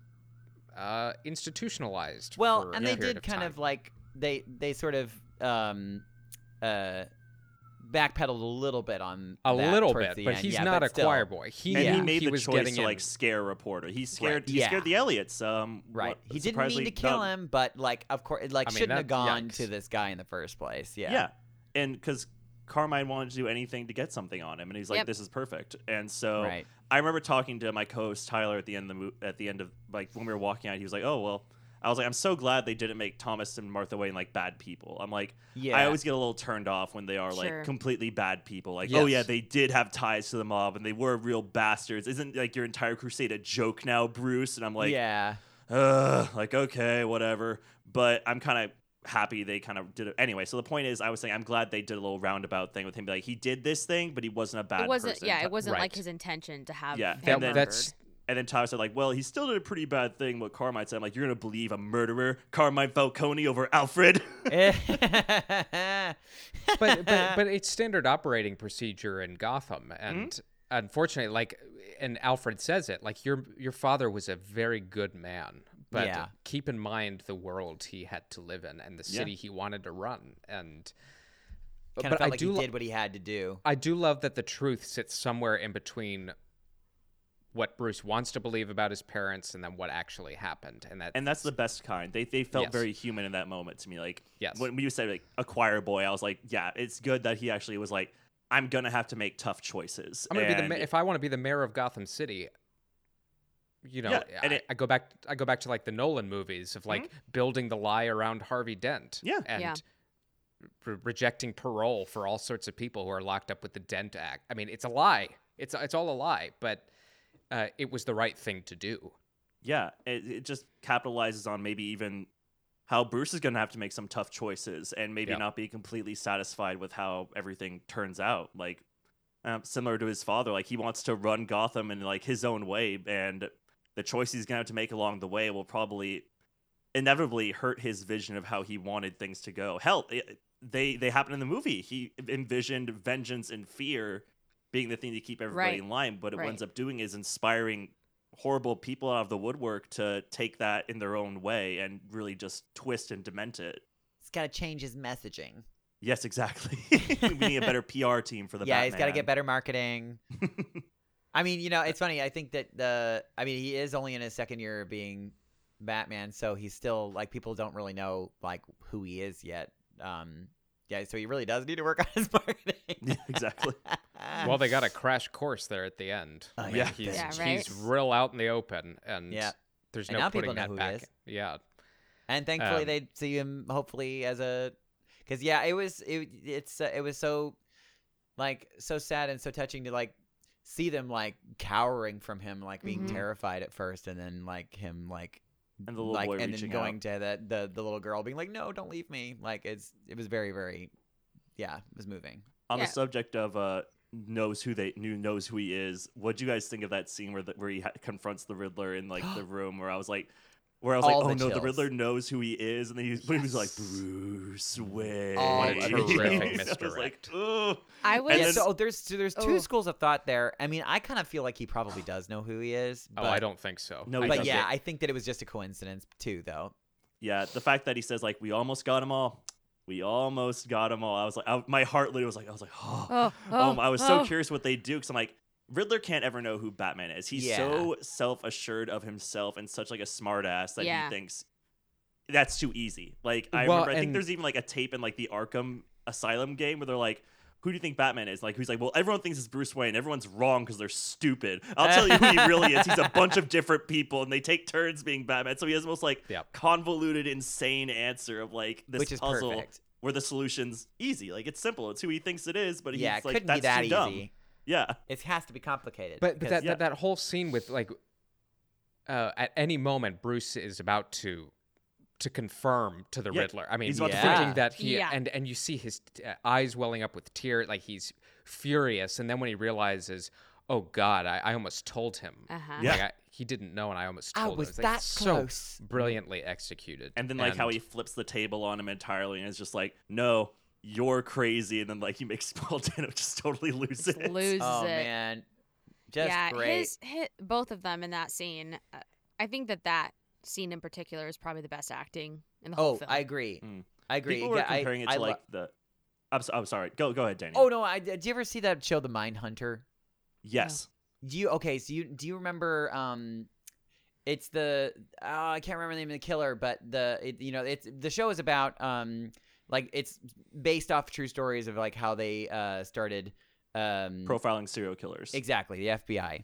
[SPEAKER 2] uh, institutionalized.
[SPEAKER 3] Well,
[SPEAKER 2] for
[SPEAKER 3] and
[SPEAKER 2] a
[SPEAKER 3] they
[SPEAKER 2] period
[SPEAKER 3] did kind
[SPEAKER 2] time.
[SPEAKER 3] of like they they sort of um uh backpedaled a little bit on
[SPEAKER 2] a
[SPEAKER 3] that
[SPEAKER 2] little
[SPEAKER 3] towards
[SPEAKER 2] bit,
[SPEAKER 3] the
[SPEAKER 2] but
[SPEAKER 3] end.
[SPEAKER 2] he's
[SPEAKER 3] Yeah,
[SPEAKER 2] not
[SPEAKER 3] but
[SPEAKER 2] a choir
[SPEAKER 3] still.
[SPEAKER 2] boy. He,
[SPEAKER 4] and
[SPEAKER 3] Yeah.
[SPEAKER 4] he made
[SPEAKER 2] he
[SPEAKER 4] the
[SPEAKER 2] was
[SPEAKER 4] choice
[SPEAKER 2] getting
[SPEAKER 4] to
[SPEAKER 2] in-
[SPEAKER 4] like scare a reporter. He scared. He
[SPEAKER 3] Yeah.
[SPEAKER 4] scared the Elliots. Um,
[SPEAKER 3] Right.
[SPEAKER 4] what-
[SPEAKER 3] he didn't mean
[SPEAKER 4] surprisingly
[SPEAKER 3] to kill
[SPEAKER 4] none-
[SPEAKER 3] him, but like of course it like
[SPEAKER 2] I mean,
[SPEAKER 3] shouldn't
[SPEAKER 2] that-
[SPEAKER 3] have gone
[SPEAKER 2] yikes.
[SPEAKER 3] to this guy in the first place. Yeah.
[SPEAKER 4] Yeah, and because Carmine wanted to do anything to get something on him, and he's like,
[SPEAKER 1] Yep.
[SPEAKER 4] "This is perfect." And so
[SPEAKER 3] Right.
[SPEAKER 4] I remember talking to my co-host Tyler at the end of the mo- at the end of like when we were walking out. He was like, "Oh well." I was like, "I'm so glad they didn't make Thomas and Martha Wayne like bad people." I'm like,
[SPEAKER 3] Yeah.
[SPEAKER 4] I always get a little turned off when they are
[SPEAKER 1] Sure.
[SPEAKER 4] like completely bad people. Like, oh yeah,
[SPEAKER 2] Yes.
[SPEAKER 4] they did have ties to the mob and they were real bastards. Isn't like your entire crusade a joke now, Bruce? And I'm like,
[SPEAKER 3] yeah.
[SPEAKER 4] Ugh, like okay, whatever. But I'm kind of happy they kind of did it anyway. So the point is, I was saying I'm glad they did a little roundabout thing with him. Be like, he did this thing, but he wasn't a bad.
[SPEAKER 1] it wasn't.
[SPEAKER 4] person.
[SPEAKER 1] Yeah,
[SPEAKER 4] Th-
[SPEAKER 1] it wasn't like
[SPEAKER 2] right.
[SPEAKER 1] his intention to have.
[SPEAKER 4] Yeah,
[SPEAKER 1] him
[SPEAKER 4] and then-
[SPEAKER 2] that's
[SPEAKER 4] And then Tyler said, like, well, he still did a pretty bad thing. What Carmine said, I'm like, you're gonna believe a murderer, Carmine Falcone over Alfred.
[SPEAKER 2] but, but but it's standard operating procedure in Gotham, and
[SPEAKER 4] Mm-hmm.
[SPEAKER 2] unfortunately, like, and Alfred says it, like your your father was a very good man, but
[SPEAKER 3] Yeah.
[SPEAKER 2] keep in mind the world he had to live in and the
[SPEAKER 4] Yeah.
[SPEAKER 2] city he wanted to run, and
[SPEAKER 3] kind
[SPEAKER 2] but
[SPEAKER 3] of felt
[SPEAKER 2] I
[SPEAKER 3] like
[SPEAKER 2] do
[SPEAKER 3] he
[SPEAKER 2] lo-
[SPEAKER 3] did what he had to do.
[SPEAKER 2] I do love that the truth sits somewhere in between what Bruce wants to believe about his parents and then what actually happened, and that
[SPEAKER 4] and that's the best kind. They they felt
[SPEAKER 2] Yes.
[SPEAKER 4] very human in that moment to me. Like
[SPEAKER 2] Yes.
[SPEAKER 4] when you said like a choir boy, I was like, yeah, it's good that he actually was like, I'm gonna have to make tough choices.
[SPEAKER 2] I'm gonna be the
[SPEAKER 4] And-
[SPEAKER 2] ma- if I want to be the mayor of Gotham City. You know,
[SPEAKER 4] Yeah, and
[SPEAKER 2] I,
[SPEAKER 4] it-
[SPEAKER 2] I go back. I go back to like the Nolan movies of like
[SPEAKER 3] Mm-hmm.
[SPEAKER 2] building the lie around Harvey Dent.
[SPEAKER 4] Yeah.
[SPEAKER 2] and
[SPEAKER 1] Yeah.
[SPEAKER 2] re- rejecting parole for all sorts of people who are locked up with the Dent Act. I mean, it's a lie. It's it's all a lie, but uh, it was the right thing to do.
[SPEAKER 4] yeah, it, it just capitalizes on maybe even how Bruce is going to have to make some tough choices and maybe
[SPEAKER 2] Yeah.
[SPEAKER 4] not be completely satisfied with how everything turns out. Like um, similar to his father, like he wants to run Gotham in like his own way, and the choice he's gonna have to make along the way will probably inevitably hurt his vision of how he wanted things to go. Hell, it, they they happen in the movie. He envisioned vengeance and fear being the thing to keep everybody
[SPEAKER 1] Right.
[SPEAKER 4] in line, but it
[SPEAKER 1] Right.
[SPEAKER 4] ends up doing is inspiring horrible people out of the woodwork to take that in their own way and really just twist and dement it.
[SPEAKER 3] He's got to change his messaging.
[SPEAKER 4] Yes, exactly. we need a better PR team for the
[SPEAKER 3] yeah, he's got to
[SPEAKER 4] Batman.
[SPEAKER 3] get better marketing. I mean, you know, it's funny. I think that the, I mean, he is only in his second year of being Batman, so he's still like people don't really know like who he is yet. Um, yeah, so he really does need to work on his marketing.
[SPEAKER 4] Yeah, exactly.
[SPEAKER 2] Well, they got a crash course there at the end.
[SPEAKER 3] Oh,
[SPEAKER 2] I mean,
[SPEAKER 4] yeah.
[SPEAKER 2] he's,
[SPEAKER 1] Uh. Yeah,
[SPEAKER 2] he's
[SPEAKER 1] right?
[SPEAKER 2] real out in the open, and
[SPEAKER 3] Yeah.
[SPEAKER 2] there's
[SPEAKER 3] And
[SPEAKER 2] no
[SPEAKER 3] now
[SPEAKER 2] putting
[SPEAKER 3] people know
[SPEAKER 2] that
[SPEAKER 3] who he
[SPEAKER 2] back.
[SPEAKER 3] is.
[SPEAKER 2] Yeah,
[SPEAKER 3] and thankfully
[SPEAKER 2] Um,
[SPEAKER 3] they see him hopefully as a because yeah it was it, it's uh, it was so like so sad and so touching to like see them like cowering from him like being
[SPEAKER 1] Mhm.
[SPEAKER 3] terrified at first and then like him like
[SPEAKER 4] And the little
[SPEAKER 3] like
[SPEAKER 4] boy
[SPEAKER 3] and then
[SPEAKER 4] reaching
[SPEAKER 3] going
[SPEAKER 4] out.
[SPEAKER 3] to that the the little girl being like no don't leave me like it's it was very very yeah it was moving
[SPEAKER 4] On
[SPEAKER 1] Yeah.
[SPEAKER 4] the subject of uh, knows who they knew knows who he is. What do you guys think of that scene where the, where he ha- confronts the Riddler in like the room? Where I was like, where I was
[SPEAKER 3] All
[SPEAKER 4] like, oh
[SPEAKER 3] the
[SPEAKER 4] no,
[SPEAKER 3] chills.
[SPEAKER 4] the Riddler knows who he is, and then he, when he was like, Bruce Wayne.
[SPEAKER 3] All the
[SPEAKER 4] I
[SPEAKER 3] chills.
[SPEAKER 4] was
[SPEAKER 2] Terrific
[SPEAKER 4] like, "Ugh."
[SPEAKER 1] I was
[SPEAKER 4] And
[SPEAKER 3] yeah
[SPEAKER 4] then-
[SPEAKER 3] so there's so there's two
[SPEAKER 1] Oh.
[SPEAKER 3] schools of thought there I mean I kind of feel like he probably does know who he is
[SPEAKER 2] Oh,
[SPEAKER 3] but
[SPEAKER 2] I don't think so.
[SPEAKER 4] No,
[SPEAKER 2] I
[SPEAKER 4] he
[SPEAKER 3] but
[SPEAKER 2] think
[SPEAKER 4] doesn't.
[SPEAKER 3] yeah
[SPEAKER 2] that-
[SPEAKER 3] I think that it was just a coincidence too though
[SPEAKER 4] yeah, the fact that he says like, we almost got him all. We almost got him all. I was like, I, my heart literally was like, I was like, oh,
[SPEAKER 1] Oh,
[SPEAKER 4] um,
[SPEAKER 1] oh,
[SPEAKER 4] I was so
[SPEAKER 1] oh.
[SPEAKER 4] curious what they do because I'm like, Riddler can't ever know who Batman is. He's
[SPEAKER 3] Yeah.
[SPEAKER 4] so self assured of himself and such like a smartass that
[SPEAKER 1] Yeah.
[SPEAKER 4] he thinks that's too easy. Like I
[SPEAKER 2] Well,
[SPEAKER 4] remember, I think
[SPEAKER 2] and-
[SPEAKER 4] there's even like a tape in like the Arkham Asylum game where they're like. Who do you think Batman is? Like, who's like, well, everyone thinks it's Bruce Wayne. Everyone's wrong because they're stupid. I'll tell you who he really is. He's a bunch of different people, and they take turns being Batman. So he has the most like
[SPEAKER 2] Yeah.
[SPEAKER 4] convoluted, insane answer of like this
[SPEAKER 3] Which is
[SPEAKER 4] puzzle
[SPEAKER 3] perfect.
[SPEAKER 4] where the solution's easy. Like it's simple. It's who he thinks it is, but he's
[SPEAKER 3] yeah it
[SPEAKER 4] like
[SPEAKER 3] couldn't be
[SPEAKER 4] that's
[SPEAKER 3] that
[SPEAKER 4] too
[SPEAKER 3] easy.
[SPEAKER 4] dumb. Yeah.
[SPEAKER 3] It has to be complicated.
[SPEAKER 2] But, but that,
[SPEAKER 4] Yeah.
[SPEAKER 2] that that whole scene with like, uh, at any moment Bruce is about to to confirm to the
[SPEAKER 4] Yeah,
[SPEAKER 2] Riddler. I mean,
[SPEAKER 4] he's about
[SPEAKER 3] to
[SPEAKER 2] thinking
[SPEAKER 3] Yeah.
[SPEAKER 2] that he
[SPEAKER 1] Yeah.
[SPEAKER 2] and and you see his uh, eyes welling up with tear, like he's furious, and then when he realizes, oh God, I, I almost told him.
[SPEAKER 1] Uh-huh.
[SPEAKER 4] Yeah.
[SPEAKER 2] Like, I, he didn't know, and I almost
[SPEAKER 3] I
[SPEAKER 2] told him.
[SPEAKER 3] was
[SPEAKER 2] It's, like,
[SPEAKER 3] that
[SPEAKER 2] so
[SPEAKER 3] close.
[SPEAKER 2] brilliantly executed.
[SPEAKER 4] And then like how he
[SPEAKER 2] And-
[SPEAKER 4] flips the table on him entirely and is just like, no, you're crazy. And then like he makes Paul Dano just totally lose
[SPEAKER 1] Just
[SPEAKER 4] it.
[SPEAKER 1] loses
[SPEAKER 3] oh
[SPEAKER 1] it.
[SPEAKER 3] man, just
[SPEAKER 1] yeah,
[SPEAKER 3] great.
[SPEAKER 1] his hit both of them in that scene. Uh, I think that that scene in particular is probably the best acting in the whole
[SPEAKER 3] oh,
[SPEAKER 1] film.
[SPEAKER 3] I agree.
[SPEAKER 4] Mm.
[SPEAKER 3] I agree.
[SPEAKER 4] People were
[SPEAKER 3] Yeah, I-
[SPEAKER 4] comparing it
[SPEAKER 3] I
[SPEAKER 4] to
[SPEAKER 3] lo-
[SPEAKER 4] like the. I'm, so, I'm sorry. Go go ahead, Daniel.
[SPEAKER 3] oh no, I did. You ever see that show, The Mind Hunter?
[SPEAKER 4] Yes.
[SPEAKER 3] Do you okay? So you do you remember? Um, it's the oh, I can't remember the name of the killer, but the it, you know it's the show is about um like it's based off true stories of like how they uh started um
[SPEAKER 4] Profiling serial killers.
[SPEAKER 3] Exactly, the FBI.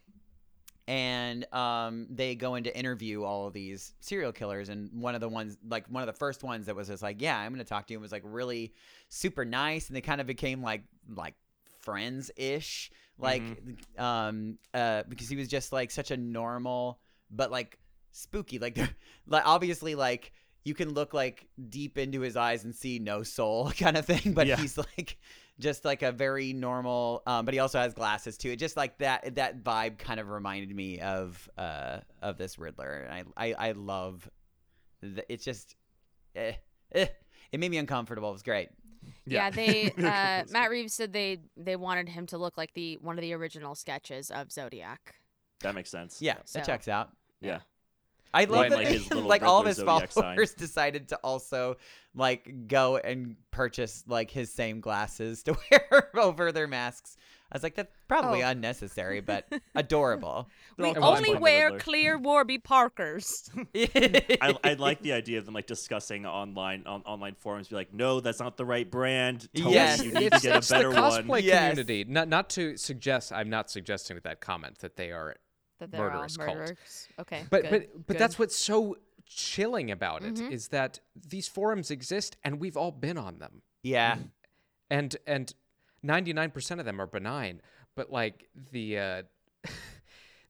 [SPEAKER 3] And um, they go in to interview all of these serial killers, and one of the ones, like one of the first ones, that was just like, "Yeah, I'm going to talk to you," and was like really super nice, and they kind of became like like friends ish, like um, uh, because he was just like such a normal but like spooky, like like obviously like you can look like deep into his eyes and see no soul kind of thing, but
[SPEAKER 4] Yeah.
[SPEAKER 3] he's like just like a very normal um, but he also has glasses too it just like that that vibe kind of reminded me of uh of this riddler and i i, I love the, it's just eh, eh. it made me uncomfortable it was great
[SPEAKER 1] yeah, they uh,
[SPEAKER 4] Completely.
[SPEAKER 1] Matt Reeves said they they wanted him to look like the one of the original sketches of Zodiac.
[SPEAKER 4] that makes sense.
[SPEAKER 3] yeah
[SPEAKER 1] So-
[SPEAKER 3] that checks out
[SPEAKER 4] Yeah.
[SPEAKER 3] I love
[SPEAKER 4] When,
[SPEAKER 3] that
[SPEAKER 4] like,
[SPEAKER 3] they-
[SPEAKER 4] his little
[SPEAKER 3] like all of his
[SPEAKER 4] brother's zodiac sign.
[SPEAKER 3] followers decided to also like go and purchase like his same glasses to wear over their masks. I was like, that's probably
[SPEAKER 1] Oh.
[SPEAKER 3] unnecessary, but adorable.
[SPEAKER 4] They're all
[SPEAKER 1] we
[SPEAKER 4] kind of
[SPEAKER 1] only
[SPEAKER 4] like the
[SPEAKER 1] wear
[SPEAKER 4] Riddler.
[SPEAKER 1] clear Warby Parkers.
[SPEAKER 4] I, I like the idea of them like discussing online on online forums, be like, no, that's not the right brand. Tony,
[SPEAKER 3] Yes.
[SPEAKER 4] you need to
[SPEAKER 2] it's,
[SPEAKER 4] get
[SPEAKER 2] it's
[SPEAKER 4] a better
[SPEAKER 2] the
[SPEAKER 4] one.
[SPEAKER 2] cosplay
[SPEAKER 3] Yes.
[SPEAKER 2] community. Not not to suggest. I'm not suggesting with that comment that they are
[SPEAKER 1] that they're
[SPEAKER 2] Murderous
[SPEAKER 1] all
[SPEAKER 2] cult.
[SPEAKER 1] murderers. Okay,
[SPEAKER 2] but
[SPEAKER 1] good,
[SPEAKER 2] but but
[SPEAKER 1] good.
[SPEAKER 2] that's what's so chilling about it is
[SPEAKER 1] Mhm.
[SPEAKER 2] that these forums exist and we've all been on them
[SPEAKER 3] yeah.
[SPEAKER 2] and and 99% of them are benign but like the uh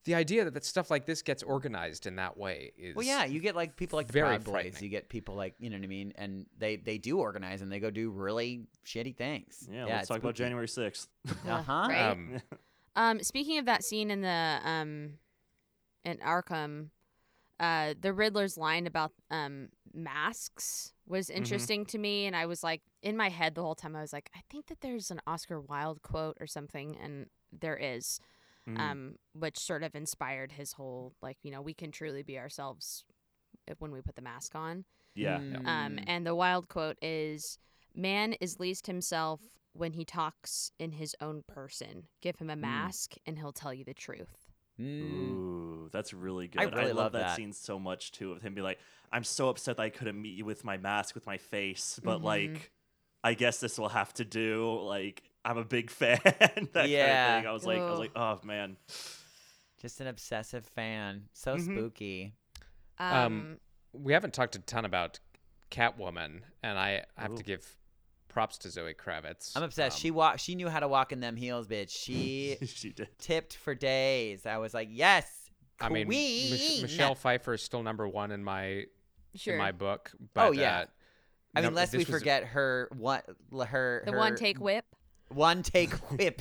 [SPEAKER 2] the idea that, that stuff like this gets organized in that way is
[SPEAKER 3] Well, yeah, you get like people like the
[SPEAKER 2] very
[SPEAKER 3] Proud Boys.
[SPEAKER 2] frightening.
[SPEAKER 3] You get people like you know what I mean, and they they do organize and they go do really shitty things.
[SPEAKER 4] Yeah, let's talk about January sixth.
[SPEAKER 1] Yeah,
[SPEAKER 3] Uh huh.
[SPEAKER 1] Uh-huh. right?
[SPEAKER 2] um
[SPEAKER 1] Um, speaking of that scene in the um, in Arkham, uh, the Riddler's line about um, masks was interesting to me, and I was like, in my head the whole time, I was like, I think that there's an Oscar Wilde quote or something, and there is,
[SPEAKER 4] Mhm.
[SPEAKER 1] um, which sort of inspired his whole like, you know, we can truly be ourselves if- when we put the mask on.
[SPEAKER 3] Hmm.
[SPEAKER 4] Yeah.
[SPEAKER 1] Um,
[SPEAKER 2] Mm.
[SPEAKER 1] and the wild quote is Man is least himself when he talks in his own person. Give him a
[SPEAKER 2] Mm.
[SPEAKER 1] mask and he'll tell you the truth.
[SPEAKER 3] Mm-hmm.
[SPEAKER 6] Mm.
[SPEAKER 4] Ooh, that's really good.
[SPEAKER 6] I really love
[SPEAKER 4] love, that,
[SPEAKER 6] that.
[SPEAKER 4] scene so much too. Of him being like, "I'm so upset that I couldn't meet you with my mask, with my face, but
[SPEAKER 6] Mm-hmm.
[SPEAKER 1] Mhm.
[SPEAKER 4] like, I guess this will have to do." Like, I'm a big fan. that kind
[SPEAKER 6] Yeah.
[SPEAKER 4] of thing. I was like, I was
[SPEAKER 1] Ugh.
[SPEAKER 4] like, oh man.
[SPEAKER 6] Just an obsessive fan. So
[SPEAKER 1] Mm-hmm.
[SPEAKER 4] Mhm.
[SPEAKER 6] spooky.
[SPEAKER 1] Um,
[SPEAKER 2] we haven't talked a ton about Catwoman, and I have to give props to Zoe Kravitz.
[SPEAKER 6] I'm obsessed.
[SPEAKER 2] Um,
[SPEAKER 6] she walk. She knew how to walk in them heels, bitch. She
[SPEAKER 4] she did.
[SPEAKER 6] tipped for days. I was like, yes,
[SPEAKER 2] I mean, Mich-
[SPEAKER 6] queen.
[SPEAKER 2] Michelle Pfeiffer is still number one in my
[SPEAKER 1] sure.
[SPEAKER 2] in my book. But,
[SPEAKER 6] Oh, yeah.
[SPEAKER 2] uh,
[SPEAKER 6] I mean,
[SPEAKER 2] num-
[SPEAKER 6] unless we
[SPEAKER 2] this was-
[SPEAKER 6] forget her what her
[SPEAKER 1] the
[SPEAKER 6] her
[SPEAKER 1] one take whip.
[SPEAKER 6] one take whip.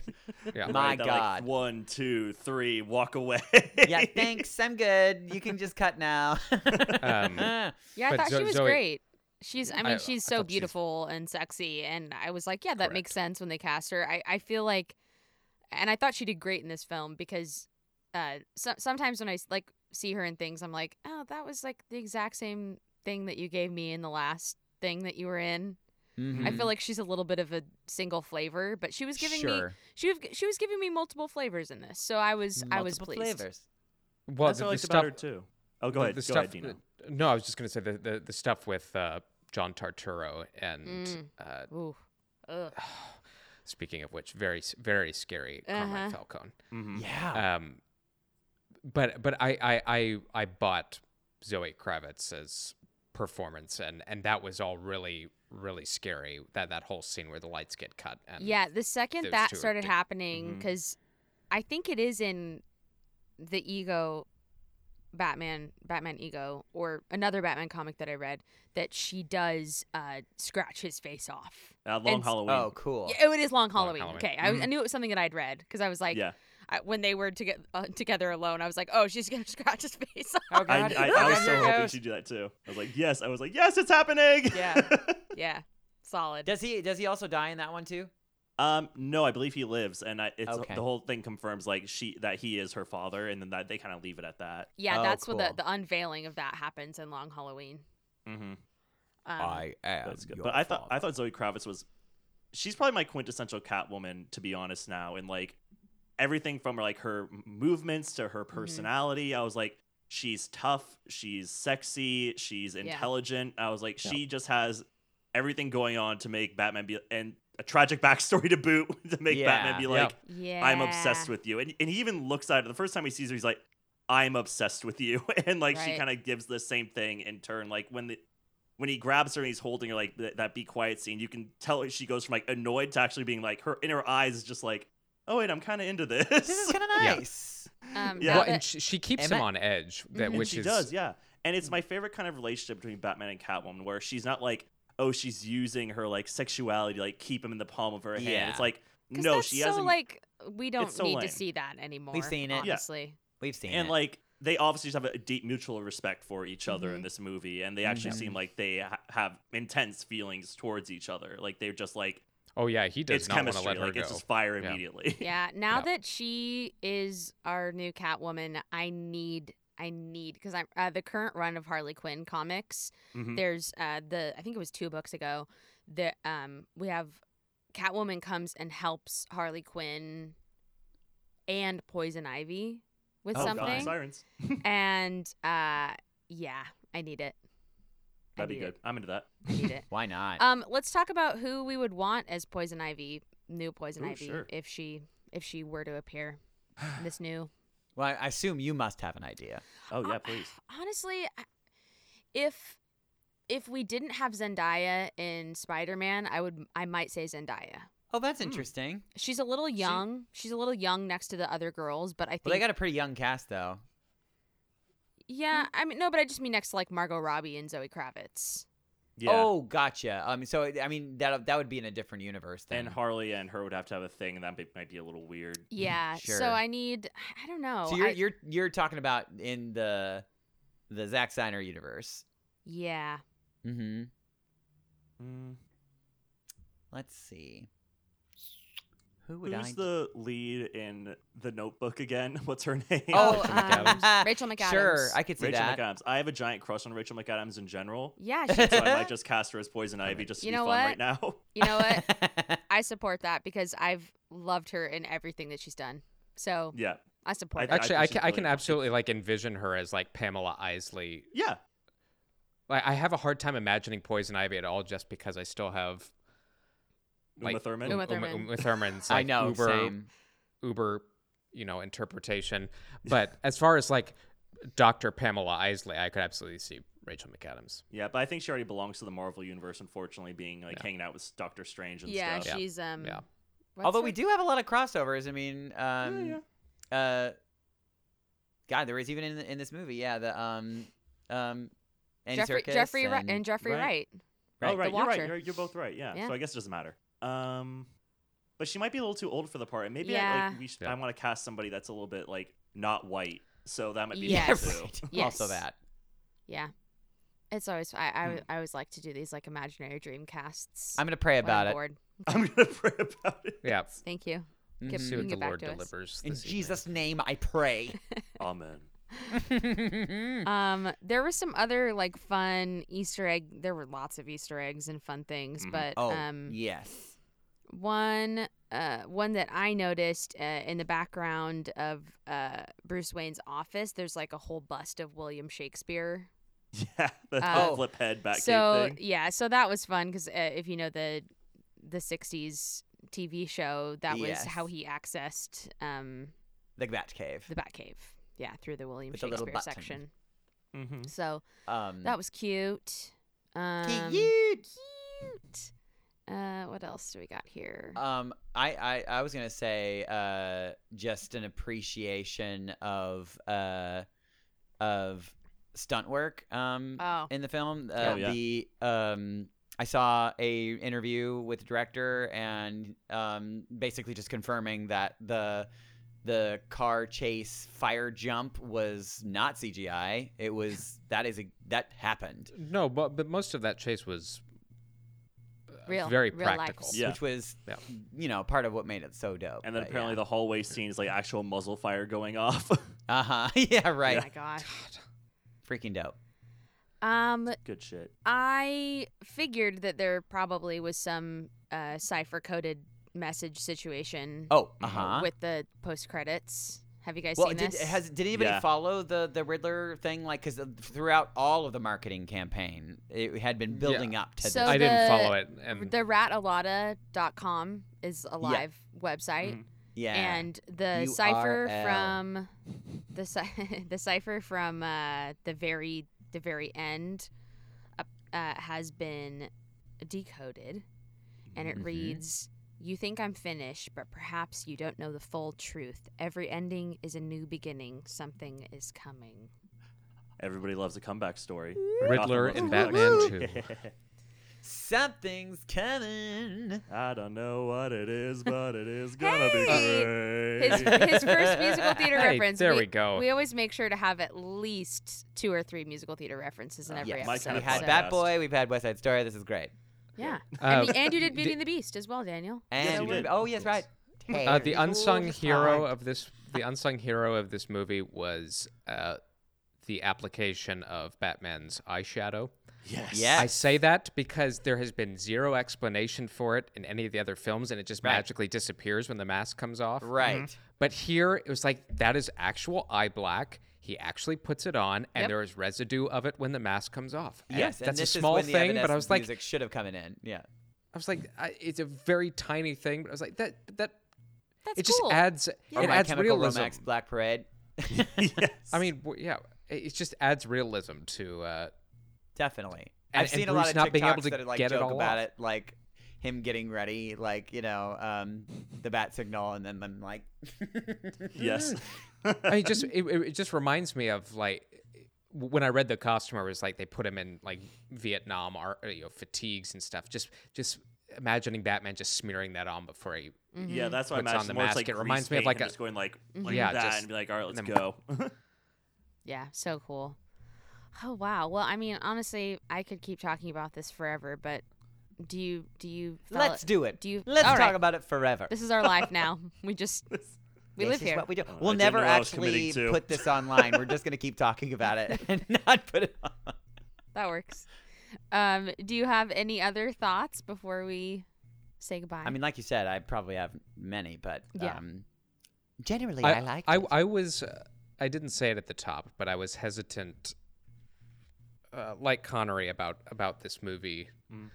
[SPEAKER 2] Yeah.
[SPEAKER 6] My
[SPEAKER 4] Right, that, like,
[SPEAKER 6] God.
[SPEAKER 4] one, two, three, walk away.
[SPEAKER 6] yeah, thanks. I'm good. You can just cut now.
[SPEAKER 2] Um,
[SPEAKER 1] Yeah, I
[SPEAKER 2] But
[SPEAKER 1] thought
[SPEAKER 2] Zo-
[SPEAKER 1] she was
[SPEAKER 2] Zoe-
[SPEAKER 1] great. She's, I mean,
[SPEAKER 2] I-
[SPEAKER 1] she's
[SPEAKER 2] I
[SPEAKER 1] so
[SPEAKER 2] thought she's-
[SPEAKER 1] beautiful and sexy. And I was like, yeah, that makes
[SPEAKER 2] Correct.
[SPEAKER 1] sense when they cast her. I, I feel like, and I thought she did great in this film because uh, so- sometimes when I s- like see her in things, I'm like, oh, that was like the exact same thing that you gave me in the last thing that you were in.
[SPEAKER 6] Mm-hmm.
[SPEAKER 1] I feel like she's a little bit of a single flavor, but she was giving me
[SPEAKER 6] sure.
[SPEAKER 1] she was, she was giving me multiple flavors in this, so I was I was
[SPEAKER 6] Multiple
[SPEAKER 1] pleased.
[SPEAKER 6] flavors.
[SPEAKER 2] Well,
[SPEAKER 4] that's
[SPEAKER 2] the,
[SPEAKER 4] what I
[SPEAKER 2] the
[SPEAKER 4] liked
[SPEAKER 2] stuff,
[SPEAKER 4] about her too. Oh,
[SPEAKER 2] the-
[SPEAKER 4] go ahead.
[SPEAKER 2] the
[SPEAKER 4] go
[SPEAKER 2] stuff,
[SPEAKER 4] ahead, Dino.
[SPEAKER 2] No, I was just going to say the, the the stuff with uh, John Tarturo and
[SPEAKER 1] Mm.
[SPEAKER 2] uh,
[SPEAKER 1] Ooh, Ugh.
[SPEAKER 2] speaking of which, very s- very scary Carmine
[SPEAKER 1] Uh-huh.
[SPEAKER 2] Falcone.
[SPEAKER 4] Mhm.
[SPEAKER 6] Yeah.
[SPEAKER 2] Um, but but I I I, I bought Zoe Kravitz's performance, and and that was all really really scary. That that whole scene where the lights get cut. And
[SPEAKER 1] yeah. The second
[SPEAKER 2] those
[SPEAKER 1] that
[SPEAKER 2] two are
[SPEAKER 1] started
[SPEAKER 2] di-
[SPEAKER 1] happening,
[SPEAKER 4] Mhm.
[SPEAKER 1] because I think it is in the ego, Batman, Batman ego, or another Batman comic that I read that she does uh, scratch his face off.
[SPEAKER 4] Uh, long
[SPEAKER 1] And s-
[SPEAKER 4] Halloween.
[SPEAKER 6] Oh, cool.
[SPEAKER 1] Yeah, oh, it is Long Halloween.
[SPEAKER 2] Halloween.
[SPEAKER 1] Okay, I, was- I knew it was something that I'd read because I was like,
[SPEAKER 4] yeah.
[SPEAKER 1] I, when they were to get, uh, together alone, I was like, oh, she's gonna scratch his face
[SPEAKER 6] Oh,
[SPEAKER 1] off.
[SPEAKER 4] I,
[SPEAKER 6] God.
[SPEAKER 4] I,
[SPEAKER 6] Oh,
[SPEAKER 4] I was
[SPEAKER 6] God,
[SPEAKER 4] so
[SPEAKER 6] here it
[SPEAKER 4] hoping
[SPEAKER 6] goes.
[SPEAKER 4] she'd do that too. I was like, yes. I was like, yes, it's happening.
[SPEAKER 1] Yeah. Yeah, solid.
[SPEAKER 6] Does he does he also die in that one too?
[SPEAKER 4] Um, no, I believe he lives, and I, it's
[SPEAKER 6] Okay.
[SPEAKER 4] the whole thing confirms like she that he is her father, and then that they kind of leave it at that.
[SPEAKER 1] yeah,
[SPEAKER 6] Oh,
[SPEAKER 1] that's where
[SPEAKER 6] cool.
[SPEAKER 1] the, the unveiling of that happens in Long Halloween.
[SPEAKER 4] Mm-hmm.
[SPEAKER 1] Um,
[SPEAKER 6] am.
[SPEAKER 4] That's good. But I thought I thought Zoe Kravitz was, she's probably my quintessential Catwoman to be honest now, and like everything from like her m- movements to
[SPEAKER 6] Mm-hmm.
[SPEAKER 4] her personality, I was like, she's tough, she's sexy, she's intelligent. I was like, she just has everything going on to make Batman be and a tragic backstory to boot to make Batman
[SPEAKER 6] Yeah.
[SPEAKER 4] be
[SPEAKER 2] Yeah.
[SPEAKER 4] like.
[SPEAKER 1] yeah,
[SPEAKER 4] I'm obsessed with you. And, and he even looks at her the first time he sees her, he's like, I'm obsessed with you. And like she
[SPEAKER 1] Right.
[SPEAKER 4] kind of gives the same thing in turn. Like when the when he grabs her and he's holding her like th- that be quiet scene, you can tell she goes from like annoyed to actually being like her in her eyes is just like, Oh wait, I'm kinda into this.
[SPEAKER 6] This is kind of
[SPEAKER 2] Yeah.
[SPEAKER 6] nice.
[SPEAKER 1] Um,
[SPEAKER 4] Yeah.
[SPEAKER 1] yeah,
[SPEAKER 2] Well, and she, she keeps him
[SPEAKER 6] Emma-
[SPEAKER 2] on edge, that
[SPEAKER 1] Mhm.
[SPEAKER 2] which
[SPEAKER 4] she
[SPEAKER 2] is
[SPEAKER 4] does, yeah. And
[SPEAKER 1] Hmm.
[SPEAKER 4] it's my favorite kind of relationship between Batman and Catwoman, where she's not like, oh, she's using her like sexuality to like keep him in the palm of her hand.
[SPEAKER 6] Yeah.
[SPEAKER 4] It's like,
[SPEAKER 1] 'Cause
[SPEAKER 4] no,
[SPEAKER 1] that's
[SPEAKER 4] she
[SPEAKER 1] so
[SPEAKER 4] hasn't.
[SPEAKER 1] like we don't
[SPEAKER 4] so
[SPEAKER 1] need
[SPEAKER 4] lame.
[SPEAKER 1] to see that anymore.
[SPEAKER 6] seen it.
[SPEAKER 4] Yeah.
[SPEAKER 1] honestly.
[SPEAKER 6] We've seen
[SPEAKER 4] and
[SPEAKER 6] it.
[SPEAKER 4] like they obviously just have a deep mutual respect for each other
[SPEAKER 2] Mm-hmm.
[SPEAKER 4] in this movie and they actually
[SPEAKER 6] Mhm.
[SPEAKER 4] seem like they ha- have intense feelings towards each other like they're just like
[SPEAKER 2] Oh yeah, he does
[SPEAKER 4] it's
[SPEAKER 2] not want to
[SPEAKER 4] chemistry
[SPEAKER 2] let her
[SPEAKER 4] like
[SPEAKER 2] go.
[SPEAKER 4] it's just fire
[SPEAKER 2] Yeah.
[SPEAKER 4] immediately
[SPEAKER 1] Yeah, now
[SPEAKER 2] Yeah.
[SPEAKER 1] that she is our new Catwoman, I need. I need because I'm uh, the current run of Harley Quinn comics.
[SPEAKER 4] Mhm.
[SPEAKER 1] There's uh, the I think it was two books ago that um, we have Catwoman comes and helps Harley Quinn and Poison Ivy with
[SPEAKER 4] Oh, God,
[SPEAKER 1] something,
[SPEAKER 4] sirens
[SPEAKER 1] and uh, yeah, I need it. I
[SPEAKER 4] that'd be
[SPEAKER 1] need
[SPEAKER 4] good
[SPEAKER 1] it.
[SPEAKER 4] i'm into that
[SPEAKER 1] I need it.
[SPEAKER 6] Why not?
[SPEAKER 1] Um, let's talk about who we would want as Poison Ivy, new Poison
[SPEAKER 4] Ooh,
[SPEAKER 1] Ivy,
[SPEAKER 4] sure.
[SPEAKER 1] if she if she were to appear. in This new,
[SPEAKER 6] well, I- I assume you must have an idea.
[SPEAKER 4] oh yeah
[SPEAKER 1] Uh,
[SPEAKER 4] please
[SPEAKER 1] honestly, I- if if we didn't have Zendaya in Spider Man, I would I might say Zendaya.
[SPEAKER 6] Oh, that's
[SPEAKER 4] Hmm.
[SPEAKER 6] interesting.
[SPEAKER 1] She's a little young. She's a little young next to the other girls, but I think
[SPEAKER 6] Well, they got a pretty young cast though.
[SPEAKER 1] yeah. I mean, no, but I just mean next to like Margot Robbie and Zoe Kravitz.
[SPEAKER 4] yeah
[SPEAKER 6] Oh, gotcha. Um, so I mean that that would be in a different universe then.
[SPEAKER 4] and harley and her would have to have a thing and that be- might be a little weird
[SPEAKER 1] Yeah.
[SPEAKER 6] Sure.
[SPEAKER 1] So Oh, I need. I don't know.
[SPEAKER 6] so you're
[SPEAKER 1] I-
[SPEAKER 6] you're you're talking about in the
[SPEAKER 3] the Zack Snyder universe.
[SPEAKER 1] Yeah.
[SPEAKER 3] Mm-hmm.
[SPEAKER 4] Mm.
[SPEAKER 3] Let's see. Who would I?
[SPEAKER 4] Who's the lead in The Notebook again? What's her name?
[SPEAKER 3] Oh,
[SPEAKER 1] Rachel
[SPEAKER 3] um,
[SPEAKER 1] McAdams. Rachel McAdams.
[SPEAKER 3] Sure, I could see
[SPEAKER 4] Rachel
[SPEAKER 3] that.
[SPEAKER 4] McAdams. I have a giant crush on Rachel McAdams in general.
[SPEAKER 1] Yeah. She,
[SPEAKER 4] So I might just cast her as Poison Ivy just to
[SPEAKER 1] You
[SPEAKER 4] be
[SPEAKER 1] know
[SPEAKER 4] fun
[SPEAKER 1] what?
[SPEAKER 4] right now.
[SPEAKER 1] you know what? I support that because I've loved her in everything that she's done. So
[SPEAKER 4] yeah.
[SPEAKER 1] I support
[SPEAKER 4] I
[SPEAKER 1] that.
[SPEAKER 2] Actually, I,
[SPEAKER 4] think
[SPEAKER 2] can,
[SPEAKER 4] she's
[SPEAKER 2] I
[SPEAKER 4] really
[SPEAKER 2] can
[SPEAKER 4] funny.
[SPEAKER 2] absolutely like envision her as like Pamela Isley.
[SPEAKER 4] Yeah.
[SPEAKER 2] Like I have a hard time imagining Poison Ivy at all, just because I still have um,
[SPEAKER 4] Uma
[SPEAKER 2] Like,
[SPEAKER 4] Thurman.
[SPEAKER 1] Uma Thurman.
[SPEAKER 2] Uma Thurman's
[SPEAKER 3] I
[SPEAKER 2] like,
[SPEAKER 3] know.
[SPEAKER 2] Uber
[SPEAKER 3] same.
[SPEAKER 2] Uber, you know, interpretation. But as far as like Dr. Pamela Isley, I could absolutely see Rachel McAdams.
[SPEAKER 4] Yeah, but I think she already belongs to the Marvel universe, unfortunately, being like hanging out with Doctor Strange and
[SPEAKER 1] yeah,
[SPEAKER 4] stuff.
[SPEAKER 1] she's um.
[SPEAKER 2] Yeah.
[SPEAKER 1] what's
[SPEAKER 3] Although
[SPEAKER 1] her-
[SPEAKER 3] we do have a lot of crossovers. I mean, um,
[SPEAKER 4] yeah.
[SPEAKER 3] uh, God, there was even in in this movie, yeah, the um, um, Andy
[SPEAKER 1] Jeffrey
[SPEAKER 3] Serkis
[SPEAKER 1] Jeffrey Wri-
[SPEAKER 3] and,
[SPEAKER 1] and Jeffrey
[SPEAKER 4] Right.
[SPEAKER 1] Wright.
[SPEAKER 4] Oh,
[SPEAKER 1] The
[SPEAKER 3] Right,
[SPEAKER 4] right. You're right.
[SPEAKER 1] Watcher.
[SPEAKER 4] You're, you're both right. Yeah.
[SPEAKER 1] Yeah.
[SPEAKER 4] So I guess it doesn't matter. Um, but she might be a little too old for the part, and maybe I,
[SPEAKER 1] Yeah.
[SPEAKER 4] like we should,
[SPEAKER 2] Yeah.
[SPEAKER 4] I want to cast somebody that's a little bit like not white. So that might be
[SPEAKER 3] yeah,
[SPEAKER 4] fun,
[SPEAKER 1] Yes.
[SPEAKER 4] too.
[SPEAKER 3] right.
[SPEAKER 1] Yes.
[SPEAKER 3] also that.
[SPEAKER 1] Yeah. It's always I I, I always like to do these like imaginary dream casts.
[SPEAKER 3] I'm gonna pray
[SPEAKER 1] when I'm
[SPEAKER 3] about it
[SPEAKER 1] bored.
[SPEAKER 4] I'm gonna pray about it.
[SPEAKER 2] Yeah.
[SPEAKER 1] Thank you. Get- Mm-hmm.
[SPEAKER 2] See
[SPEAKER 1] you can
[SPEAKER 2] what the
[SPEAKER 1] get back
[SPEAKER 2] Lord
[SPEAKER 1] to us.
[SPEAKER 2] delivers.
[SPEAKER 3] Mm. in
[SPEAKER 2] this evening.
[SPEAKER 3] Jesus' name. I pray.
[SPEAKER 4] Amen.
[SPEAKER 1] Um, there were some other like fun Easter egg. There were lots of Easter eggs and fun things,
[SPEAKER 4] Mhm.
[SPEAKER 1] but
[SPEAKER 3] oh
[SPEAKER 1] um,
[SPEAKER 3] yes.
[SPEAKER 1] one uh, one that I noticed uh, in the background of uh, Bruce Wayne's office, there's like a whole bust of William Shakespeare.
[SPEAKER 4] Yeah, the
[SPEAKER 1] Uh,
[SPEAKER 4] flip head back
[SPEAKER 1] so
[SPEAKER 4] thing.
[SPEAKER 1] yeah, so that was fun because uh, if you know the the '60s TV show, that
[SPEAKER 3] Yes.
[SPEAKER 1] was how he accessed um,
[SPEAKER 3] The Batcave.
[SPEAKER 1] the Batcave. Yeah, through the William
[SPEAKER 3] With the little
[SPEAKER 1] Shakespeare
[SPEAKER 3] button. Hmm?
[SPEAKER 1] section.
[SPEAKER 4] Mm-hmm.
[SPEAKER 1] So
[SPEAKER 3] Um,
[SPEAKER 1] that was cute. Um,
[SPEAKER 3] cute.
[SPEAKER 1] cute. Uh, what else do we got here?
[SPEAKER 3] Um, I, I, I was gonna say uh, just an appreciation of uh, of stunt work um,
[SPEAKER 1] oh,
[SPEAKER 3] in the film. Uh,
[SPEAKER 4] Oh, yeah.
[SPEAKER 3] The um, I saw a interview with the director and um, basically just confirming that the the car chase fire jump was not CGI. It was that is a, that happened,
[SPEAKER 2] No, but but most of that chase was uh,
[SPEAKER 1] Real-
[SPEAKER 2] very
[SPEAKER 1] real life. Oh
[SPEAKER 2] practical.
[SPEAKER 4] Yeah.
[SPEAKER 3] which was
[SPEAKER 2] Yeah.
[SPEAKER 3] you know part of what made it so dope.
[SPEAKER 4] And then apparently the hallway scene is like actual muzzle fire going off.
[SPEAKER 3] the uh huh yeah
[SPEAKER 1] oh
[SPEAKER 3] right
[SPEAKER 1] my gosh.
[SPEAKER 3] freaking dope.
[SPEAKER 1] Um,
[SPEAKER 4] Good shit.
[SPEAKER 1] I figured that there probably was some uh, cipher coded message situation
[SPEAKER 3] Oh, uh
[SPEAKER 4] Uh-huh.
[SPEAKER 3] huh.
[SPEAKER 1] with the post credits. Have you guys
[SPEAKER 3] Well,
[SPEAKER 1] seen
[SPEAKER 3] did
[SPEAKER 1] this?
[SPEAKER 3] has did anybody
[SPEAKER 4] Yeah.
[SPEAKER 3] follow the the Riddler thing? Like, because throughout all of the marketing campaign, it had been building up to
[SPEAKER 1] So
[SPEAKER 2] I
[SPEAKER 3] this.
[SPEAKER 2] didn't
[SPEAKER 1] Oh, the-
[SPEAKER 2] follow it, and
[SPEAKER 1] the ratalada.com is a live website
[SPEAKER 3] Mm-hmm. Yeah,
[SPEAKER 1] and the cipher from the ci- the cipher from uh, the very the very end uh, uh, has been decoded and it
[SPEAKER 3] Mhm.
[SPEAKER 1] reads you think I'm finished, but perhaps you don't know the full truth. Every ending is a new beginning. Something is coming.
[SPEAKER 4] Everybody loves a comeback story.
[SPEAKER 2] Riddler
[SPEAKER 4] Gotham
[SPEAKER 2] and
[SPEAKER 4] loves
[SPEAKER 2] Batman
[SPEAKER 4] a comeback
[SPEAKER 2] too.
[SPEAKER 4] story.
[SPEAKER 3] something's coming.
[SPEAKER 4] I don't know what it is, but it is gonna be
[SPEAKER 1] His,
[SPEAKER 4] great.
[SPEAKER 1] his first musical theater
[SPEAKER 2] Hey,
[SPEAKER 1] reference.
[SPEAKER 2] there we go.
[SPEAKER 1] We always make sure to have at least two or three musical theater references in
[SPEAKER 4] Uh,
[SPEAKER 1] every
[SPEAKER 3] yes.
[SPEAKER 4] My
[SPEAKER 1] episode.
[SPEAKER 4] kind
[SPEAKER 3] We
[SPEAKER 4] of
[SPEAKER 3] had
[SPEAKER 1] so-
[SPEAKER 4] podcast.
[SPEAKER 3] Bat Boy. We've had West Side Story. This is great.
[SPEAKER 1] Yeah.
[SPEAKER 2] Uh,
[SPEAKER 1] and, the- and you did Beauty and the Beast as well, Daniel.
[SPEAKER 3] And
[SPEAKER 4] you
[SPEAKER 3] we-
[SPEAKER 4] did.
[SPEAKER 3] oh yes, right.
[SPEAKER 2] uh, the
[SPEAKER 3] Terrible
[SPEAKER 2] unsung
[SPEAKER 3] Time.
[SPEAKER 2] hero of this the unsung hero of this movie was uh, the application of Batman's eyeshadow.
[SPEAKER 4] Yes.
[SPEAKER 2] I
[SPEAKER 3] Yes.
[SPEAKER 2] say that because there has been zero explanation for it in any of the other films, and it just
[SPEAKER 3] Right.
[SPEAKER 2] magically disappears when the mask comes off.
[SPEAKER 3] Right.
[SPEAKER 2] But here it was like that is actual eye black. He actually puts it on, and
[SPEAKER 1] Yep.
[SPEAKER 2] there is residue of it when the mask comes off. And
[SPEAKER 3] Yes, and
[SPEAKER 2] that's a
[SPEAKER 3] this is
[SPEAKER 2] small
[SPEAKER 3] when the
[SPEAKER 2] thing, but I
[SPEAKER 3] Evanescence
[SPEAKER 2] was like,
[SPEAKER 3] music should have come in. Yeah.
[SPEAKER 2] I was like, I, it's a very tiny thing, but I was like, that that
[SPEAKER 1] That's
[SPEAKER 2] it just
[SPEAKER 1] cool.
[SPEAKER 2] adds
[SPEAKER 3] Or
[SPEAKER 2] it
[SPEAKER 3] My
[SPEAKER 2] adds
[SPEAKER 3] Chemical
[SPEAKER 2] realism.
[SPEAKER 3] Romance, Black Parade.
[SPEAKER 2] I mean, w- yeah, it it just adds realism to. Uh,
[SPEAKER 3] Definitely.
[SPEAKER 2] And-
[SPEAKER 3] I've
[SPEAKER 2] and
[SPEAKER 3] seen a lot
[SPEAKER 2] Bruce
[SPEAKER 3] of
[SPEAKER 2] not
[SPEAKER 3] TikToks
[SPEAKER 2] being able to
[SPEAKER 3] that like
[SPEAKER 2] get it
[SPEAKER 3] joke
[SPEAKER 2] all
[SPEAKER 3] about
[SPEAKER 2] off.
[SPEAKER 3] it, like him getting ready, like you know, um, the bat signal, and then them like,
[SPEAKER 4] Yes.
[SPEAKER 2] I mean, just it, it it just reminds me of like when I read the costume, I was like, they put him in like Vietnam, ar- you know, fatigues and stuff. Just just imagining Batman just smearing that on before he
[SPEAKER 1] Mm-hmm.
[SPEAKER 4] Yeah, that's why I
[SPEAKER 2] Puts on
[SPEAKER 4] imagine
[SPEAKER 2] the
[SPEAKER 4] more it's
[SPEAKER 2] mask,
[SPEAKER 4] like
[SPEAKER 2] it reminds
[SPEAKER 4] grease
[SPEAKER 2] me of like
[SPEAKER 4] paint and
[SPEAKER 2] a- Mm-hmm.
[SPEAKER 4] just going like, like
[SPEAKER 2] Yeah,
[SPEAKER 4] that
[SPEAKER 2] just-
[SPEAKER 4] and be like, all right, let's
[SPEAKER 2] and
[SPEAKER 4] go.
[SPEAKER 1] Yeah, so cool. Oh wow. Well, I mean, honestly, I could keep talking about this forever, but do you do you fella-
[SPEAKER 3] Let's do it.
[SPEAKER 1] Do you
[SPEAKER 3] Let's
[SPEAKER 1] all
[SPEAKER 3] talk
[SPEAKER 1] right.
[SPEAKER 3] about it forever.
[SPEAKER 1] This is our life now. We just we
[SPEAKER 3] This
[SPEAKER 1] live
[SPEAKER 3] is
[SPEAKER 1] here.
[SPEAKER 3] what we do.
[SPEAKER 4] Oh,
[SPEAKER 3] We'll
[SPEAKER 4] I didn't
[SPEAKER 3] never
[SPEAKER 4] know I was committing
[SPEAKER 3] actually
[SPEAKER 4] to.
[SPEAKER 3] put this online. We're just gonna keep talking about it and not put it on.
[SPEAKER 1] that works. Um, do you have any other thoughts before we say goodbye?
[SPEAKER 3] I mean, like you said, I probably have many, but
[SPEAKER 1] Yeah.
[SPEAKER 3] um, generally
[SPEAKER 2] I,
[SPEAKER 3] I, like.
[SPEAKER 2] I,
[SPEAKER 3] it.
[SPEAKER 2] I was. Uh, I didn't say it at the top, but I was hesitant, uh, like Connery, about about this movie.
[SPEAKER 3] Mm.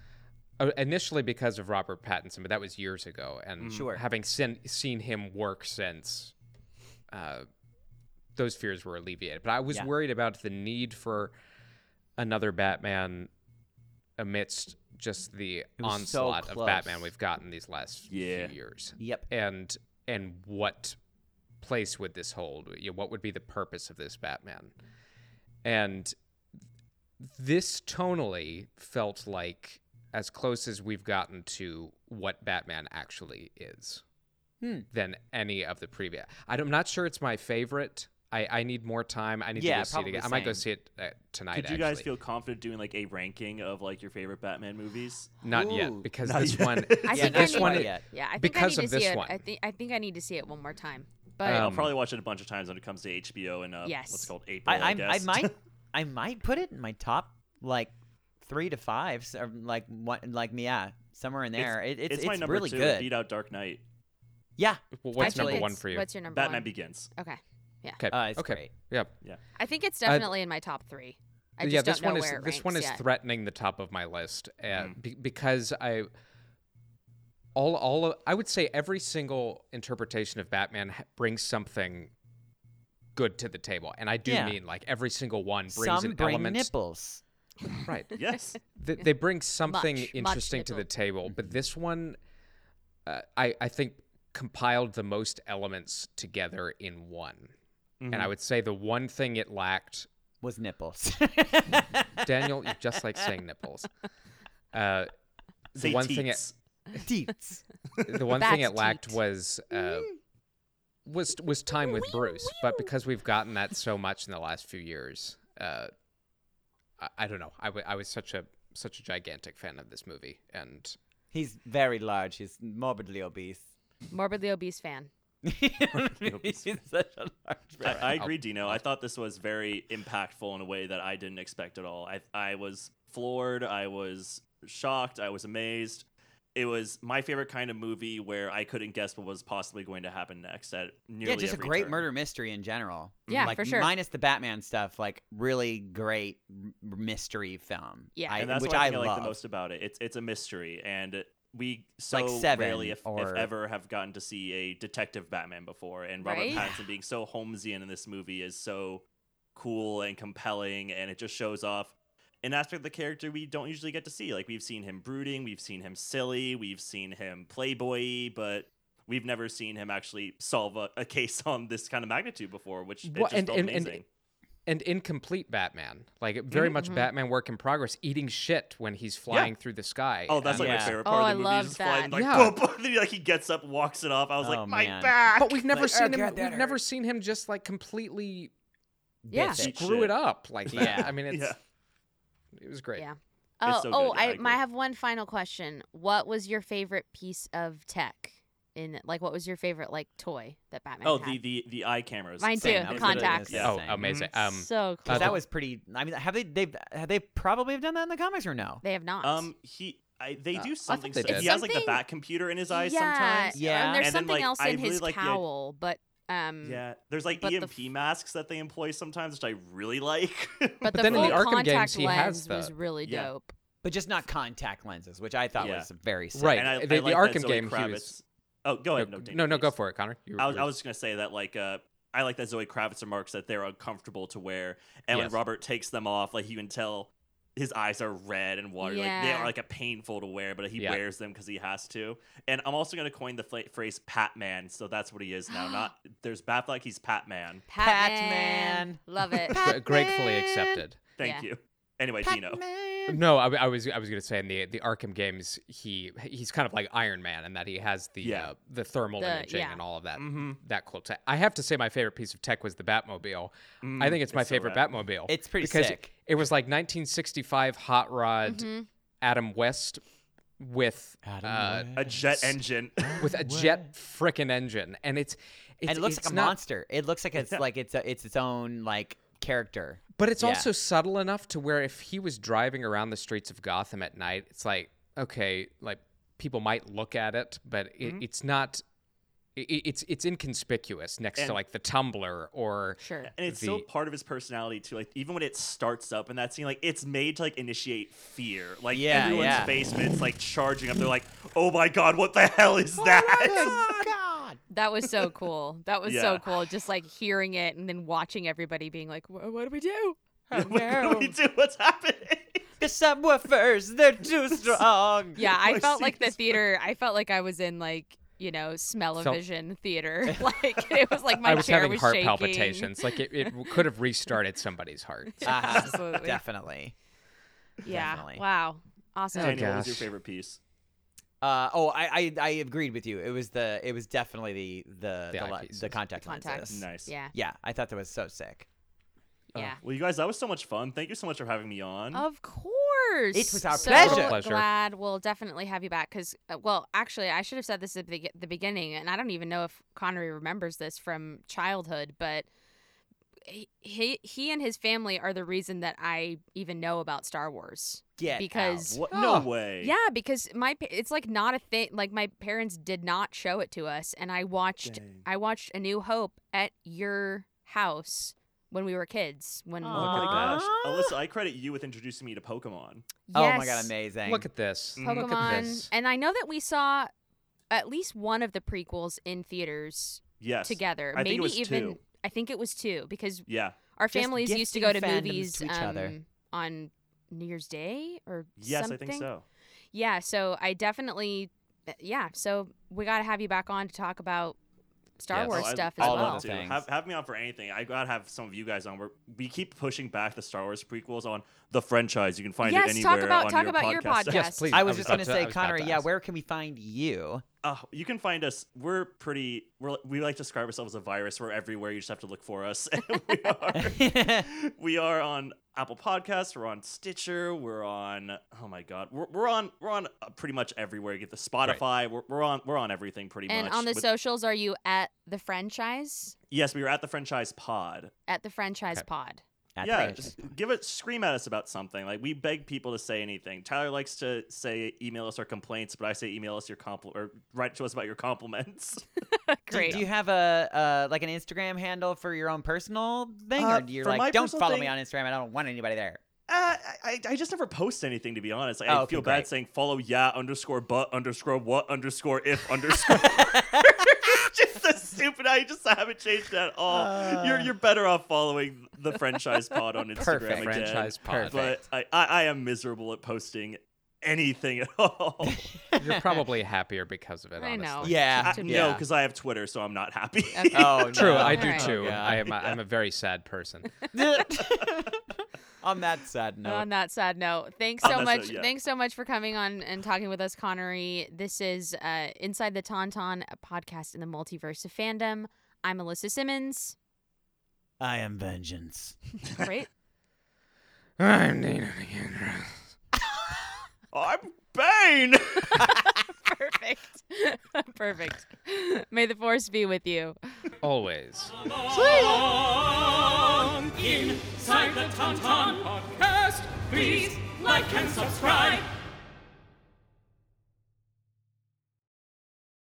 [SPEAKER 2] Uh, initially, because of Robert Pattinson, but that was years ago, and
[SPEAKER 3] Mm. Sure.
[SPEAKER 2] having seen seen him work since, uh, those fears were alleviated. But I was
[SPEAKER 3] Yeah.
[SPEAKER 2] worried about the need for another Batman amidst just the
[SPEAKER 3] was so
[SPEAKER 2] onslaught of Batman
[SPEAKER 3] close.
[SPEAKER 2] we've gotten these last
[SPEAKER 4] Yeah.
[SPEAKER 2] few years
[SPEAKER 3] Yep.
[SPEAKER 2] and and what place would this hold? You know, what would be the purpose of this Batman? And this tonally felt like as close as we've gotten to what Batman actually is
[SPEAKER 3] Hmm.
[SPEAKER 2] than any of the previous. I don't- I'm not sure it's my favorite. I, I need more time. I need
[SPEAKER 3] Yeah,
[SPEAKER 2] to go see it
[SPEAKER 3] probably
[SPEAKER 2] again. I might go
[SPEAKER 3] same.
[SPEAKER 2] see it uh, tonight.
[SPEAKER 4] Could you guys
[SPEAKER 2] actually.
[SPEAKER 4] feel confident doing like a ranking of like your favorite Batman movies?
[SPEAKER 2] not
[SPEAKER 3] Ooh.
[SPEAKER 2] yet because
[SPEAKER 4] Not
[SPEAKER 2] this
[SPEAKER 4] yet.
[SPEAKER 2] one
[SPEAKER 1] I
[SPEAKER 3] Yeah,
[SPEAKER 1] think
[SPEAKER 3] that's
[SPEAKER 1] I need
[SPEAKER 2] one-
[SPEAKER 3] why yet.
[SPEAKER 1] Yeah, I think
[SPEAKER 2] because
[SPEAKER 1] I need
[SPEAKER 2] of
[SPEAKER 1] to see
[SPEAKER 2] this
[SPEAKER 1] it. I
[SPEAKER 2] one.
[SPEAKER 1] think I think I need to see it one more time. But
[SPEAKER 4] I'll
[SPEAKER 2] Um,
[SPEAKER 4] probably watch it a bunch of times when it comes to HBO and uh,
[SPEAKER 1] Yes.
[SPEAKER 4] what's it called April.
[SPEAKER 3] I,
[SPEAKER 4] I,
[SPEAKER 3] I, I
[SPEAKER 4] guess.
[SPEAKER 3] might I might put it in my top like three to fives or like what like yeah somewhere in there. It- it's,
[SPEAKER 4] it's, my number
[SPEAKER 3] really
[SPEAKER 4] two. It
[SPEAKER 3] good.
[SPEAKER 4] Beat out Dark Knight.
[SPEAKER 3] yeah,
[SPEAKER 2] well,
[SPEAKER 1] I
[SPEAKER 2] what's
[SPEAKER 1] think
[SPEAKER 2] number
[SPEAKER 1] it's-
[SPEAKER 2] one for you?
[SPEAKER 1] What's your number
[SPEAKER 4] Batman
[SPEAKER 1] one?
[SPEAKER 4] Begins.
[SPEAKER 1] okay,
[SPEAKER 2] okay.
[SPEAKER 3] uh, it's
[SPEAKER 2] okay.
[SPEAKER 3] great.
[SPEAKER 2] Yep.
[SPEAKER 1] I think it's
[SPEAKER 2] Uh,
[SPEAKER 1] definitely in my top three. I just
[SPEAKER 2] yeah,
[SPEAKER 1] don't
[SPEAKER 2] this
[SPEAKER 1] know
[SPEAKER 2] one is
[SPEAKER 1] where it
[SPEAKER 2] this one is
[SPEAKER 1] ranks yet.
[SPEAKER 2] threatening the top of my list uh, be- because I all all of, I would say every single interpretation of Batman ha- brings something good to the table, and I do
[SPEAKER 3] Yeah.
[SPEAKER 2] mean like every single one brings
[SPEAKER 3] Some
[SPEAKER 2] an
[SPEAKER 3] bring
[SPEAKER 2] element.
[SPEAKER 3] nipples.
[SPEAKER 2] Right,
[SPEAKER 4] Yes.
[SPEAKER 2] they, they bring something
[SPEAKER 1] much
[SPEAKER 2] interesting to the
[SPEAKER 1] nipple. Mm-hmm.
[SPEAKER 2] table, but this one, uh, I I think compiled the most elements together in one, and I would say the one thing it lacked
[SPEAKER 3] Was nipples.
[SPEAKER 2] Daniel, you just like saying nipples. Uh, the
[SPEAKER 4] Say
[SPEAKER 2] one thing it,
[SPEAKER 4] teats.
[SPEAKER 3] Deets.
[SPEAKER 2] the one thing
[SPEAKER 1] That's
[SPEAKER 2] it lacked
[SPEAKER 1] teat.
[SPEAKER 2] was uh, was was time with Bruce, but because we've gotten that so much in the last few years, uh, I, I don't know. I wa- I was such a such a gigantic fan of this movie, and
[SPEAKER 3] He's very large. He's morbidly obese.
[SPEAKER 1] Morbidly obese fan.
[SPEAKER 3] He's such a large.
[SPEAKER 4] I,
[SPEAKER 3] man.
[SPEAKER 4] I agree, Dino. I thought this was very impactful in a way that I didn't expect at all. I I was floored. I was shocked. I was amazed. It was my favorite kind of movie where I couldn't guess what was possibly going to happen next. At nearly
[SPEAKER 3] yeah, just a
[SPEAKER 4] every
[SPEAKER 3] great
[SPEAKER 4] turn.
[SPEAKER 3] murder mystery in general.
[SPEAKER 1] Yeah,
[SPEAKER 3] like,
[SPEAKER 1] for sure.
[SPEAKER 3] Minus the Batman stuff, like really great m- mystery film.
[SPEAKER 1] Yeah.
[SPEAKER 3] I,
[SPEAKER 4] and that's
[SPEAKER 3] which
[SPEAKER 4] what I,
[SPEAKER 3] I,
[SPEAKER 4] think I
[SPEAKER 3] love.
[SPEAKER 4] like the most about it. It's it's a mystery, and we so
[SPEAKER 3] Seven
[SPEAKER 4] rarely, if,
[SPEAKER 3] or-
[SPEAKER 4] if ever, have gotten to see a detective Batman before. And Robert
[SPEAKER 1] Right?
[SPEAKER 4] Pattinson being so Holmesian in this movie is so cool and compelling, and it just shows off an aspect of the character we don't usually get to see. Like we've seen him brooding, we've seen him silly, we've seen him playboy, but. We've never seen him actually solve a, a case on this kind of magnitude before, which it
[SPEAKER 2] Well,
[SPEAKER 4] just
[SPEAKER 2] and-
[SPEAKER 4] felt
[SPEAKER 2] and- and-
[SPEAKER 4] amazing.
[SPEAKER 2] and incomplete Batman, like very much Batman work in progress, eating shit when he's flying through the sky.
[SPEAKER 4] Oh, that's like
[SPEAKER 3] Yeah.
[SPEAKER 4] my favorite
[SPEAKER 1] Oh,
[SPEAKER 4] part
[SPEAKER 1] I
[SPEAKER 4] of the movie.
[SPEAKER 1] love
[SPEAKER 4] He's just flying,
[SPEAKER 1] that.
[SPEAKER 4] like,
[SPEAKER 2] Yeah.
[SPEAKER 4] boom, boom, then he, like he gets up, walks it off. I was
[SPEAKER 3] Oh,
[SPEAKER 4] like, my
[SPEAKER 3] man.
[SPEAKER 4] back.
[SPEAKER 2] But we've never
[SPEAKER 3] Like,
[SPEAKER 2] seen
[SPEAKER 3] oh,
[SPEAKER 2] him.
[SPEAKER 3] God, that
[SPEAKER 2] We've never
[SPEAKER 3] hurts.
[SPEAKER 2] seen him just like completely
[SPEAKER 1] Yeah.
[SPEAKER 3] Bitch.
[SPEAKER 2] screw
[SPEAKER 4] shit.
[SPEAKER 2] it up like that.
[SPEAKER 3] Yeah.
[SPEAKER 2] I mean, it's
[SPEAKER 4] Yeah.
[SPEAKER 2] it was great.
[SPEAKER 1] Yeah. Oh,
[SPEAKER 4] so
[SPEAKER 1] oh,
[SPEAKER 4] good. Yeah, I
[SPEAKER 1] I, might
[SPEAKER 4] agree.
[SPEAKER 1] have one final question. What was your favorite piece of tech in like what was your favorite like toy that Batman
[SPEAKER 4] Oh,
[SPEAKER 1] had?
[SPEAKER 4] the the the eye cameras.
[SPEAKER 1] Mine
[SPEAKER 3] Same,
[SPEAKER 1] too,
[SPEAKER 3] that's what it is.
[SPEAKER 1] contacts.
[SPEAKER 3] Yeah.
[SPEAKER 2] Oh,
[SPEAKER 3] Same.
[SPEAKER 2] amazing.
[SPEAKER 4] Mm-hmm.
[SPEAKER 2] Um,
[SPEAKER 1] so cool.
[SPEAKER 3] Because that
[SPEAKER 2] Uh,
[SPEAKER 3] was pretty. I mean, have they? They have they probably have done that in the comics or no?
[SPEAKER 1] they have not.
[SPEAKER 4] Um, he, I, they
[SPEAKER 2] Uh, Oh. I
[SPEAKER 4] do
[SPEAKER 2] thought
[SPEAKER 4] something.
[SPEAKER 2] they
[SPEAKER 4] sim-
[SPEAKER 2] did.
[SPEAKER 4] he has like the
[SPEAKER 1] Something-
[SPEAKER 4] bat computer in his eyes
[SPEAKER 1] yeah,
[SPEAKER 4] sometimes.
[SPEAKER 3] Yeah.
[SPEAKER 1] And there's
[SPEAKER 4] And then,
[SPEAKER 1] something
[SPEAKER 4] like,
[SPEAKER 1] else
[SPEAKER 4] I
[SPEAKER 1] in
[SPEAKER 4] really
[SPEAKER 1] his
[SPEAKER 4] like the idea-
[SPEAKER 1] cowl, but
[SPEAKER 2] Mm.
[SPEAKER 1] um
[SPEAKER 4] Yeah, there's like
[SPEAKER 1] But the
[SPEAKER 4] EMP masks that they employ sometimes, which I really like.
[SPEAKER 1] but, the
[SPEAKER 2] then in
[SPEAKER 1] full
[SPEAKER 2] the Arkham
[SPEAKER 1] contact
[SPEAKER 2] games, he has
[SPEAKER 1] lens was
[SPEAKER 2] the-
[SPEAKER 1] really
[SPEAKER 4] Yeah.
[SPEAKER 1] dope.
[SPEAKER 3] But just not contact lenses, which I thought
[SPEAKER 4] Yeah.
[SPEAKER 3] was very sick.
[SPEAKER 2] Right.
[SPEAKER 4] and I,
[SPEAKER 2] the,
[SPEAKER 4] I
[SPEAKER 2] the
[SPEAKER 4] like that
[SPEAKER 2] Arkham
[SPEAKER 4] Zoe
[SPEAKER 2] game,
[SPEAKER 4] Kravitz.
[SPEAKER 2] he was.
[SPEAKER 4] Oh, go ahead. No,
[SPEAKER 2] no,
[SPEAKER 4] Dana,
[SPEAKER 2] no, no, go
[SPEAKER 4] please.
[SPEAKER 2] for it, Connor. You were-
[SPEAKER 4] I was,
[SPEAKER 2] you
[SPEAKER 4] I
[SPEAKER 2] were-
[SPEAKER 4] was just gonna say that like uh, I like that Zoe Kravitz remarks that they're uncomfortable to wear, and
[SPEAKER 2] Yes.
[SPEAKER 4] when Robert takes them off, like you can tell his eyes are red and watery. Like they
[SPEAKER 1] Yeah.
[SPEAKER 4] are like a painful to wear, but he
[SPEAKER 2] Yeah.
[SPEAKER 4] wears them because he has to. And I'm also gonna coin the fla phrase Patman, so that's what he is now. Not there's Batfleck, he's Patman.
[SPEAKER 1] Batman.
[SPEAKER 3] Batman.
[SPEAKER 1] Love it.
[SPEAKER 2] Gr- gratefully accepted.
[SPEAKER 4] Thank
[SPEAKER 1] Yeah.
[SPEAKER 4] you. Anyway, Dino.
[SPEAKER 3] Batman.
[SPEAKER 6] Batman?
[SPEAKER 2] No, I, I was I was gonna say in the the Arkham games, he he's kind of like Iron Man in that he has the
[SPEAKER 4] Yeah. Mm-hmm.
[SPEAKER 2] uh, the thermal
[SPEAKER 1] The-
[SPEAKER 2] imaging
[SPEAKER 1] yeah.
[SPEAKER 2] and all of that that cool tech. I have to say, my favorite piece of tech was the Batmobile. I think it's my
[SPEAKER 4] Mm-hmm. it's so
[SPEAKER 2] favorite
[SPEAKER 4] rad.
[SPEAKER 2] Batmobile.
[SPEAKER 6] It's pretty
[SPEAKER 2] because
[SPEAKER 6] sick.
[SPEAKER 2] It, was like 1965 hot rod Adam West with uh,
[SPEAKER 4] a jet engine.
[SPEAKER 2] with a jet frickin' engine, and it's, it's
[SPEAKER 6] and it looks
[SPEAKER 2] it's
[SPEAKER 6] like a
[SPEAKER 2] not-
[SPEAKER 6] monster. It looks like it's like it's a, it's its own like character.
[SPEAKER 2] But it's
[SPEAKER 6] Yeah.
[SPEAKER 2] also subtle enough to where if he was driving around the streets of Gotham at night, it's like, okay, like people might look at it, but it,
[SPEAKER 6] Mm-hmm.
[SPEAKER 2] it's not. i- i it's it's inconspicuous next to
[SPEAKER 4] And-
[SPEAKER 2] like the Tumblr or
[SPEAKER 1] Sure.
[SPEAKER 4] and it's
[SPEAKER 2] the-
[SPEAKER 4] still part of his personality too. Like even when it starts up in that scene, like it's made to like initiate fear. Like
[SPEAKER 6] Yeah,
[SPEAKER 4] everyone's
[SPEAKER 6] yeah.
[SPEAKER 4] basement's like charging up. They're like, "Oh my god, what the hell
[SPEAKER 1] Oh
[SPEAKER 4] is
[SPEAKER 3] Oh,
[SPEAKER 4] that?"
[SPEAKER 6] God.
[SPEAKER 1] That was so cool. That was so
[SPEAKER 4] Yeah.
[SPEAKER 1] cool. Just like hearing it and then watching everybody being like, "Wha- "What do we do?" Oh,
[SPEAKER 4] what do we
[SPEAKER 1] no.
[SPEAKER 4] do? What's happening?
[SPEAKER 6] The subwoofers, they're too strong.
[SPEAKER 1] Yeah, I
[SPEAKER 4] My
[SPEAKER 1] felt like the
[SPEAKER 4] seat is-
[SPEAKER 1] theater. I felt like I was in like you know smell
[SPEAKER 2] Felt-
[SPEAKER 1] vision theater. like it was like my
[SPEAKER 2] I was
[SPEAKER 1] chair
[SPEAKER 2] having
[SPEAKER 1] was
[SPEAKER 2] heart
[SPEAKER 1] shaking.
[SPEAKER 2] palpitations. Like it, it could have restarted somebody's heart.
[SPEAKER 6] Uh-huh.
[SPEAKER 1] Absolutely.
[SPEAKER 6] Definitely.
[SPEAKER 1] Yeah.
[SPEAKER 6] Definitely.
[SPEAKER 1] Wow. Awesome.
[SPEAKER 2] Oh,
[SPEAKER 4] Daniel, what was your
[SPEAKER 2] gosh.
[SPEAKER 4] favorite piece?
[SPEAKER 6] Uh, oh, I, I I agreed with you. It was the it was definitely the the
[SPEAKER 2] The
[SPEAKER 6] the, lu-
[SPEAKER 2] eyepieces.
[SPEAKER 6] the contact
[SPEAKER 1] Contacts.
[SPEAKER 6] lenses.
[SPEAKER 4] Nice.
[SPEAKER 1] Yeah.
[SPEAKER 6] Yeah, I thought that was so sick.
[SPEAKER 4] Uh,
[SPEAKER 1] Yeah.
[SPEAKER 4] well, you guys, that was so much fun. Thank you so much for having me on.
[SPEAKER 1] Of course.
[SPEAKER 6] It was Mm-hmm. our
[SPEAKER 1] so
[SPEAKER 6] pleasure.
[SPEAKER 2] Pleasure.
[SPEAKER 1] Glad we'll definitely have you back because, uh, well, actually, I should have said this at the, the beginning, and I don't even know if Connery remembers this from childhood, but he, he he and his family are the reason that I even know about Star Wars.
[SPEAKER 6] Get
[SPEAKER 1] Because-
[SPEAKER 6] out.
[SPEAKER 4] What? No
[SPEAKER 2] Oh,
[SPEAKER 4] way.
[SPEAKER 1] Yeah, because my pa- it's like not a thing. Like my parents did not show it to us, and I watched
[SPEAKER 4] Dang.
[SPEAKER 1] I watched A New Hope at your house when we were kids. When
[SPEAKER 4] Oh my gosh,
[SPEAKER 6] Aw.
[SPEAKER 4] Alyssa, I credit you with introducing me to Pokemon.
[SPEAKER 6] Oh my god,
[SPEAKER 1] Yes.
[SPEAKER 6] amazing.
[SPEAKER 2] Look at this.
[SPEAKER 6] Mm-hmm.
[SPEAKER 4] Mhm.
[SPEAKER 2] Look at this.
[SPEAKER 1] Pokemon, and I know that we saw at least one of the prequels in theaters
[SPEAKER 4] Yes.
[SPEAKER 1] together.
[SPEAKER 4] I
[SPEAKER 1] Maybe
[SPEAKER 4] think it was
[SPEAKER 1] even
[SPEAKER 4] two.
[SPEAKER 1] I think it was two because
[SPEAKER 4] Yeah.
[SPEAKER 1] our
[SPEAKER 6] Just
[SPEAKER 1] families used to go to
[SPEAKER 6] gifting fandoms
[SPEAKER 1] movies
[SPEAKER 6] to each other.
[SPEAKER 1] um, on New Year's Day or
[SPEAKER 4] Yes, I
[SPEAKER 1] something.
[SPEAKER 4] think so.
[SPEAKER 1] Yeah, so I definitely, uh, yeah. So we got to have you back on to talk about Star
[SPEAKER 2] Yes.
[SPEAKER 1] Wars
[SPEAKER 4] Oh, I-
[SPEAKER 1] stuff
[SPEAKER 4] I
[SPEAKER 1] as
[SPEAKER 6] all of
[SPEAKER 1] well.
[SPEAKER 4] love
[SPEAKER 6] the
[SPEAKER 4] to.
[SPEAKER 6] things.
[SPEAKER 4] Have, have me on for anything. I gotta have some of you guys on. We're, we keep pushing back the Star Wars prequels on the franchise. You can find it
[SPEAKER 1] Yes,
[SPEAKER 4] anywhere
[SPEAKER 1] talk about
[SPEAKER 4] on
[SPEAKER 1] talk
[SPEAKER 4] your
[SPEAKER 1] about
[SPEAKER 4] podcast.
[SPEAKER 1] your podcast.
[SPEAKER 4] app.
[SPEAKER 2] Yes, please.
[SPEAKER 6] I was, just
[SPEAKER 2] about
[SPEAKER 6] gonna
[SPEAKER 2] to- I
[SPEAKER 6] say,
[SPEAKER 2] was about
[SPEAKER 6] Connery.
[SPEAKER 2] to
[SPEAKER 6] Yeah,
[SPEAKER 2] ask.
[SPEAKER 6] where can we find you?
[SPEAKER 4] Uh, you can find us. We're pretty. We're, we like to describe ourselves as a virus. We're everywhere. You just have to look for us. And we are. we are on Apple Podcasts. We're on Stitcher. We're on. Oh my God. We're, we're on. We're on uh, pretty much everywhere. You get the Spotify. We're, we're on. We're on everything pretty
[SPEAKER 1] and
[SPEAKER 4] much.
[SPEAKER 1] on the
[SPEAKER 4] With-
[SPEAKER 1] socials, are you at the franchise?
[SPEAKER 4] Yes, we were at the franchise pod.
[SPEAKER 1] At the franchise pod.
[SPEAKER 6] At
[SPEAKER 4] yeah,
[SPEAKER 6] the
[SPEAKER 4] just give it. Scream at us about something. Like we beg people to say anything. Tyler likes to say email us our complaints, but I say email us your compl or write to us about your compliments.
[SPEAKER 6] Do-
[SPEAKER 1] Great.
[SPEAKER 6] Do, you have a uh, like an Instagram handle for your own personal thing,
[SPEAKER 4] Uh,
[SPEAKER 6] or do you're
[SPEAKER 4] for my
[SPEAKER 6] like, don't
[SPEAKER 4] personal
[SPEAKER 6] follow me
[SPEAKER 4] thing-
[SPEAKER 6] on Instagram? I don't want anybody there.
[SPEAKER 4] Uh, I, I just never post anything to be honest. Like,
[SPEAKER 6] Oh,
[SPEAKER 4] I
[SPEAKER 6] okay,
[SPEAKER 4] feel bad
[SPEAKER 6] great.
[SPEAKER 4] saying follow yeah underscore but underscore what underscore if underscore. just a stupid. I just haven't changed that at all. you're you're better off following the franchise pod on Instagram
[SPEAKER 6] Uh. Perfect.
[SPEAKER 4] again.
[SPEAKER 2] Franchise pod.
[SPEAKER 4] But I, I I am miserable at posting anything at all.
[SPEAKER 2] You're probably happier because of it.
[SPEAKER 1] I
[SPEAKER 2] Honestly.
[SPEAKER 1] Oh, know.
[SPEAKER 6] Yeah,
[SPEAKER 4] I,
[SPEAKER 1] To be-
[SPEAKER 4] no,
[SPEAKER 6] yeah.
[SPEAKER 4] because I have Twitter, so I'm not happy.
[SPEAKER 1] Okay.
[SPEAKER 6] Oh,
[SPEAKER 2] True,
[SPEAKER 6] no.
[SPEAKER 2] I do
[SPEAKER 1] Alright.
[SPEAKER 2] too.
[SPEAKER 6] Oh,
[SPEAKER 2] I
[SPEAKER 6] God.
[SPEAKER 2] am. A, I'm a very sad person.
[SPEAKER 6] on that sad note.
[SPEAKER 1] On that sad note, thanks
[SPEAKER 4] On
[SPEAKER 1] so
[SPEAKER 4] that
[SPEAKER 1] much.
[SPEAKER 4] sad- yeah.
[SPEAKER 1] Thanks so much for coming on and talking with us, Connery. This is uh, Inside the Tauntaun, a podcast in the multiverse of fandom. I'm Alyssa Simmons.
[SPEAKER 6] I am vengeance.
[SPEAKER 1] Great.
[SPEAKER 2] I'm Nina again.
[SPEAKER 4] I'm Bane.
[SPEAKER 1] Perfect. Perfect. May the force be with you.
[SPEAKER 2] Always.
[SPEAKER 9] Inside the Tauntaun podcast, please like and subscribe.